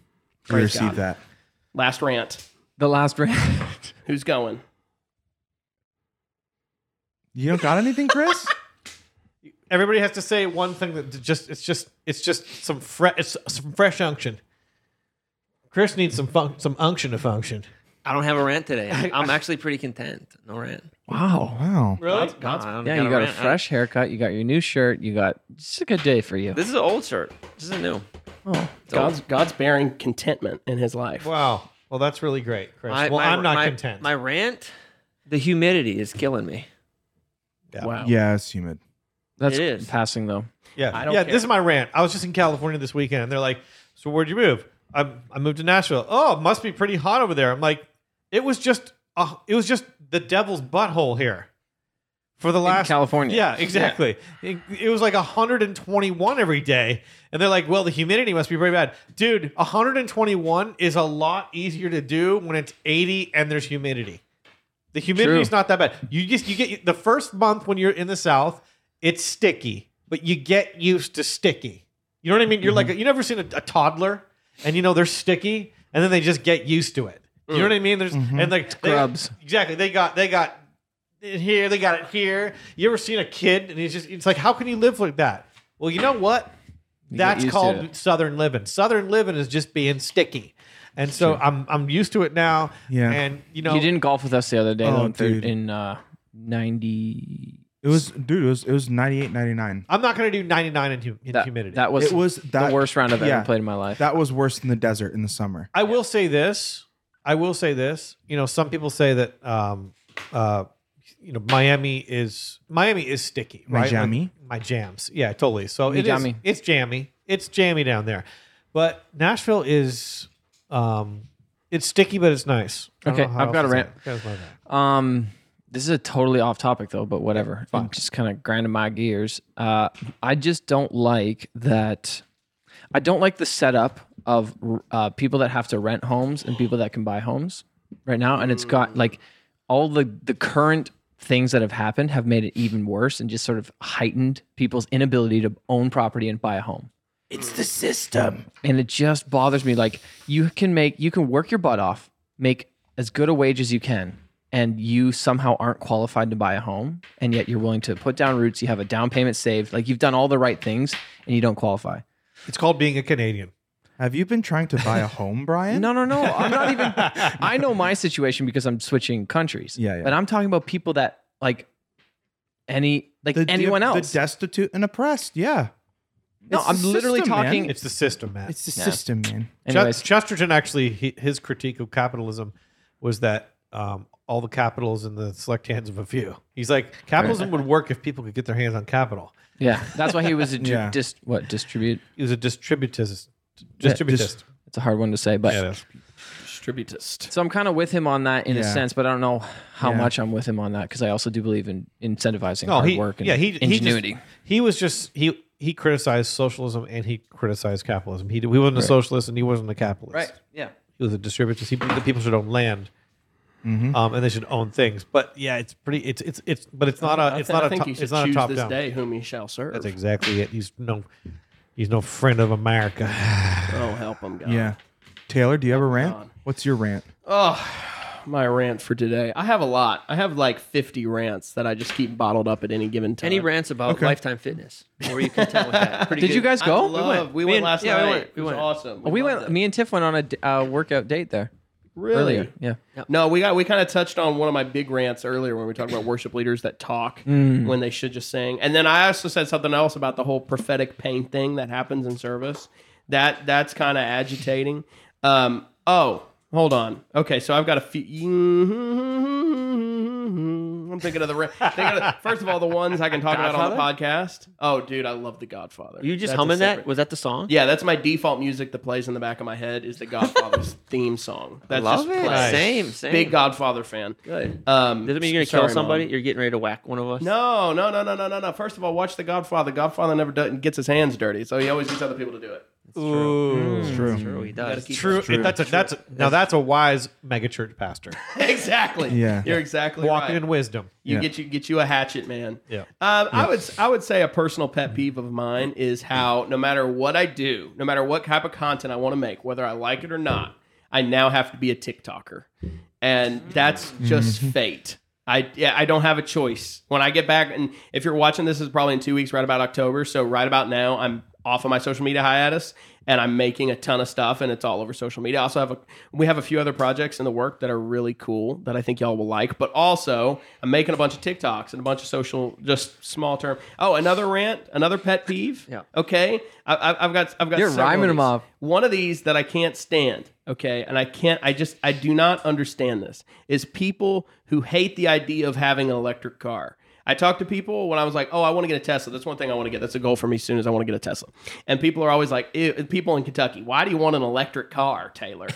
S5: We
S2: Praise
S5: receive
S2: God.
S5: that.
S2: Last rant.
S4: The last rant.
S2: Who's going?
S5: You don't got anything, Chris?
S6: Everybody has to say one thing that just it's just it's just some fresh it's some fresh unction. Chris needs some fun- some unction to function.
S8: I don't have a rant today. I'm actually pretty content. No rant.
S4: Wow. Wow.
S6: Really?
S8: I don't
S4: Yeah,
S8: got
S4: you got a
S8: rant. I-
S4: fresh haircut. You got your new shirt. You got it's a good day for you.
S8: This is an old shirt. This isn't new.
S4: Oh,
S2: God's God's bearing contentment in his life.
S6: Wow. Well, that's really great, Chris.
S8: My-
S6: well,
S8: my-
S6: I'm not
S8: my-
S6: content.
S8: My rant, the humidity is killing me.
S2: Wow.
S5: Yeah, it's humid.
S4: That's
S8: It is.
S4: passing though.
S6: Yeah,
S8: I don't
S6: yeah.
S8: care.
S6: This is my rant. I was just in California this weekend, and they're like, "So where'd you move?" I, I moved to Nashville. Oh, it must be pretty hot over there. I'm like, it was just, uh, it was just the devil's butthole here for the last
S4: California.
S6: Yeah, exactly. It, it was like 121 every day, and they're like, "Well, the humidity must be pretty bad, dude." 121 is a lot easier to do when it's 80 and there's humidity. The humidity's
S4: True.
S6: not that bad. You just you get the first month when you're in the south, it's sticky, but you get used to sticky. You know what I mean? You're
S4: Mm-hmm.
S6: like you never seen a, a toddler, and you know they're sticky, and then they just get used to it. You know what I mean? There's and like they-
S4: Mm. Mm-hmm. Scrubs.
S6: exactly. They got they got it here. They got it here. You ever seen a kid and he's just it's like how can you live like that? Well, you know what?
S4: You get
S6: That's
S4: used to
S6: called
S4: it.
S6: southern living. Southern living is just being sticky. And so I'm I'm used to it now.
S5: Yeah.
S6: And you
S4: You,
S6: know
S4: didn't golf with us the other day
S5: Oh,
S4: though, dude.
S5: dude.
S4: In uh, ninety.
S5: It was, dude. It was it was 98, 99.
S6: I'm not going to do 99 in, hum- in humidity.
S4: That was
S5: it was that,
S4: the worst round I've
S5: yeah.
S4: ever played in my life.
S5: That was worse than the desert in the summer.
S6: I will say this. I will say this. You know, some people say that um uh you know Miami is Miami is sticky,
S5: My
S6: right?
S5: jammy?
S6: Like, my jams. Yeah, totally. So
S4: Me
S6: it is-
S4: jammy.
S6: it's jammy. It's jammy down there. But Nashville is um it's sticky but it's nice. I don't
S4: Okay,
S6: know how
S4: I've
S6: else
S4: got
S6: to
S4: a
S6: say
S4: rant.
S6: it. That was my rant.
S4: Um, this is a totally off topic though, but whatever. It just kind of grinding my gears. Uh, I just don't like that. I don't like the setup of uh, people that have to rent homes and people that can buy homes right now, and it's
S6: Mm.
S4: got like all the the current things that have happened have made it even worse and just sort of heightened people's inability to own property and buy a home
S2: It's the system.
S4: and it just bothers me like you can make you can work your butt off make as good a wage as you can and you somehow aren't qualified to buy a home and yet you're willing to put down roots you have a down payment saved like you've done all the right things and you don't qualify
S6: It's called being a Canadian.
S5: Have you been trying to buy a home, Brian?
S4: no no no i'm not even i know my situation because i'm switching countries
S5: Yeah, yeah.
S4: but i'm talking about people that like any like
S5: The-
S4: anyone
S5: the-
S4: else
S5: The destitute and oppressed. Yeah.
S4: No, I'm literally talking.
S6: It's the system, man.
S5: It's the Yeah. system, man.
S6: Chest-
S4: Anyways.
S6: Chesterton actually he, his critique of capitalism was that um, all the capitals in the select hands of a few. He's like capitalism would work if people could get their hands on capital.
S4: Yeah, that's why he was a
S6: Yeah.
S4: dis, what distribute.
S6: He was a distributist.
S4: Yeah,
S6: Distributist.
S4: dis- it's a hard one to say, but
S2: distributist.
S4: So I'm kind of with him on that in a
S6: Yeah.
S4: sense, but I don't know how
S6: Yeah.
S4: much I'm with him on that because I also do believe in incentivizing
S6: No,
S4: hard
S6: he
S4: work and
S6: yeah he
S4: ingenuity.
S6: He, just, he was just he he criticized socialism and he criticized capitalism. He, he wasn't a
S4: Right.
S6: socialist and he wasn't a capitalist.
S4: Right, yeah.
S6: He was a distributist. He believed that people should own land.
S5: Mm-hmm.
S6: Um, and they should own things, but yeah, it's pretty. It's it's it's, but it's not a. It's not a.
S2: think
S6: top-
S2: he
S6: It's
S2: should
S6: not a
S2: choose
S6: top
S2: this
S6: down.
S2: day whom he shall serve.
S6: That's exactly it. He's no, he's no friend of America.
S2: Oh, help him, God.
S5: Yeah. Taylor, do you have a rant? What's your rant?
S2: Oh, my rant for today. I have a lot. I have like 50 rants that I just keep bottled up at any given time.
S8: Any rants about Lifetime Fitness, or you can tell with that. Pretty
S4: Did you
S8: good.
S4: guys go? Oh,
S2: I love- we
S8: Me
S2: went
S8: and-
S2: last
S8: yeah,
S2: night.
S8: We went.
S2: It was awesome.
S4: we went. Me and Tiff went on a d- uh, workout date there.
S2: Really?
S4: Earlier. Yeah.
S2: No, we got we kind of touched on one of my big rants earlier when we talked about worship leaders that talk
S4: Mm.
S2: when they should just sing. And then I also said something else about the whole prophetic pain thing that happens in service. That that's kind of agitating. Um, oh, hold on. Okay, so I've got a mm-hmm, few. I'm thinking of the ra- thinking of, first of all the ones I can talk about on the podcast. Oh, dude, I love The Godfather.
S8: You just
S2: That's a
S8: humming
S2: separate-
S8: that? Was that the song?
S2: Yeah, that's my default music that plays in the back of my head is the Godfather's theme song. That's
S8: love
S2: just
S8: it.
S2: playing.
S8: Same, same.
S2: Big Godfather fan.
S8: Good.
S2: Um,
S8: Doesn't mean you're gonna
S2: sorry,
S8: kill somebody.
S2: Mom.
S8: You're getting ready to whack one of us.
S2: No, no, no, no, no, no, no. First of all, watch The Godfather. Godfather never does, gets his hands dirty, so he always gets other people to do it.
S6: Ooh,
S2: It's
S8: true. True, he does.
S2: keep
S6: True.
S2: it. True.
S6: That's a, that's a, now that's a wise megachurch pastor.
S2: exactly.
S6: Yeah.
S2: you're exactly
S6: Walking
S2: right.
S6: in wisdom.
S2: You
S6: Yeah.
S2: get you get you a hatchet, man.
S6: Yeah.
S2: Um, I would I would say a personal pet peeve of mine is how no matter what I do, no matter what type of content I want to make, whether I like it or not, I now have to be a TikToker, and that's just
S6: Mm-hmm.
S2: fate. I yeah, I don't have a choice. When I get back, and if you're watching this, is probably in two weeks, right about October. So right about now, I'm off of my social media hiatus, and I'm making a ton of stuff, and it's all over social media. I also have a we have a few other projects in the work that are really cool that I think y'all will like. But also, I'm making a bunch of TikToks and a bunch of social, just small term. Oh, another rant, another pet peeve. Yeah. Okay. I, I, I've got I've got
S4: You're
S2: several of
S4: rhyming 'em
S2: these.
S4: up.
S2: One of these that I can't stand, okay, and I can't, I just, I do not understand this, is people who hate the idea of having an electric car. I talk to people when I was like, oh, I want to get a Tesla. That's one thing I want to get. That's a goal for me soon is I want to get a Tesla. And people are always like, "Ew," people in Kentucky, why do you want an electric car, Taylor?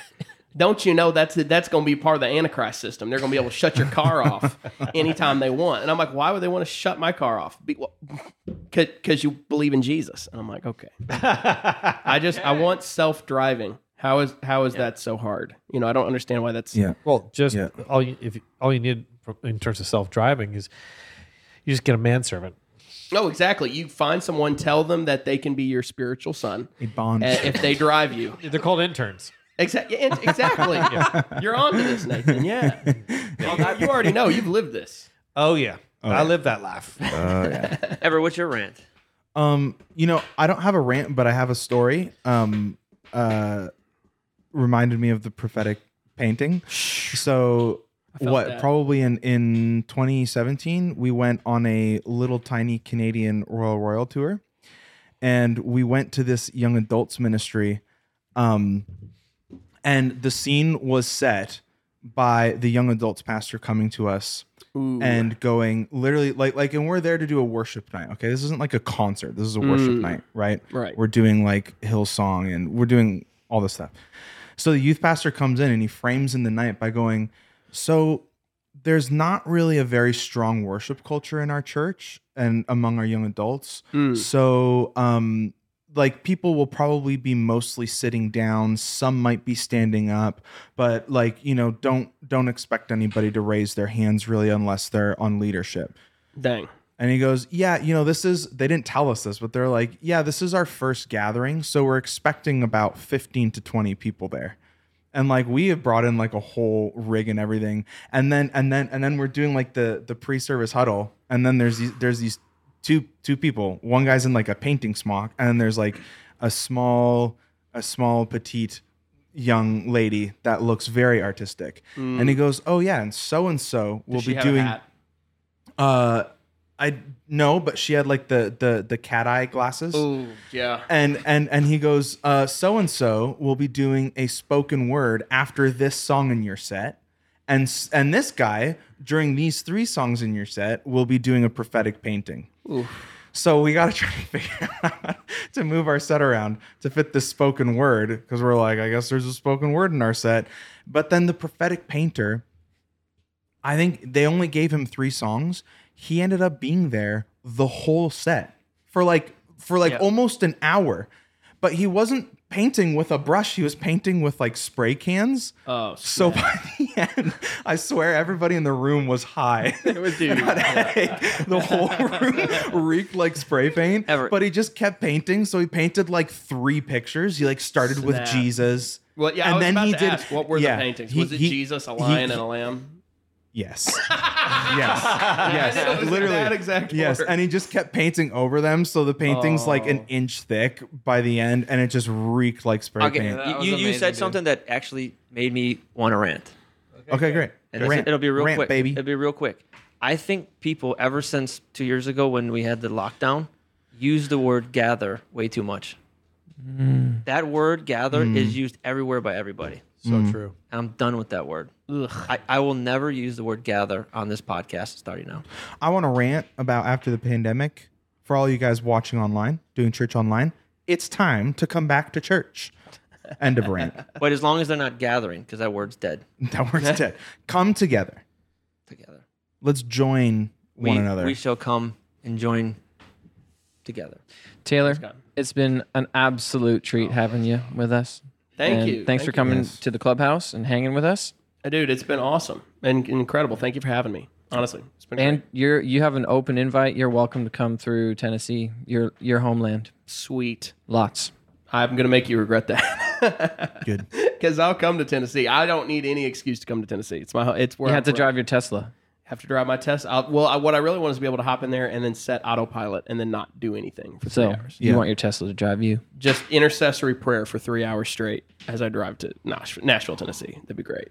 S2: Don't you know that's that's going to be part of the Antichrist system? They're going to be able to shut your car off anytime they want. And I'm like, why would they want to shut my car off? Because you believe in Jesus. And I'm like, okay. I just I want self driving. How is how is that so hard? You know, I don't understand why that's
S6: Well, just all you if you- all you need for- in terms of self driving is you just get a manservant.
S2: No, exactly. You find someone, tell them that they can be your spiritual son.
S5: bonds.
S2: and if they drive you.
S6: They're called interns.
S2: Exactly. Exactly. You're onto this, Nathan. Yeah. Well, you already know. You've lived this.
S6: Oh yeah,
S5: Oh,
S6: I
S5: yeah.
S6: live that life.
S5: Oh, yeah.
S8: Ever, what's your rant?
S5: Um, you know, I don't have a rant, but I have a story. Um, uh, reminded me of the prophetic painting. So,
S2: felt
S5: what?
S2: that.
S5: Probably in in 2017, we went on a little tiny Canadian Royal Royal tour, and we went to this young adults ministry. Um, and the scene was set by the young adults pastor coming to us
S2: Ooh.
S5: and going literally like like and we're there to do a worship night okay this isn't like a concert this is a worship
S2: Mm.
S5: night right
S2: Right.
S5: we're doing like hillsong and we're doing all this stuff so the youth pastor comes in and he frames in the night by going so there's not really a very strong worship culture in our church and among our young adults
S2: Mm.
S5: so um like people will probably be mostly sitting down some might be standing up but like you know don't don't expect anybody to raise their hands really unless they're on leadership
S2: Dang.
S5: and he goes, Yeah, you know, this is, they didn't tell us this, but they're like, Yeah, this is our first gathering. So we're expecting about 15 to 20 people there. And like we have brought in like a whole rig and everything. And then, and then, and then we're doing like the, the pre service huddle. And then there's these, there's these two, two people. One guy's in like a painting smock. And then there's like a small, a small petite young lady that looks very artistic.
S2: Mm.
S5: And he goes, Oh yeah. And so and so will
S2: Does she
S5: be
S2: have a
S5: doing,
S2: hat?
S5: uh, I no, but she had like the the the cat eye glasses.
S2: Ooh, yeah.
S5: And and and he goes, uh, so and so will be doing a spoken word after this song in your set, and s- and this guy during these three songs in your set will be doing a prophetic painting.
S2: Ooh.
S5: So we gotta try to figure out to move our set around to fit this spoken word because we're like, I guess there's a spoken word in our set, but then the prophetic painter I think they only gave him three songs. He ended up being there the whole set for like for like
S6: Yeah.
S5: almost an hour. But he wasn't painting with a brush. He was painting with like spray cans.
S2: Oh,
S5: so by the end, I swear everybody in the room was high. Got a headache. The whole room reeked like spray paint. But he just kept painting. So he painted like three pictures. He like started with
S2: Snap.
S5: Jesus.
S2: Well, yeah. I was about to ask, what were the paintings?
S5: he-
S2: was it
S5: he-
S2: Jesus, a
S5: he-
S2: lion, and a lamb?
S5: Yes. yes. Yes.
S2: I know, it was
S5: Literally.
S2: that exact
S5: yes.
S2: word.
S5: And he just kept painting over them. So the painting's like
S8: Oh.
S5: an inch thick by the end and it just reeked like spray
S8: Okay,
S5: paint.
S8: you, you, you said something that actually made me want to rant.
S5: Okay, great.
S8: And it's-
S5: Rant.
S8: it'll be real
S5: Rant,
S8: quick.
S5: baby.
S8: It'll be real quick. I think people ever since two years ago when we had the lockdown use the word gather way too much. That word gather
S6: Mm.
S8: is used everywhere by everybody.
S6: So Mm. true.
S8: I'm done with that word.
S2: Ugh.
S8: I, I will never use the word gather on this podcast starting now.
S5: I want to rant about after the pandemic for all you guys watching online, doing church online. It's time to come back to church. End of rant.
S8: But as long as they're not gathering, because that word's dead.
S5: That word's dead. Come together.
S8: Together.
S5: Let's join
S8: We,
S5: one another.
S8: we shall come and join together.
S4: Taylor, it's been an absolute treat having you with us.
S2: Oh. Thank
S4: And
S2: you.
S4: Thanks
S2: Thank
S4: for
S2: you.
S4: coming
S2: Yes.
S4: to the clubhouse and hanging with us.
S2: Uh, Dude, it's been awesome and incredible. Thank you for having me. Honestly, it's been
S4: And you're you have an open invite. You're welcome to come through Tennessee, your your homeland.
S2: Sweet.
S4: Lots.
S2: I'm gonna make you regret that.
S5: good
S2: because I'll come to Tennessee. I don't need any excuse to come to Tennessee. It's my it's where
S4: you
S2: I
S4: had to
S2: grew up.
S4: drive your Tesla.
S2: have to drive my test. I'll, well, I, what I really want is to be able to hop in there and then set autopilot and then not do anything for three
S4: So
S2: hours.
S4: you want your Tesla to drive you.
S2: just intercessory prayer for three hours straight as I drive to Nash- Nashville, Tennessee. That'd be great.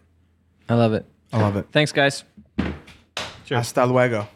S4: I love it.
S5: I love it.
S4: Thanks, guys.
S5: Hasta luego.